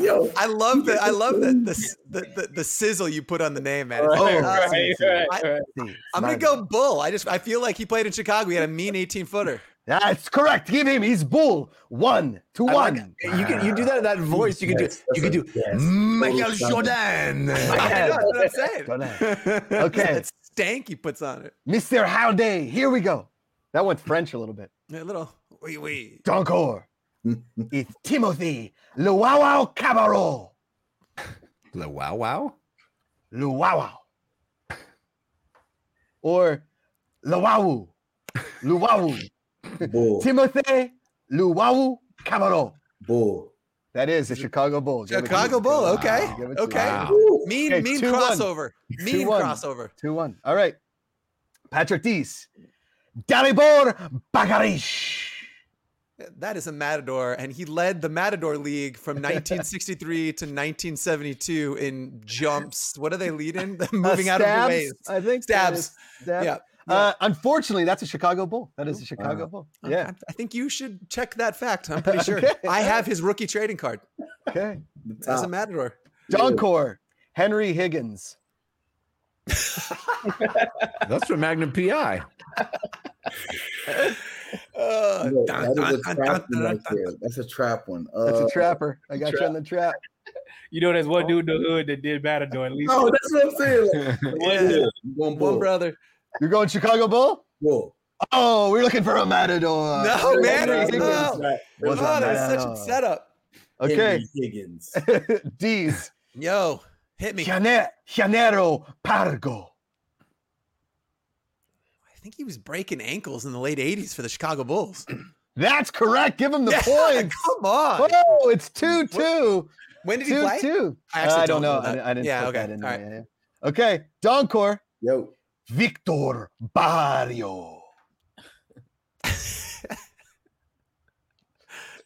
Speaker 8: Yo,
Speaker 4: I love the I love the the, s- the the the sizzle you put on the name, man. It's
Speaker 3: Right,
Speaker 4: like,
Speaker 3: Oh,
Speaker 4: uh,
Speaker 5: right, right,
Speaker 4: I-
Speaker 5: right.
Speaker 4: I'm gonna go bull. I just I feel like he played in Chicago. He had a mean 18 footer.
Speaker 3: That's correct. Give him his bull. One to
Speaker 6: I like
Speaker 3: one.
Speaker 6: You can you do that that voice. You can do
Speaker 8: Yes,
Speaker 6: you can
Speaker 8: that's
Speaker 6: do
Speaker 8: a- yes.
Speaker 6: Michael
Speaker 8: Totally
Speaker 6: Jordan.
Speaker 4: I know, that's what I'm saying.
Speaker 3: Go ahead.
Speaker 6: okay.
Speaker 3: Okay,
Speaker 4: That stank he puts on it.
Speaker 3: Mr. Howday. Here we go. That went French a little bit.
Speaker 4: A little wee wee.
Speaker 3: Doncor. it's Timothy Luau Cabarro.
Speaker 6: Wow wow.
Speaker 3: Luau. Or Luau. Luau.
Speaker 8: bull,
Speaker 3: Timothy Luau Cabarro.
Speaker 8: bull.
Speaker 3: That is the Chicago Bull. Give it to
Speaker 4: Chicago
Speaker 3: him.
Speaker 4: Bull,
Speaker 3: Give it to
Speaker 4: okay,
Speaker 3: him. Give it to him.
Speaker 4: okay.
Speaker 6: Wow.
Speaker 4: Mean
Speaker 3: Okay,
Speaker 4: mean
Speaker 3: 2-1.
Speaker 4: crossover. Mean
Speaker 3: 2-1.
Speaker 4: crossover.
Speaker 3: 2 1. All right. Patrick Dees. Dalibor Bagarish.
Speaker 4: That is a matador, and he led the Matador League from 1963 to 1972 in jumps. What do they lead in?
Speaker 3: Uh,
Speaker 4: Moving out of the
Speaker 3: stabs,
Speaker 4: ways.
Speaker 3: I think that
Speaker 4: Stabs.
Speaker 3: is stab-
Speaker 4: Yeah,
Speaker 3: Uh, unfortunately, that's a Chicago Bull. That is a Chicago Bull.
Speaker 4: Oh,
Speaker 3: Yeah.
Speaker 4: I, I think you should check that fact. I'm pretty sure.
Speaker 3: Okay. Ah.
Speaker 4: I have his rookie trading card
Speaker 3: Okay.
Speaker 4: as a Matador.
Speaker 3: Doncor, Henry Higgins.
Speaker 6: That's from Magnum PI.
Speaker 4: Uh,
Speaker 8: No,
Speaker 4: dun,
Speaker 8: that
Speaker 4: dun,
Speaker 8: is a
Speaker 4: dun,
Speaker 8: trap
Speaker 4: dun,
Speaker 8: one right
Speaker 4: dun, dun.
Speaker 8: there. That's a trap one.
Speaker 3: That's
Speaker 8: Uh,
Speaker 3: a trapper. I got you on the trap.
Speaker 5: You know, there's one dude in the hood that did Matador. At least
Speaker 8: No, that's what I'm saying. Like,
Speaker 4: Oh, Yeah.
Speaker 8: bull. I'm going
Speaker 4: One
Speaker 8: bull.
Speaker 4: brother.
Speaker 3: You're going Chicago Bull?
Speaker 8: bull.
Speaker 3: Oh, we're looking for a matador.
Speaker 4: No, man.
Speaker 3: Henry
Speaker 4: no.
Speaker 3: Higgins.
Speaker 4: Oh,
Speaker 3: Was a
Speaker 4: that was such a
Speaker 3: matador.
Speaker 4: setup.
Speaker 3: Okay.
Speaker 8: Higgins.
Speaker 3: D's.
Speaker 4: Yo, hit me. I
Speaker 3: Jane- Janero Pargo.
Speaker 4: think he was breaking ankles in the late 80s for the Chicago Bulls.
Speaker 3: That's correct. Give him the
Speaker 4: Yeah,
Speaker 3: points.
Speaker 4: Come on.
Speaker 3: Whoa, it's 2 2.
Speaker 4: When did he
Speaker 3: 2
Speaker 4: play?
Speaker 3: 2.
Speaker 4: I actually don't
Speaker 3: don't know.
Speaker 4: know that.
Speaker 3: I, I didn't
Speaker 4: Yeah,
Speaker 3: put
Speaker 4: okay.
Speaker 3: that in there.
Speaker 4: All
Speaker 3: yeah, yeah. Okay. Doncor,
Speaker 8: Yo,
Speaker 3: Victor Barrio.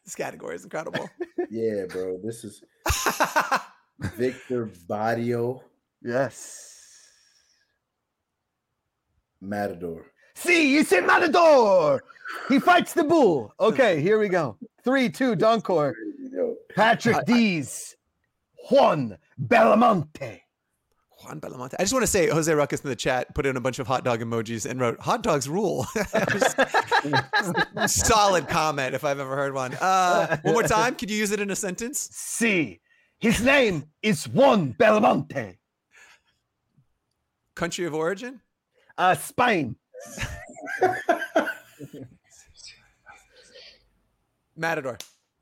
Speaker 4: This category is incredible.
Speaker 8: yeah, bro. This is Victor Badio
Speaker 3: Yes.
Speaker 8: Matador.
Speaker 3: See, you said matador. He fights the bull. Okay, here we go. 3 2 Doncor.
Speaker 8: Yo,
Speaker 3: Patrick Dees, Juan Belamonte.
Speaker 4: Juan Belamonte. I just want to say Jose Ruckus in the chat put in a bunch of hot dog emojis and wrote "hot dogs rule." Solid comment if I've ever heard one. Uh, one more time, could you use it in a sentence?
Speaker 3: C. His name is Juan Belmonte.
Speaker 4: Country of origin?
Speaker 3: Uh, Spain.
Speaker 4: Matador.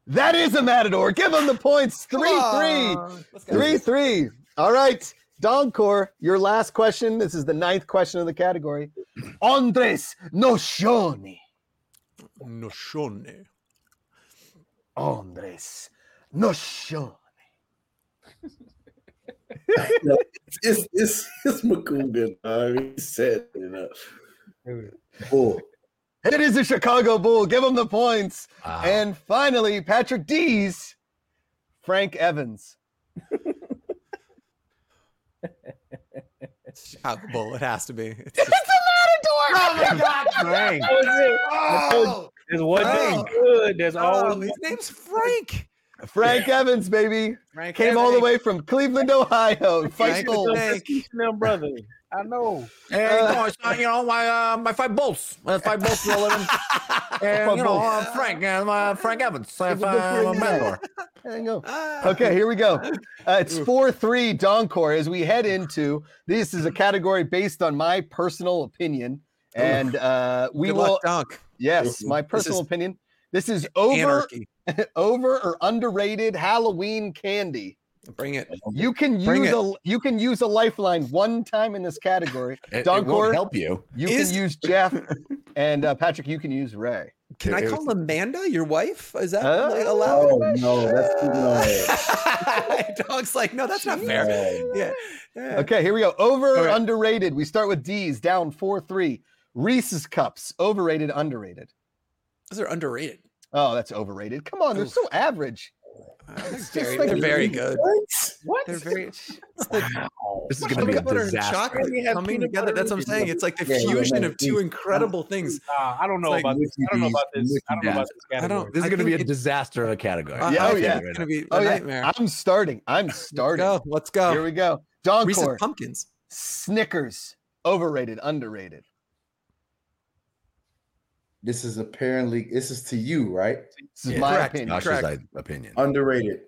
Speaker 3: That is a matador. Give him the points.
Speaker 4: Come
Speaker 3: Three, three.
Speaker 4: on. Let's go.
Speaker 3: Three, three. All right. Doncor, your last question. This is the ninth question of the category. Andres Nocioni.
Speaker 4: Noshone.
Speaker 3: Andres Nocioni.
Speaker 8: It's it's it's Makunga. dog. He said it up.
Speaker 5: Dude.
Speaker 8: Bull.
Speaker 3: It is a Chicago Bull. Give him the points. And finally, Patrick D's Frank Evans.
Speaker 4: Chicago Bull. It has to be. It's just-
Speaker 6: Frank.
Speaker 5: That was it.
Speaker 4: oh,
Speaker 5: There's one
Speaker 4: Oh.
Speaker 5: thing good. There's
Speaker 4: oh,
Speaker 5: always
Speaker 4: his name's Frank.
Speaker 3: Frank Evans, baby.
Speaker 4: Frank
Speaker 3: Came all the way from Cleveland, Ohio. Fight
Speaker 4: Frank
Speaker 3: Bull.
Speaker 4: Frank.
Speaker 5: them brother. I know.
Speaker 6: And you know, it's, uh, you know my uh, my five bolts, uh, five bolts are eleven. And you know uh, Frank, uh, uh, Frank Evans, uh,
Speaker 3: Give him the
Speaker 6: uh,
Speaker 3: points.
Speaker 6: Mandor.
Speaker 3: There you go.
Speaker 4: Ah.
Speaker 3: Okay, here we go. Uh, it's 4 3 Doncor as we head into this is a category based on my personal opinion. And uh, we
Speaker 4: Good
Speaker 3: will,
Speaker 4: luck, Dunk.
Speaker 3: yes, my personal
Speaker 4: is
Speaker 3: opinion. This is over,
Speaker 4: Anarchy.
Speaker 3: over or underrated Halloween candy.
Speaker 4: Bring it.
Speaker 3: You can
Speaker 4: Bring
Speaker 3: use
Speaker 4: it.
Speaker 3: a you can use a lifeline one time in this category.
Speaker 6: It, it
Speaker 3: Doncor.
Speaker 6: won't help you.
Speaker 3: You
Speaker 4: Is-
Speaker 3: can use Jeff and uh, Patrick. You can use Ray.
Speaker 4: Can I
Speaker 6: It-
Speaker 4: call Amanda your wife? Is that
Speaker 3: Oh.
Speaker 4: like, allowed?
Speaker 8: Oh no, that's too long.
Speaker 4: Dog's like, no, that's not fair.
Speaker 8: Oh,
Speaker 4: Yeah. yeah.
Speaker 3: Okay, here we go. Over
Speaker 4: All right.
Speaker 3: underrated. We start with D's down four three. Reese's cups overrated underrated.
Speaker 4: Those are underrated.
Speaker 3: Oh, that's overrated. Come on, they're
Speaker 4: Oof.
Speaker 3: so average.
Speaker 4: Uh, they're,
Speaker 3: just
Speaker 4: very,
Speaker 3: like
Speaker 4: they're very good.
Speaker 5: What?
Speaker 4: They're very. It's like
Speaker 6: This is going to be a
Speaker 4: peanut butter and
Speaker 6: disaster.
Speaker 4: chocolate
Speaker 8: We have
Speaker 4: coming
Speaker 8: peanut
Speaker 4: together.
Speaker 8: butter
Speaker 4: That's what I'm
Speaker 8: and
Speaker 4: saying. It's like the
Speaker 8: Yeah, yeah,
Speaker 4: fusion
Speaker 8: yeah.
Speaker 4: of two incredible things.
Speaker 5: Nah, I don't know
Speaker 4: It's like
Speaker 5: about this. I don't know about this. I don't know about this
Speaker 4: I
Speaker 5: category.
Speaker 4: don't.
Speaker 6: This is
Speaker 4: I
Speaker 6: going to be a
Speaker 4: think it-
Speaker 6: disaster of a category.
Speaker 4: I-
Speaker 3: Yeah,
Speaker 4: I
Speaker 3: oh,
Speaker 4: think
Speaker 3: yeah.
Speaker 4: It's going to be
Speaker 3: Oh
Speaker 4: a
Speaker 3: yeah,
Speaker 4: nightmare.
Speaker 3: I'm starting. I'm
Speaker 4: Let's
Speaker 3: starting.
Speaker 4: go. Let's
Speaker 3: Here
Speaker 4: go.
Speaker 3: we go.
Speaker 4: Reese's
Speaker 3: Doncor
Speaker 4: pumpkins.
Speaker 3: Snickers overrated underrated.
Speaker 8: This is apparently this is to you, right?
Speaker 3: This is
Speaker 6: Yeah.
Speaker 3: my
Speaker 4: Correct.
Speaker 3: opinion.
Speaker 6: Josh's
Speaker 4: Correct.
Speaker 6: i- opinion.
Speaker 8: Underrated.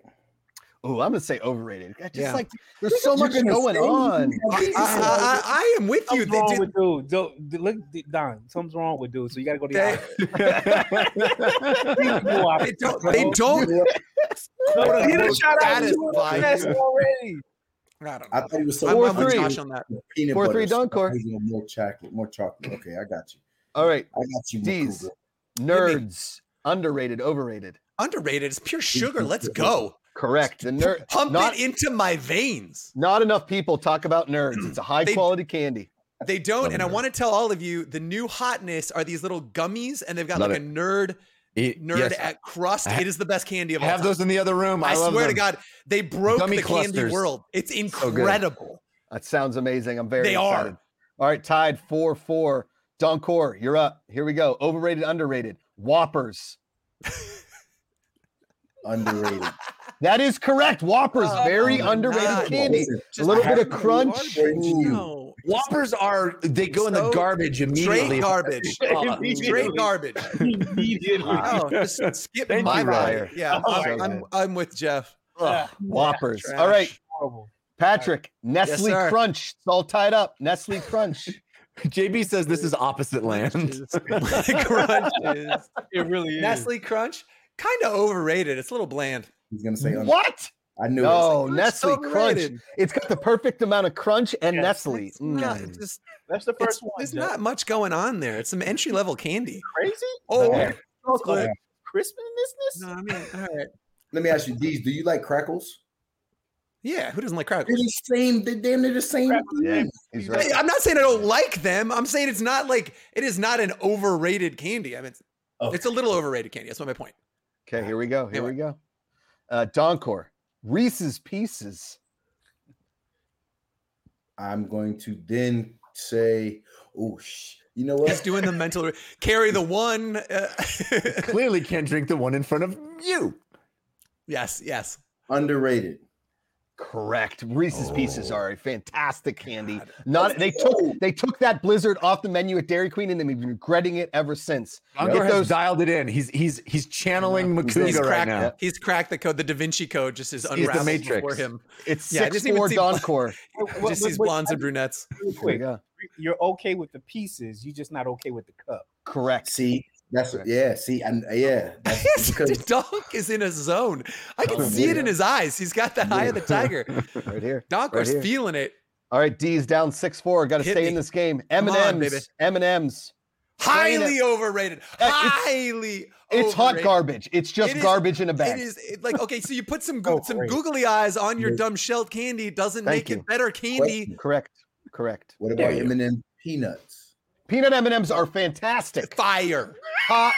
Speaker 3: Oh, I'm gonna say overrated. Just
Speaker 4: Yeah.
Speaker 3: like there's so
Speaker 8: You're
Speaker 3: much
Speaker 8: gonna
Speaker 3: going
Speaker 8: say-
Speaker 3: on.
Speaker 4: I, I, I, I am with you.
Speaker 5: Something's
Speaker 4: They
Speaker 5: wrong
Speaker 4: did,
Speaker 5: with dude. Don't- d- Look, d- Don. Something's wrong with dude. So you gotta go to the
Speaker 4: They-
Speaker 5: hospital. You go out.
Speaker 4: they don't. They
Speaker 8: Oh.
Speaker 4: don't.
Speaker 5: No, get a shout out
Speaker 4: satisfy
Speaker 5: to him. That's
Speaker 4: you.
Speaker 5: already.
Speaker 4: I don't
Speaker 8: I
Speaker 4: know.
Speaker 8: thought it was
Speaker 4: I'm,
Speaker 8: so
Speaker 3: Four
Speaker 4: I'm with
Speaker 3: three.
Speaker 4: Josh on that.
Speaker 8: peanut
Speaker 3: Four
Speaker 8: butter,
Speaker 3: three,
Speaker 8: so I
Speaker 3: Doncor.
Speaker 8: think you want More chocolate, more chocolate. Okay, I got you.
Speaker 3: All right,
Speaker 8: I got you.
Speaker 3: D's.
Speaker 8: Makuga.
Speaker 3: nerds underrated overrated.
Speaker 4: Underrated. It's pure sugar. Let's go.
Speaker 3: Correct. The nerd.
Speaker 4: Pump
Speaker 3: Not-
Speaker 4: it into my veins.
Speaker 3: Not enough people talk about nerds. It's a high
Speaker 4: They-
Speaker 3: quality candy.
Speaker 4: They don't. And I
Speaker 6: Love it.
Speaker 4: want to tell all of you the new hotness are these little gummies, and they've got
Speaker 6: Love
Speaker 4: like a
Speaker 6: it.
Speaker 4: nerd
Speaker 6: It-
Speaker 4: nerd
Speaker 6: yes,
Speaker 4: at crust.
Speaker 6: I ha-
Speaker 4: it is the best candy of
Speaker 6: I
Speaker 4: all
Speaker 6: have
Speaker 4: time.
Speaker 6: those in the other room. I,
Speaker 4: I,
Speaker 6: love
Speaker 4: swear to
Speaker 6: them.
Speaker 4: God, they broke
Speaker 6: Gummy
Speaker 4: the
Speaker 6: clusters.
Speaker 4: candy world. It's
Speaker 6: good.
Speaker 4: incredible.
Speaker 3: That sounds amazing. I'm very
Speaker 4: They are.
Speaker 3: excited. All right, tied 4 4. Doncor, you're up. Here we go. Overrated, underrated. Whoppers.
Speaker 8: Underrated.
Speaker 3: That is correct. Whoppers,
Speaker 4: Oh
Speaker 3: very
Speaker 4: my
Speaker 3: underrated
Speaker 4: God.
Speaker 3: candy.
Speaker 8: Listen,
Speaker 3: a little bit of
Speaker 8: happy
Speaker 3: crunch.
Speaker 8: birthday to you.
Speaker 4: No.
Speaker 6: Whoppers are they go in the
Speaker 4: So
Speaker 6: garbage
Speaker 4: Straight
Speaker 6: immediately.
Speaker 4: garbage.
Speaker 6: Uh,
Speaker 3: Oh,
Speaker 4: Straight garbage.
Speaker 5: Immediately.
Speaker 4: Oh, just skip
Speaker 6: Thank
Speaker 4: my
Speaker 3: you,
Speaker 4: ride.
Speaker 3: Ryan.
Speaker 4: Yeah,
Speaker 3: Oh,
Speaker 4: I'm,
Speaker 3: so
Speaker 4: I'm,
Speaker 3: good.
Speaker 4: I'm with Jeff.
Speaker 3: Ugh, Whoppers.
Speaker 4: Trash.
Speaker 3: All right,
Speaker 5: Horrible.
Speaker 3: Patrick, Nestle
Speaker 4: sir.
Speaker 3: Crunch. It's all tied up. Nestle Crunch.
Speaker 6: JB says this is opposite land.
Speaker 4: Crunch is
Speaker 5: It really is.
Speaker 4: Nestle Crunch, kind of overrated. It's a little bland.
Speaker 8: He's gonna say under-
Speaker 3: what?
Speaker 8: I knew it.
Speaker 3: No,
Speaker 4: Crunch
Speaker 3: Nestle Crunch.
Speaker 4: overrated.
Speaker 3: It's got the perfect amount of crunch and
Speaker 5: Yes,
Speaker 3: Nestle.
Speaker 4: It's
Speaker 3: Mm.
Speaker 4: not, it's just,
Speaker 5: That's the
Speaker 4: it's,
Speaker 5: first one.
Speaker 4: there's
Speaker 5: Jeff.
Speaker 4: not much going on there. It's some entry level candy.
Speaker 5: crazy.
Speaker 4: Oh,
Speaker 8: Okay.
Speaker 4: chocolate.
Speaker 5: Crispnessness.
Speaker 4: No, I mean, all right.
Speaker 8: Let me ask you, D's, do you like crackles?
Speaker 4: Yeah, who doesn't like crackers?
Speaker 8: They're the same. They damn near the same.
Speaker 5: Crackles,
Speaker 8: thing.
Speaker 3: He's
Speaker 4: I-
Speaker 3: right.
Speaker 4: I'm not saying I don't like them. I'm saying it's not like it is not an overrated candy. I mean, it's,
Speaker 8: Okay.
Speaker 4: it's a little overrated candy. That's what my point.
Speaker 3: Okay, here we go. Here
Speaker 4: Anyway.
Speaker 3: we go. Uh, Doncor, Reese's Pieces.
Speaker 8: I'm going to then say, oh, sh- you know what?
Speaker 4: He's doing the mental re- carry the one. Uh,
Speaker 6: Clearly can't drink the one in front of you.
Speaker 4: yes, yes.
Speaker 8: Underrated.
Speaker 3: Correct. Reese's Pieces
Speaker 4: Oh.
Speaker 3: are a fantastic candy. Not they took they took that Blizzard off the menu at Dairy Queen, and they've been regretting it ever since.
Speaker 6: Unger
Speaker 3: Get
Speaker 6: has
Speaker 3: those-
Speaker 6: dialed it in. He's he's he's channeling
Speaker 4: He's
Speaker 6: Makuga right
Speaker 4: cracked,
Speaker 6: now.
Speaker 4: he's cracked the code. The Da Vinci Code just is
Speaker 6: the
Speaker 4: unraveling
Speaker 6: Matrix.
Speaker 4: before him.
Speaker 3: It's
Speaker 4: Yeah, I
Speaker 3: six
Speaker 4: didn't even
Speaker 3: four
Speaker 4: see-
Speaker 3: Doncore.
Speaker 5: What-
Speaker 4: He
Speaker 5: what-
Speaker 4: just sees
Speaker 5: what-
Speaker 4: blondes and brunettes.
Speaker 5: real
Speaker 3: There you
Speaker 5: quick,
Speaker 3: go.
Speaker 5: you're okay with the pieces. You're just not okay with the cup.
Speaker 3: Correct.
Speaker 8: See, that's
Speaker 3: Correct.
Speaker 8: yeah. See, and yeah, that's because
Speaker 4: Donk is in a zone. I
Speaker 3: Oh,
Speaker 4: can see it in his eyes. He's got that eye of the tiger.
Speaker 3: Right here.
Speaker 4: Donk
Speaker 3: Right
Speaker 4: was
Speaker 3: here.
Speaker 4: feeling it.
Speaker 3: All right, D's down six four. Got to
Speaker 4: Hit
Speaker 3: stay
Speaker 4: me.
Speaker 3: in this game. M
Speaker 4: Come
Speaker 3: and
Speaker 4: on, baby.
Speaker 3: M's. M and M's. Explain it.
Speaker 4: Highly overrated.
Speaker 3: it's-
Speaker 4: Highly.
Speaker 3: It's hot
Speaker 4: overrated.
Speaker 3: garbage. It's just
Speaker 4: It is-
Speaker 3: garbage in a
Speaker 4: It
Speaker 3: bag.
Speaker 4: is it, like okay, so you put some go- some
Speaker 5: Overrated.
Speaker 4: googly eyes on your dumb shelled candy doesn't
Speaker 3: Thank
Speaker 4: make
Speaker 3: you.
Speaker 4: it better candy.
Speaker 3: Correct. Correct.
Speaker 8: what
Speaker 6: Dare
Speaker 8: about
Speaker 6: you.
Speaker 8: Eminem peanuts?
Speaker 3: Peanut M and M's are fantastic.
Speaker 4: Fire.
Speaker 3: Hot.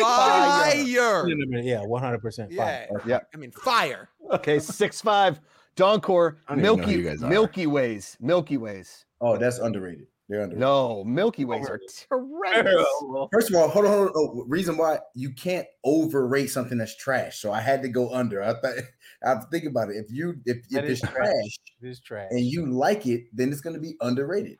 Speaker 4: Fire.
Speaker 5: Wait a minute, Yeah, 100 percent
Speaker 4: Yeah.
Speaker 3: Yeah.
Speaker 4: I mean fire.
Speaker 3: Okay, six five. Doncore.
Speaker 6: I don't even know who
Speaker 3: Milky
Speaker 6: you guys are.
Speaker 3: Milky Ways. Milky Ways.
Speaker 8: Oh, that's underrated. They're underrated.
Speaker 3: No, Milky Ways are terrible.
Speaker 8: First of all, hold on, hold on. Oh, reason why you can't overrate something that's trash. So I had to go under. I thought I think about it. If you if, if
Speaker 5: That
Speaker 8: it's
Speaker 5: is
Speaker 8: trash,
Speaker 5: trash. This trash.
Speaker 8: and you like it, then it's gonna be underrated.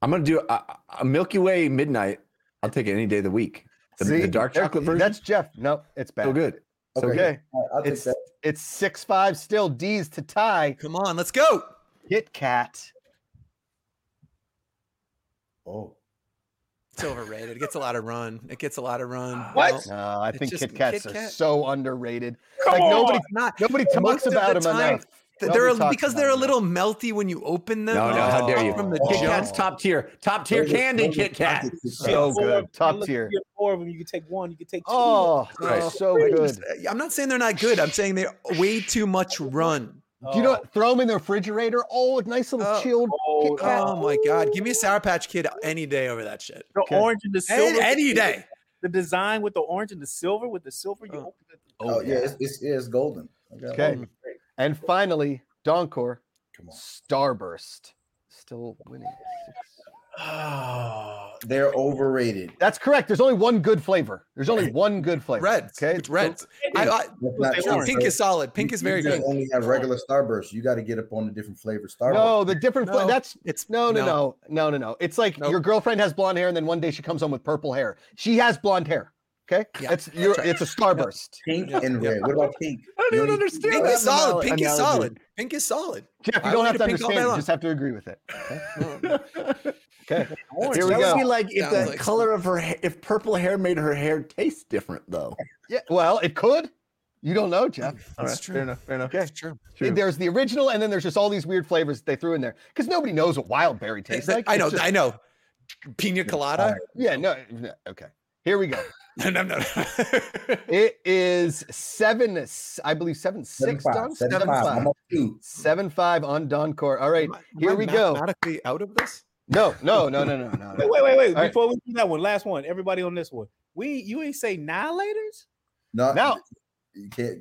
Speaker 6: I'm gonna do a, a Milky Way midnight. I'll take it any day of the week. The, the dark
Speaker 3: There-
Speaker 6: chocolate version.
Speaker 3: That's Jeff. No, it's bad.
Speaker 6: so good. So
Speaker 8: Okay.
Speaker 6: good.
Speaker 3: Okay,
Speaker 8: All right, I'll take
Speaker 3: it's
Speaker 8: that.
Speaker 3: it's six five still. D's to tie.
Speaker 4: Come on, let's go.
Speaker 3: Kit Kat.
Speaker 8: Oh,
Speaker 4: It's overrated. It gets a lot of run. It gets a lot of run.
Speaker 5: What?
Speaker 4: Well,
Speaker 3: No, I
Speaker 4: It's
Speaker 3: think
Speaker 4: just
Speaker 3: Kit Kats
Speaker 4: Kit
Speaker 3: are
Speaker 4: Kat.
Speaker 3: so underrated.
Speaker 5: Come
Speaker 3: like nobody
Speaker 5: on.
Speaker 4: it's not.
Speaker 3: nobody
Speaker 4: Most
Speaker 3: talks
Speaker 4: of
Speaker 3: about
Speaker 4: the
Speaker 3: them
Speaker 4: time,
Speaker 3: enough.
Speaker 4: th- They're a,
Speaker 3: Nobody talks
Speaker 4: because
Speaker 3: about
Speaker 4: they're a
Speaker 3: them.
Speaker 4: little melty when you open them.
Speaker 6: No, no, how dare you?
Speaker 4: From the
Speaker 6: Kit
Speaker 4: jump.
Speaker 6: Kat's top tier. Top tier
Speaker 8: Those are-
Speaker 6: candy
Speaker 8: those are
Speaker 6: Kit Kat.
Speaker 8: pocket cigarettes.
Speaker 3: So
Speaker 5: Four
Speaker 3: good.
Speaker 5: of-
Speaker 3: Top
Speaker 5: look,
Speaker 3: tier.
Speaker 5: you get Four of them. You can take one. You can take two.
Speaker 3: Oh,
Speaker 4: Right.
Speaker 3: they're so good.
Speaker 4: I'm not saying they're not good. I'm saying they're way too much run.
Speaker 3: Do you know what? Throw them in the refrigerator. Oh, a nice little
Speaker 4: Oh,
Speaker 3: chilled.
Speaker 5: Oh,
Speaker 3: Kit Kat.
Speaker 4: Oh my god, give me a Sour Patch Kid any day over that shit.
Speaker 5: the
Speaker 3: Okay.
Speaker 5: orange and the silver.
Speaker 4: Any,
Speaker 5: with
Speaker 4: any
Speaker 5: the-
Speaker 4: day.
Speaker 5: The design with the orange and the silver with the silver. You
Speaker 4: Oh.
Speaker 5: open it.
Speaker 8: oh, yeah, it's, it's, yeah, it's golden. I got
Speaker 3: Okay.
Speaker 8: golden.
Speaker 3: And finally, Doncor
Speaker 8: Come on.
Speaker 3: Starburst still winning.
Speaker 8: Ah, they're overrated.
Speaker 3: That's correct. There's only one good flavor. There's only one good flavor.
Speaker 4: Reds.
Speaker 3: Okay.
Speaker 4: It's reds. I, I,
Speaker 8: That's not
Speaker 5: they
Speaker 8: true,
Speaker 5: orange.
Speaker 4: pink
Speaker 8: sir.
Speaker 4: is solid. Pink
Speaker 8: You-
Speaker 4: is very
Speaker 8: you just
Speaker 4: good.
Speaker 8: Only have regular Starburst. You got to get up on the different flavored Starburst.
Speaker 3: No, the different. fla-
Speaker 4: No.
Speaker 3: that's
Speaker 4: It's
Speaker 3: No, no, no, no, no, no. It's like
Speaker 4: Nope.
Speaker 3: your girlfriend has blonde hair, and then one day she comes home with purple hair. She has blonde hair. Okay,
Speaker 4: Yeah,
Speaker 3: that's your.
Speaker 4: right.
Speaker 3: It's a starburst.
Speaker 8: pink
Speaker 4: Yeah,
Speaker 8: and
Speaker 4: yeah.
Speaker 8: red. What about pink?
Speaker 6: I don't
Speaker 8: You
Speaker 6: even
Speaker 8: only-
Speaker 6: understand
Speaker 4: Pink
Speaker 6: that
Speaker 4: is solid. Pink is
Speaker 6: analogy.
Speaker 4: solid. Pink is solid.
Speaker 3: Jeff, you
Speaker 4: I
Speaker 3: don't
Speaker 4: like
Speaker 3: have
Speaker 4: to
Speaker 3: to
Speaker 4: pink all
Speaker 3: understand.
Speaker 4: day
Speaker 3: it. You
Speaker 4: long.
Speaker 3: just have to agree with it. Okay.
Speaker 4: Orange.
Speaker 3: Here we
Speaker 6: that would
Speaker 3: go.
Speaker 6: be like if
Speaker 4: Sounds
Speaker 6: the
Speaker 4: like
Speaker 6: color of her, ha- if purple hair made her hair taste different, though.
Speaker 3: Yeah. Well, it could. You don't know, Jeff.
Speaker 4: That's true. Fair enough. Fair enough. That's true.
Speaker 3: Th- There's the original, and then there's just all these weird flavors that they threw in there because nobody knows what wild berry tastes like.
Speaker 4: I
Speaker 3: It's
Speaker 4: know.
Speaker 3: just-
Speaker 4: I know. Pina
Speaker 8: All
Speaker 4: colada.
Speaker 8: right.
Speaker 3: yeah. No. no, Okay. Here we go.
Speaker 4: No, no, no.
Speaker 3: It is seven. s- I believe seven
Speaker 8: Seven
Speaker 3: six.
Speaker 8: five,
Speaker 3: Don?
Speaker 8: seven
Speaker 3: Seven
Speaker 8: five.
Speaker 3: five.
Speaker 8: I'm up two.
Speaker 3: Seven five on Doncore. All right.
Speaker 4: Am I- am
Speaker 3: Here
Speaker 4: I
Speaker 3: we go.
Speaker 4: Mathematically out of this.
Speaker 3: No, no, no, no, no, no.
Speaker 5: Wait,
Speaker 3: no.
Speaker 5: wait, wait, wait.
Speaker 3: All right.
Speaker 5: Before we do that one, last one. Everybody on this one. We you ain't say annihilators?
Speaker 8: No,
Speaker 3: Now-
Speaker 8: you can't.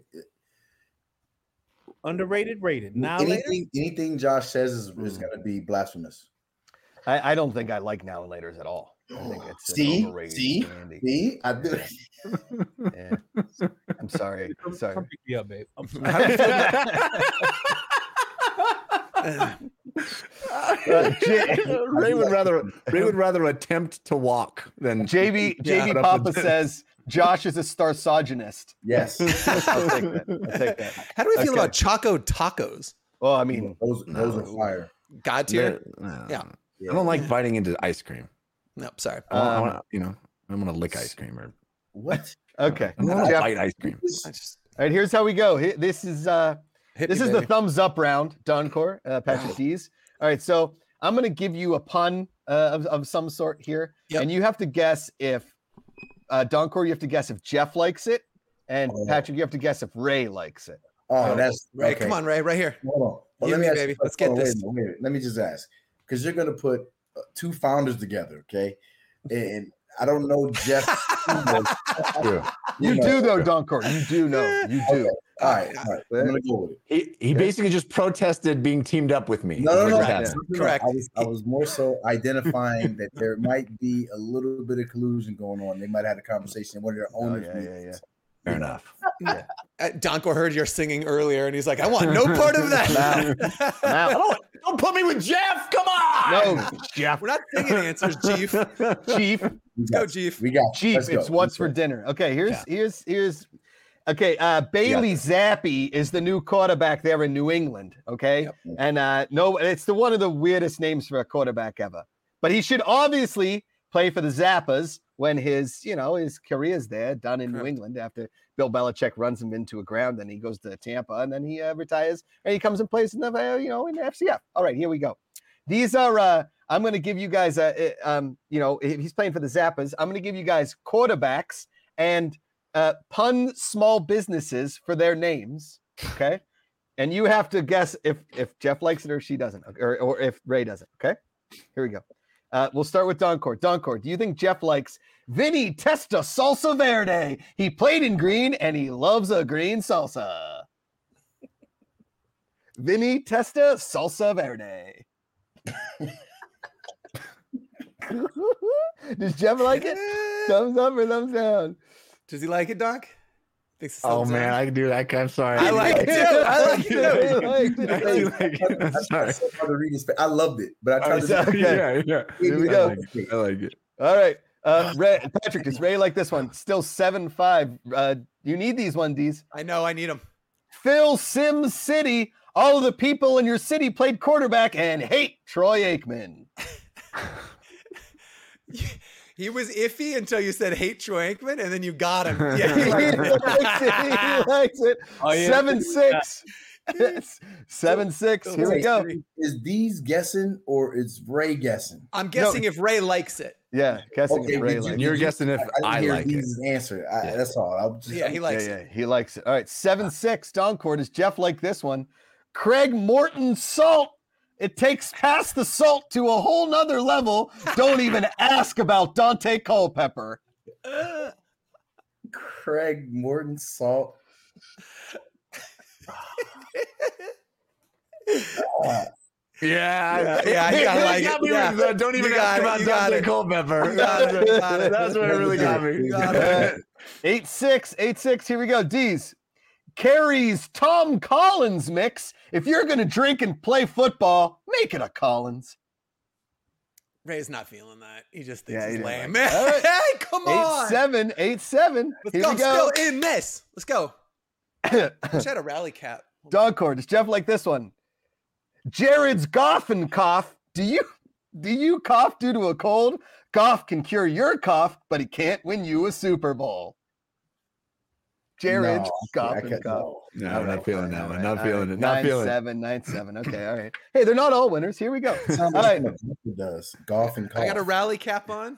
Speaker 5: Underrated rated. Annihilators?
Speaker 8: Anything, anything Josh says is,
Speaker 4: Hmm.
Speaker 8: is going to be blasphemous.
Speaker 3: I, I don't think I like now and later's at all. I think it's an
Speaker 8: See?
Speaker 3: overrated
Speaker 8: See?
Speaker 3: candy.
Speaker 8: See, I do.
Speaker 3: Yeah. I'm sorry. I'm
Speaker 5: Come-
Speaker 3: sorry.
Speaker 5: Come pick me up, babe. I'm sorry.
Speaker 4: How do you feel about-
Speaker 3: Uh, J-
Speaker 6: Ray would rather Ray would rather attempt to walk than
Speaker 3: JB
Speaker 6: Yeah,
Speaker 3: JB
Speaker 6: put up
Speaker 3: Papa
Speaker 6: with it.
Speaker 3: says Josh is a starsogenist.
Speaker 8: Yes.
Speaker 3: I'll take that. I'll take that.
Speaker 4: How do we feel
Speaker 3: Okay.
Speaker 4: about Choco tacos?
Speaker 3: Well, I mean,
Speaker 8: those, those are
Speaker 6: No.
Speaker 8: fire.
Speaker 4: God tier.
Speaker 6: They're- no.
Speaker 4: Yeah.
Speaker 6: uh, I don't like biting into ice cream.
Speaker 4: No, sorry.
Speaker 6: I wanna- I
Speaker 3: Um,
Speaker 6: wanna- you know, I want to lick ice cream or
Speaker 8: What?
Speaker 3: um, okay.
Speaker 6: I want to
Speaker 3: Jeff-
Speaker 6: bite ice cream.
Speaker 4: I just
Speaker 3: All right, here's how we go. Hi- This is uh
Speaker 4: hit
Speaker 3: this
Speaker 4: me,
Speaker 3: is the
Speaker 4: baby.
Speaker 3: thumbs up round, Doncor, uh, Patrick D's. All right, so I'm gonna give you a pun uh, of, of some sort here,
Speaker 4: Yep.
Speaker 3: and you have to guess if uh, Doncor, you have to guess if Jeff likes it, and
Speaker 8: Oh.
Speaker 3: Patrick, you have to guess if Ray likes it.
Speaker 8: Oh, that's
Speaker 4: Ray.
Speaker 8: okay.
Speaker 4: Come on, Ray. Right here.
Speaker 8: Hold on. Well,
Speaker 4: Hit
Speaker 8: let
Speaker 4: me,
Speaker 8: me, ask
Speaker 4: baby.
Speaker 8: you-
Speaker 4: Let's get
Speaker 8: hold on, wait a
Speaker 4: this.
Speaker 8: minute, wait a minute. Let me just ask, because you're gonna put uh, two founders together, okay? And I don't know Jeff. too much,
Speaker 3: You
Speaker 8: know.
Speaker 3: do though, Doncor. You do know. You do.
Speaker 8: All right, all right. I'm gonna go with it.
Speaker 6: He he basically just protested being teamed up with me.
Speaker 8: No,
Speaker 6: is
Speaker 8: no,
Speaker 6: what
Speaker 8: no.
Speaker 6: just
Speaker 8: I-
Speaker 6: happened.
Speaker 4: Correct.
Speaker 8: I was, I was more so identifying that there might be a little bit of collusion going on. They might have had a conversation. One of their
Speaker 3: Oh,
Speaker 8: owners.
Speaker 3: yeah, yeah, yeah.
Speaker 6: Fair enough.
Speaker 4: Uh, Donko heard your singing earlier, and he's like, "I want no part of that."
Speaker 3: I'm out.
Speaker 6: don't, don't put me with Jeff. Come on.
Speaker 3: No, Jeff.
Speaker 4: We're not singing answers, Chief. Let's
Speaker 6: Oh,
Speaker 3: Chief.
Speaker 8: We
Speaker 4: go,
Speaker 8: got,
Speaker 4: Chief.
Speaker 8: we got
Speaker 3: Cheap.
Speaker 8: Let's go.
Speaker 3: It's what's for
Speaker 8: Let's
Speaker 3: dinner. Okay, here's here's here's. Okay, uh, Bailey Zappi is the new quarterback there in New England. Okay,
Speaker 4: Yep.
Speaker 3: and uh, no, it's the one of the weirdest names for a quarterback ever. But he should obviously play for the Zappas when his you know his career's there, done in New
Speaker 4: Correct.
Speaker 3: England after Bill Belichick runs him into a ground, then he goes to Tampa, and then he uh, retires, and he comes and plays in the uh, you know in the FCF. All right, here we go. These are uh, I'm going to give you guys a, uh, um, you know, he- he's playing for the Zappas. I'm going to give you guys quarterbacks and uh, pun small businesses for their names. Okay, and you have to guess if if Jeff likes it or she doesn't, or or if Ray doesn't. Okay, here we go. Uh, we'll start with Doncor. Doncor, do you think Jeff likes Vinny Testa Salsa Verde? He played in green and he loves a green salsa. Vinny Testa Salsa Verde. Does Jeff like it? Thumbs up or thumbs down?
Speaker 4: Does he like it, Doc? Thinks it
Speaker 6: Oh
Speaker 4: sounds
Speaker 6: man,
Speaker 4: alright?
Speaker 6: I can do that. I'm sorry.
Speaker 4: I like it too. I like it too.
Speaker 3: it
Speaker 6: I do like it. I'm
Speaker 8: go. I
Speaker 6: sorry.
Speaker 8: said margaritas, but I loved it, but I tried to.
Speaker 3: sorry.
Speaker 6: Yeah, yeah.
Speaker 8: Here
Speaker 3: we go.
Speaker 6: I like it. I like it.
Speaker 3: All right. Uh, Ray, Patrick, does Ray like this one? Still 7 5. Uh, you need these one, D's.
Speaker 4: I know. I need him.
Speaker 3: Phil Sims City. All of the people in your city played quarterback and hate Troy Aikman.
Speaker 4: He was iffy until you said hate Troy Aikman, and then you got him.
Speaker 3: he
Speaker 4: Yeah,
Speaker 3: likes it. He likes it.
Speaker 5: Oh, yeah.
Speaker 3: 7 6. Yes. 7 6. Here we
Speaker 8: Wait,
Speaker 3: go.
Speaker 8: Is these guessing or is Ray guessing?
Speaker 4: I'm guessing if Ray likes it.
Speaker 3: Yeah. Guessing
Speaker 8: Okay,
Speaker 3: if Ray
Speaker 8: did you-
Speaker 3: likes
Speaker 6: And
Speaker 3: it.
Speaker 6: you're guessing if I,
Speaker 8: I didn't
Speaker 6: like
Speaker 8: hear
Speaker 6: it.
Speaker 8: Deez's answer. I, That's all. I'm just,
Speaker 4: Yeah, he
Speaker 3: Yeah,
Speaker 4: likes it. Uh,
Speaker 3: yeah, he likes it. All right, seven six. Doncord is Jeff like this one? Craig Morton salt. It takes past the salt to a whole nother level. Don't even ask about Dante Culpepper.
Speaker 4: Uh,
Speaker 8: Craig Morton Salt. Ah,
Speaker 6: Yeah, I-
Speaker 4: Yeah, you gotta
Speaker 6: It
Speaker 4: like
Speaker 6: got
Speaker 4: it.
Speaker 6: me
Speaker 4: Yeah.
Speaker 6: with the, don't even
Speaker 4: You got
Speaker 6: ask
Speaker 4: it,
Speaker 6: about
Speaker 4: you got
Speaker 6: Dante
Speaker 4: it.
Speaker 6: Culpepper.
Speaker 4: You got it, you got it.
Speaker 6: That's where it really got me.
Speaker 8: You
Speaker 4: got
Speaker 3: it. Eight six, eight six. Here we go. D's carries Tom Collins mix. If you're gonna drink and play football, make it a Collins.
Speaker 4: Ray's not feeling that. He just thinks
Speaker 3: Yeah, he
Speaker 4: he's
Speaker 3: didn't
Speaker 4: lame.
Speaker 3: like it. All right.
Speaker 4: hey, come
Speaker 3: Eight
Speaker 4: on.
Speaker 3: seven, eight seven.
Speaker 4: Let's
Speaker 3: Here
Speaker 4: go.
Speaker 3: we
Speaker 4: I'm
Speaker 3: go.
Speaker 4: still in this. Let's go. Wish I had a rally cap.
Speaker 3: Dogcord, does Jeff like this one? Jared's Goff and cough. Do you do you cough due to a cold? Goff can cure your cough, but he can't win you a Super Bowl. Jared's
Speaker 8: no,
Speaker 3: Goff
Speaker 8: I
Speaker 3: and
Speaker 8: couldn't-
Speaker 3: cough.
Speaker 8: no.
Speaker 6: No,
Speaker 3: All
Speaker 6: I'm
Speaker 3: right,
Speaker 6: not feeling
Speaker 3: all
Speaker 6: that one.
Speaker 3: right,
Speaker 6: Not
Speaker 3: all
Speaker 6: feeling
Speaker 3: right.
Speaker 6: it. Not
Speaker 3: Nine,
Speaker 6: feeling it.
Speaker 3: seven, nine, seven. Okay, all right. Hey, they're not all winners. Here we go.
Speaker 8: Sounds
Speaker 3: All
Speaker 8: like
Speaker 3: right,
Speaker 8: it does. Golf and
Speaker 4: I got a
Speaker 3: Oh.
Speaker 8: cough.
Speaker 4: rally cap on.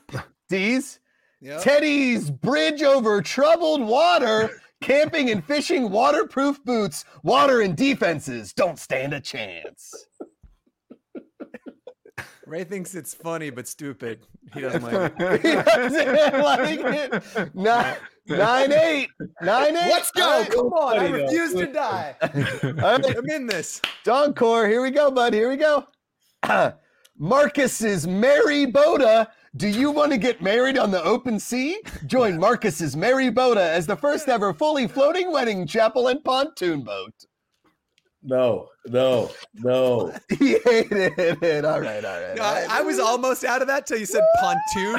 Speaker 3: D's.
Speaker 4: Yep.
Speaker 3: Teddy's bridge over troubled water, camping and fishing, waterproof boots, water and defenses don't stand a chance.
Speaker 4: Ray thinks it's funny but stupid. He doesn't like it.
Speaker 3: He doesn't like it. Nine, nine eight. Nine eight.
Speaker 4: Let's go. Come on. I
Speaker 5: Funny though.
Speaker 4: refuse to die.
Speaker 3: All right.
Speaker 4: I'm in this.
Speaker 3: Doncor, here we go, bud. Here we go. Marcus's Mary Boda. Do you want to get married on the open sea? Join Marcus's Mary Boda as the first ever fully floating wedding chapel and pontoon boat.
Speaker 8: No, no, no.
Speaker 3: He hated it. All right, all right.
Speaker 4: No,
Speaker 3: all
Speaker 4: I,
Speaker 3: right.
Speaker 4: I was almost out of that till you said pontoon.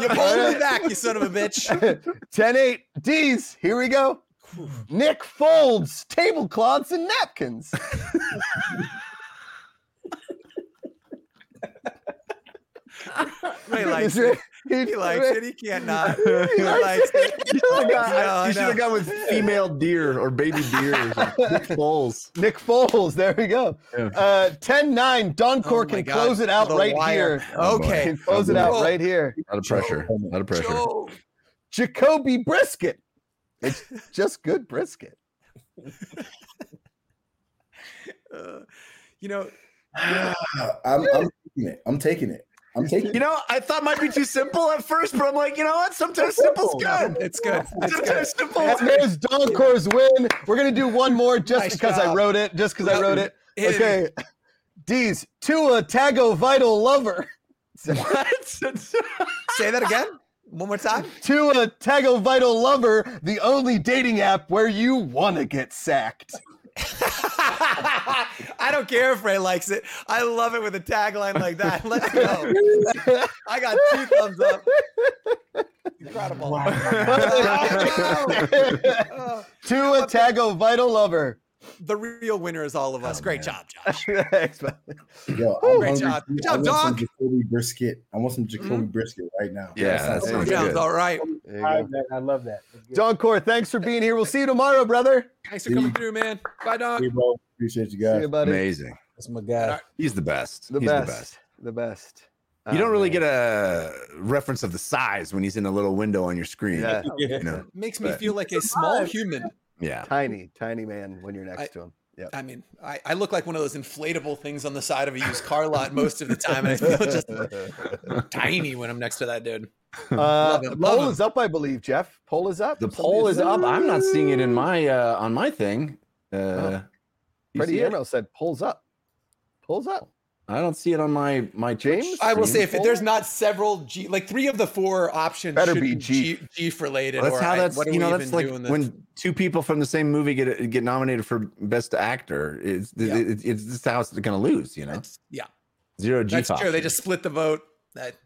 Speaker 4: you pulled me back, you son of a bitch.
Speaker 3: 10 8 D's. Here we go. Nick folds tablecloths and napkins.
Speaker 4: Ray likes
Speaker 3: Is there-
Speaker 4: it. He likes it. He can't not. He
Speaker 3: likes
Speaker 4: likes it.
Speaker 6: Oh, God.
Speaker 4: No, I
Speaker 6: you should
Speaker 4: know.
Speaker 6: have gone with female deer or baby deer or something. Bulls.
Speaker 3: Nick Foles. There we go.
Speaker 6: Yeah.
Speaker 3: Uh, 10 9. Don
Speaker 4: Oh
Speaker 3: Cor
Speaker 4: my
Speaker 3: can
Speaker 4: God,
Speaker 3: close it out
Speaker 4: the
Speaker 3: right
Speaker 4: wire.
Speaker 3: here.
Speaker 6: Oh, boy.
Speaker 4: okay.
Speaker 3: Can close it out
Speaker 4: Whoa.
Speaker 3: right here.
Speaker 6: A lot of pressure. A lot of pressure.
Speaker 4: Joe.
Speaker 3: Jacoby brisket. It's just good brisket.
Speaker 4: Uh, you know,
Speaker 8: I'm, I'm taking it. I'm taking it. I'm taking it.
Speaker 6: You know, I thought might be too simple at first, but I'm like, you know what? Sometimes simple's good.
Speaker 4: it's good. It's good.
Speaker 6: Sometimes simple.
Speaker 3: And there's Don Cor's win. We're going to do one more just
Speaker 4: Nice
Speaker 3: because I
Speaker 4: job.
Speaker 3: wrote it. Just because I
Speaker 4: Yep.
Speaker 3: wrote it.
Speaker 4: Hit it.
Speaker 3: Okay. D's. Tua Tago Vital Lover.
Speaker 6: What?
Speaker 4: Say that again. One more time.
Speaker 3: to a Tago Vital Lover, the only dating app where you want to get sacked.
Speaker 4: I don't care if Ray likes it. I love it with a tagline like that. Let's go. I got two thumbs up. Incredible. Oh,
Speaker 3: To a Tago Vital Lover.
Speaker 4: the real winner is all of us.
Speaker 8: Oh,
Speaker 4: Great
Speaker 8: man.
Speaker 4: job, Josh.
Speaker 8: Yo, I'm
Speaker 4: Great
Speaker 8: hungry.
Speaker 4: job. Good job,
Speaker 8: I want some
Speaker 4: dog.
Speaker 8: Jacoby brisket. I want some Jacoby
Speaker 3: Mm-hmm.
Speaker 8: brisket right now.
Speaker 6: Yeah, that sounds
Speaker 4: Sounds
Speaker 6: good.
Speaker 4: all right.
Speaker 6: There you
Speaker 5: I
Speaker 6: go.
Speaker 5: love that. I love that. That's good.
Speaker 3: John Core, thanks for being here. We'll see you tomorrow, brother.
Speaker 4: Thanks for coming through, man. Bye, dog.
Speaker 8: Hey, bro, appreciate you
Speaker 3: See
Speaker 8: guys.
Speaker 3: you, buddy.
Speaker 6: Amazing.
Speaker 2: That's my guy.
Speaker 6: He's the best.
Speaker 3: The
Speaker 6: he's
Speaker 3: best.
Speaker 6: the best.
Speaker 3: The best.
Speaker 6: You
Speaker 3: Oh,
Speaker 6: don't really
Speaker 3: man.
Speaker 6: get a reference of the size when he's in the little window on your screen.
Speaker 3: Yeah.
Speaker 5: Yeah.
Speaker 6: You know?
Speaker 4: Makes me feel like a small human.
Speaker 6: Yeah.
Speaker 3: tiny, tiny man when you're next
Speaker 4: I-
Speaker 3: to him.
Speaker 4: I mean, I, I look like one of those inflatable things on the side of a used car lot most of the time, and I feel just tiny when I'm next to that dude.
Speaker 3: Uh,
Speaker 4: him, love
Speaker 3: poll
Speaker 4: him.
Speaker 3: is up, I believe, Jeff. Poll is up.
Speaker 6: The
Speaker 3: Somebody
Speaker 6: poll is
Speaker 3: said-
Speaker 6: up. I'm not seeing it in my uh on my thing. Uh
Speaker 4: Oh.
Speaker 6: you
Speaker 3: Freddie
Speaker 6: see it?
Speaker 3: Ammo said, polls up. Polls up.
Speaker 6: I don't see it on my my Twitch
Speaker 3: James?
Speaker 4: I will say
Speaker 6: screen.
Speaker 4: if there's not several G, like three of the four options
Speaker 3: Better
Speaker 4: should
Speaker 3: be Jeep.
Speaker 4: Jeep, Jeep related.
Speaker 6: Well, that's
Speaker 4: or
Speaker 6: how
Speaker 4: I-
Speaker 6: that's
Speaker 4: what are
Speaker 6: you know
Speaker 4: we
Speaker 6: that's
Speaker 4: even
Speaker 6: like
Speaker 4: doing this-
Speaker 6: when two people from the same movie get get nominated for best actor. It's
Speaker 4: Yeah.
Speaker 6: it, it's, it's just how it's gonna lose. You know,
Speaker 4: That's- yeah,
Speaker 6: zero G.
Speaker 4: that's true. They just split the vote. That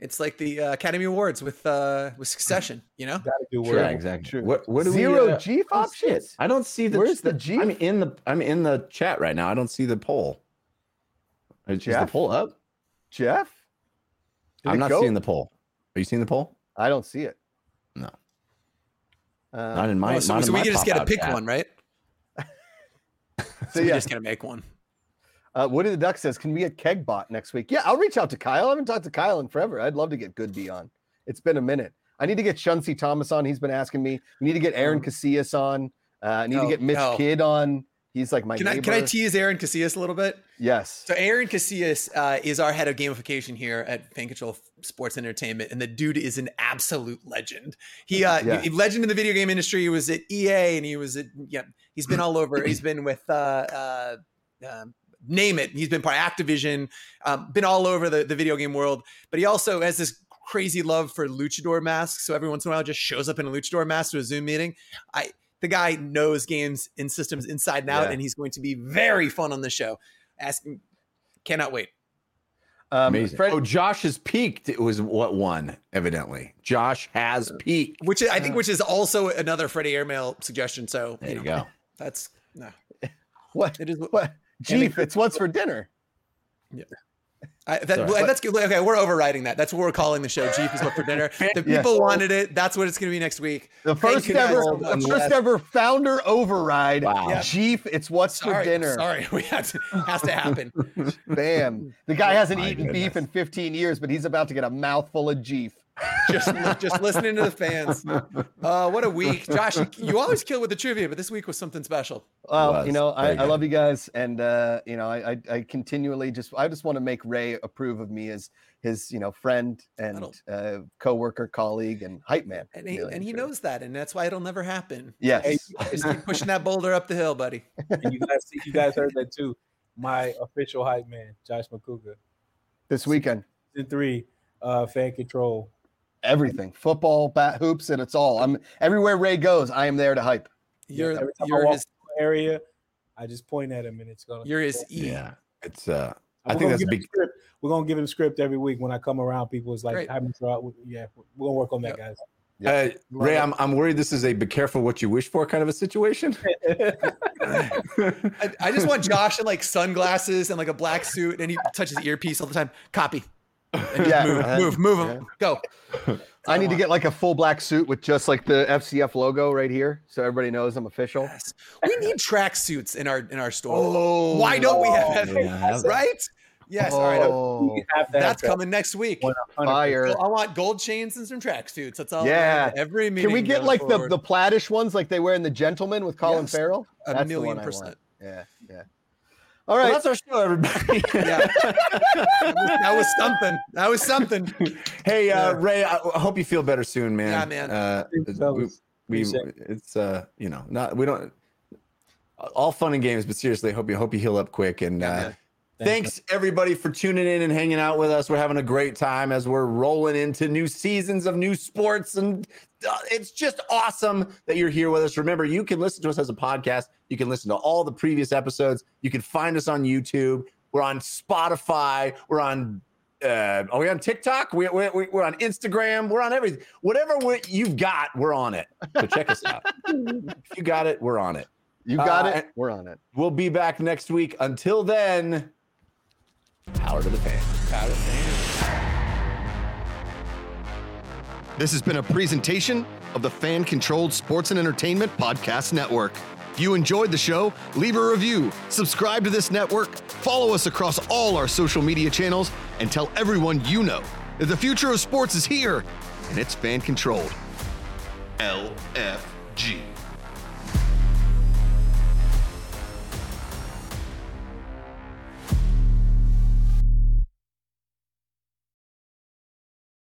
Speaker 4: it's like the uh, Academy Awards with uh, with Succession. You know,
Speaker 5: Gotta do
Speaker 6: Sure,
Speaker 5: work.
Speaker 6: exactly.
Speaker 3: True.
Speaker 6: What what do
Speaker 3: Zero
Speaker 6: we, uh,
Speaker 3: G
Speaker 6: I don't see it.
Speaker 3: options.
Speaker 6: I don't see the.
Speaker 3: Where's the G?
Speaker 6: I'm in the I'm in the chat right now. I don't see the poll. Is, is the
Speaker 3: Jeff?
Speaker 6: poll up?
Speaker 3: Jeff? Did
Speaker 6: I'm
Speaker 3: it
Speaker 6: not
Speaker 3: go?
Speaker 6: seeing the poll. Are you seeing the poll?
Speaker 3: I don't see it.
Speaker 6: No.
Speaker 3: Uh,
Speaker 6: Not in my.
Speaker 4: Oh, so,
Speaker 6: not in
Speaker 4: so
Speaker 6: my
Speaker 4: we can just gotta
Speaker 6: pop-out
Speaker 4: pick
Speaker 6: chat.
Speaker 4: one, right?
Speaker 3: so
Speaker 4: we
Speaker 3: yeah,
Speaker 4: just gotta make one.
Speaker 3: uh, Woody the Duck says, "Can we get Kegbot next week?" Yeah, I'll reach out to Kyle. I haven't talked to Kyle in forever. I'd love to get Good B on. It's been a minute. I need to get Shunsy Thomas on. He's been asking me. We need to get Aaron
Speaker 6: Mm-hmm.
Speaker 3: Casillas on. Uh, I need
Speaker 4: no,
Speaker 3: to get Mitch
Speaker 4: no.
Speaker 3: Kidd on. He's like my
Speaker 4: Can I
Speaker 3: neighbor.
Speaker 4: can I tease Aaron Casillas a little bit?
Speaker 3: yes.
Speaker 4: So Aaron Casillas uh, is our head of gamification here at Fan Control Sports Entertainment, and the dude is an absolute legend. He uh,
Speaker 3: Yeah.
Speaker 4: he- legend in the video game industry. He was at EA, and he was at yeah, he's been all over. He's been with uh, uh, um name it. He's been part of Activision, um, been all over the, the video game world. But he also has this crazy love for luchador masks. So every once in a while, just shows up in a luchador mask to a Zoom meeting. I the guy knows games and systems inside and out,
Speaker 6: Yeah.
Speaker 4: and he's going to be very fun on the show. Ask Cannot wait.
Speaker 3: Um,
Speaker 6: Amazing.
Speaker 3: Fred-
Speaker 6: oh, Josh has peaked. It was what one evidently. Josh
Speaker 4: Uh,
Speaker 6: has peaked.
Speaker 4: Which I think, which is also another Freddie Airmail suggestion. So
Speaker 6: There you
Speaker 4: know,
Speaker 6: go.
Speaker 4: That's no.
Speaker 3: what?
Speaker 4: It is.
Speaker 3: What? Jeep, it's what's for dinner.
Speaker 4: I, that,
Speaker 6: Sorry.
Speaker 4: well, that's good. Okay, we're overriding that. That's what we're calling the show. Jeep is what for dinner. The
Speaker 3: Yes.
Speaker 4: people wanted it. That's what it's going to be next week.
Speaker 3: The
Speaker 4: Thank
Speaker 3: first
Speaker 4: you guys
Speaker 3: ever,
Speaker 4: so
Speaker 3: the
Speaker 4: much.
Speaker 3: first ever founder override.
Speaker 6: Wow. Yeah.
Speaker 3: Jeep, it's what's
Speaker 4: Sorry,
Speaker 3: for dinner.
Speaker 4: sorry, we had to, has to happen.
Speaker 3: Bam. The guy hasn't
Speaker 6: Oh My
Speaker 3: eaten beef
Speaker 6: goodness.
Speaker 3: in 15 years, but he's about to get a mouthful of Jeep.
Speaker 4: just just listening to the fans. Uh, what a week, Josh! you- You always kill with the trivia, but this week was something special.
Speaker 3: Well, you
Speaker 6: was.
Speaker 3: know, I,
Speaker 6: Very
Speaker 3: I
Speaker 6: good.
Speaker 3: love you guys, and uh, you know, I, I I continually just I just want to make Ray approve of me as his you know friend and
Speaker 4: don't-
Speaker 3: uh, coworker, colleague, and hype man.
Speaker 4: And he,
Speaker 3: really
Speaker 4: and
Speaker 3: and
Speaker 4: he
Speaker 3: truly.
Speaker 4: knows that, and that's why it'll never happen.
Speaker 3: Yes.
Speaker 4: Just keep pushing that boulder up the hill, buddy.
Speaker 5: And you guys, you guys heard that too. My official hype man, Josh McCougar.
Speaker 3: this weekend,
Speaker 5: Season three, uh, fan control.
Speaker 3: everything, football, bat, hoops, and it's all. I'm everywhere Ray goes. I am there to hype.
Speaker 4: You're
Speaker 5: every time I
Speaker 4: you're
Speaker 5: walk-
Speaker 4: his
Speaker 5: Area, I just point at him and it's gonna.
Speaker 4: you're his e.
Speaker 6: Yeah, it's uh.
Speaker 5: And
Speaker 6: I
Speaker 5: we're
Speaker 6: think
Speaker 5: gonna
Speaker 6: that's a
Speaker 5: give him
Speaker 6: big-
Speaker 5: Script. We're gonna give him script every week when I come around. People is like,
Speaker 4: Great.
Speaker 5: "How many draw- Yeah, we're gonna work on that, guys.
Speaker 6: Uh,
Speaker 5: Love
Speaker 6: Ray,
Speaker 5: it.
Speaker 6: I'm, I'm worried this is a be careful what you wish for kind of a situation.
Speaker 4: I, I just want Josh in like sunglasses and like a black suit, and he touches earpiece all the time. Copy. And just
Speaker 3: Yeah,
Speaker 4: move,
Speaker 3: uh,
Speaker 4: move, move him. Go.
Speaker 3: I need to
Speaker 4: want-
Speaker 3: get like a full black suit with just like the FCF logo right here, so everybody knows I'm official.
Speaker 4: Yes. We need track suits in our in our store.
Speaker 3: Oh,
Speaker 4: Why don't we have
Speaker 6: Yeah.
Speaker 4: right? Yes. All right.
Speaker 3: Oh,
Speaker 5: You have to have
Speaker 4: That's
Speaker 5: that.
Speaker 4: coming next week.
Speaker 3: fire.
Speaker 4: Well, I want gold chains and some tracksuits. That's all. I
Speaker 3: Yeah.
Speaker 4: want at Every meeting.
Speaker 3: Can we get
Speaker 4: going
Speaker 3: like the,
Speaker 4: forward.
Speaker 3: the plaidish ones like they wear in The Gentleman with Colin
Speaker 4: Yes,
Speaker 3: Farrell?
Speaker 4: a
Speaker 3: That's the
Speaker 4: million
Speaker 3: one I want.
Speaker 4: percent?
Speaker 3: Yeah, yeah. All
Speaker 6: Well,
Speaker 3: right.
Speaker 6: that's our show, everybody.
Speaker 4: Yeah. that, was, that was something. That was something.
Speaker 6: Hey, uh,
Speaker 4: Yeah.
Speaker 6: Ray, I, I hope you feel better soon, man.
Speaker 4: Yeah, man.
Speaker 6: Uh,
Speaker 5: Thanks,
Speaker 6: we,
Speaker 5: fellas.
Speaker 6: we-
Speaker 5: Appreciate
Speaker 6: it's uh, you know, not we don't all fun and games, but seriously, I hope you hope you heal up quick and
Speaker 4: Yeah,
Speaker 6: uh,
Speaker 4: man.
Speaker 6: Thanks everybody for tuning in and hanging out with us. We're having a great time as we're rolling into new seasons of new sports, and uh, it's just awesome that you're here with us. Remember, you can listen to us as a podcast. You can listen to all the previous episodes. You can find us on YouTube. We're on Spotify. We're on. Uh, are we on TikTok? We, we, we- we're on Instagram. We're on everything. Whatever we, you've got, we're on it. So check us out. if you got it, we're on it.
Speaker 3: You got
Speaker 6: Uh,
Speaker 3: it. We're on it.
Speaker 6: We'll be back next week. Until then, power to the fan.
Speaker 1: This has been a presentation of the Fan Controlled Sports and Entertainment Podcast Network. If you enjoyed the show, leave a review, subscribe to this network, follow us across all our social media channels, and tell everyone you know that the future of sports is here and it's fan controlled. LFG.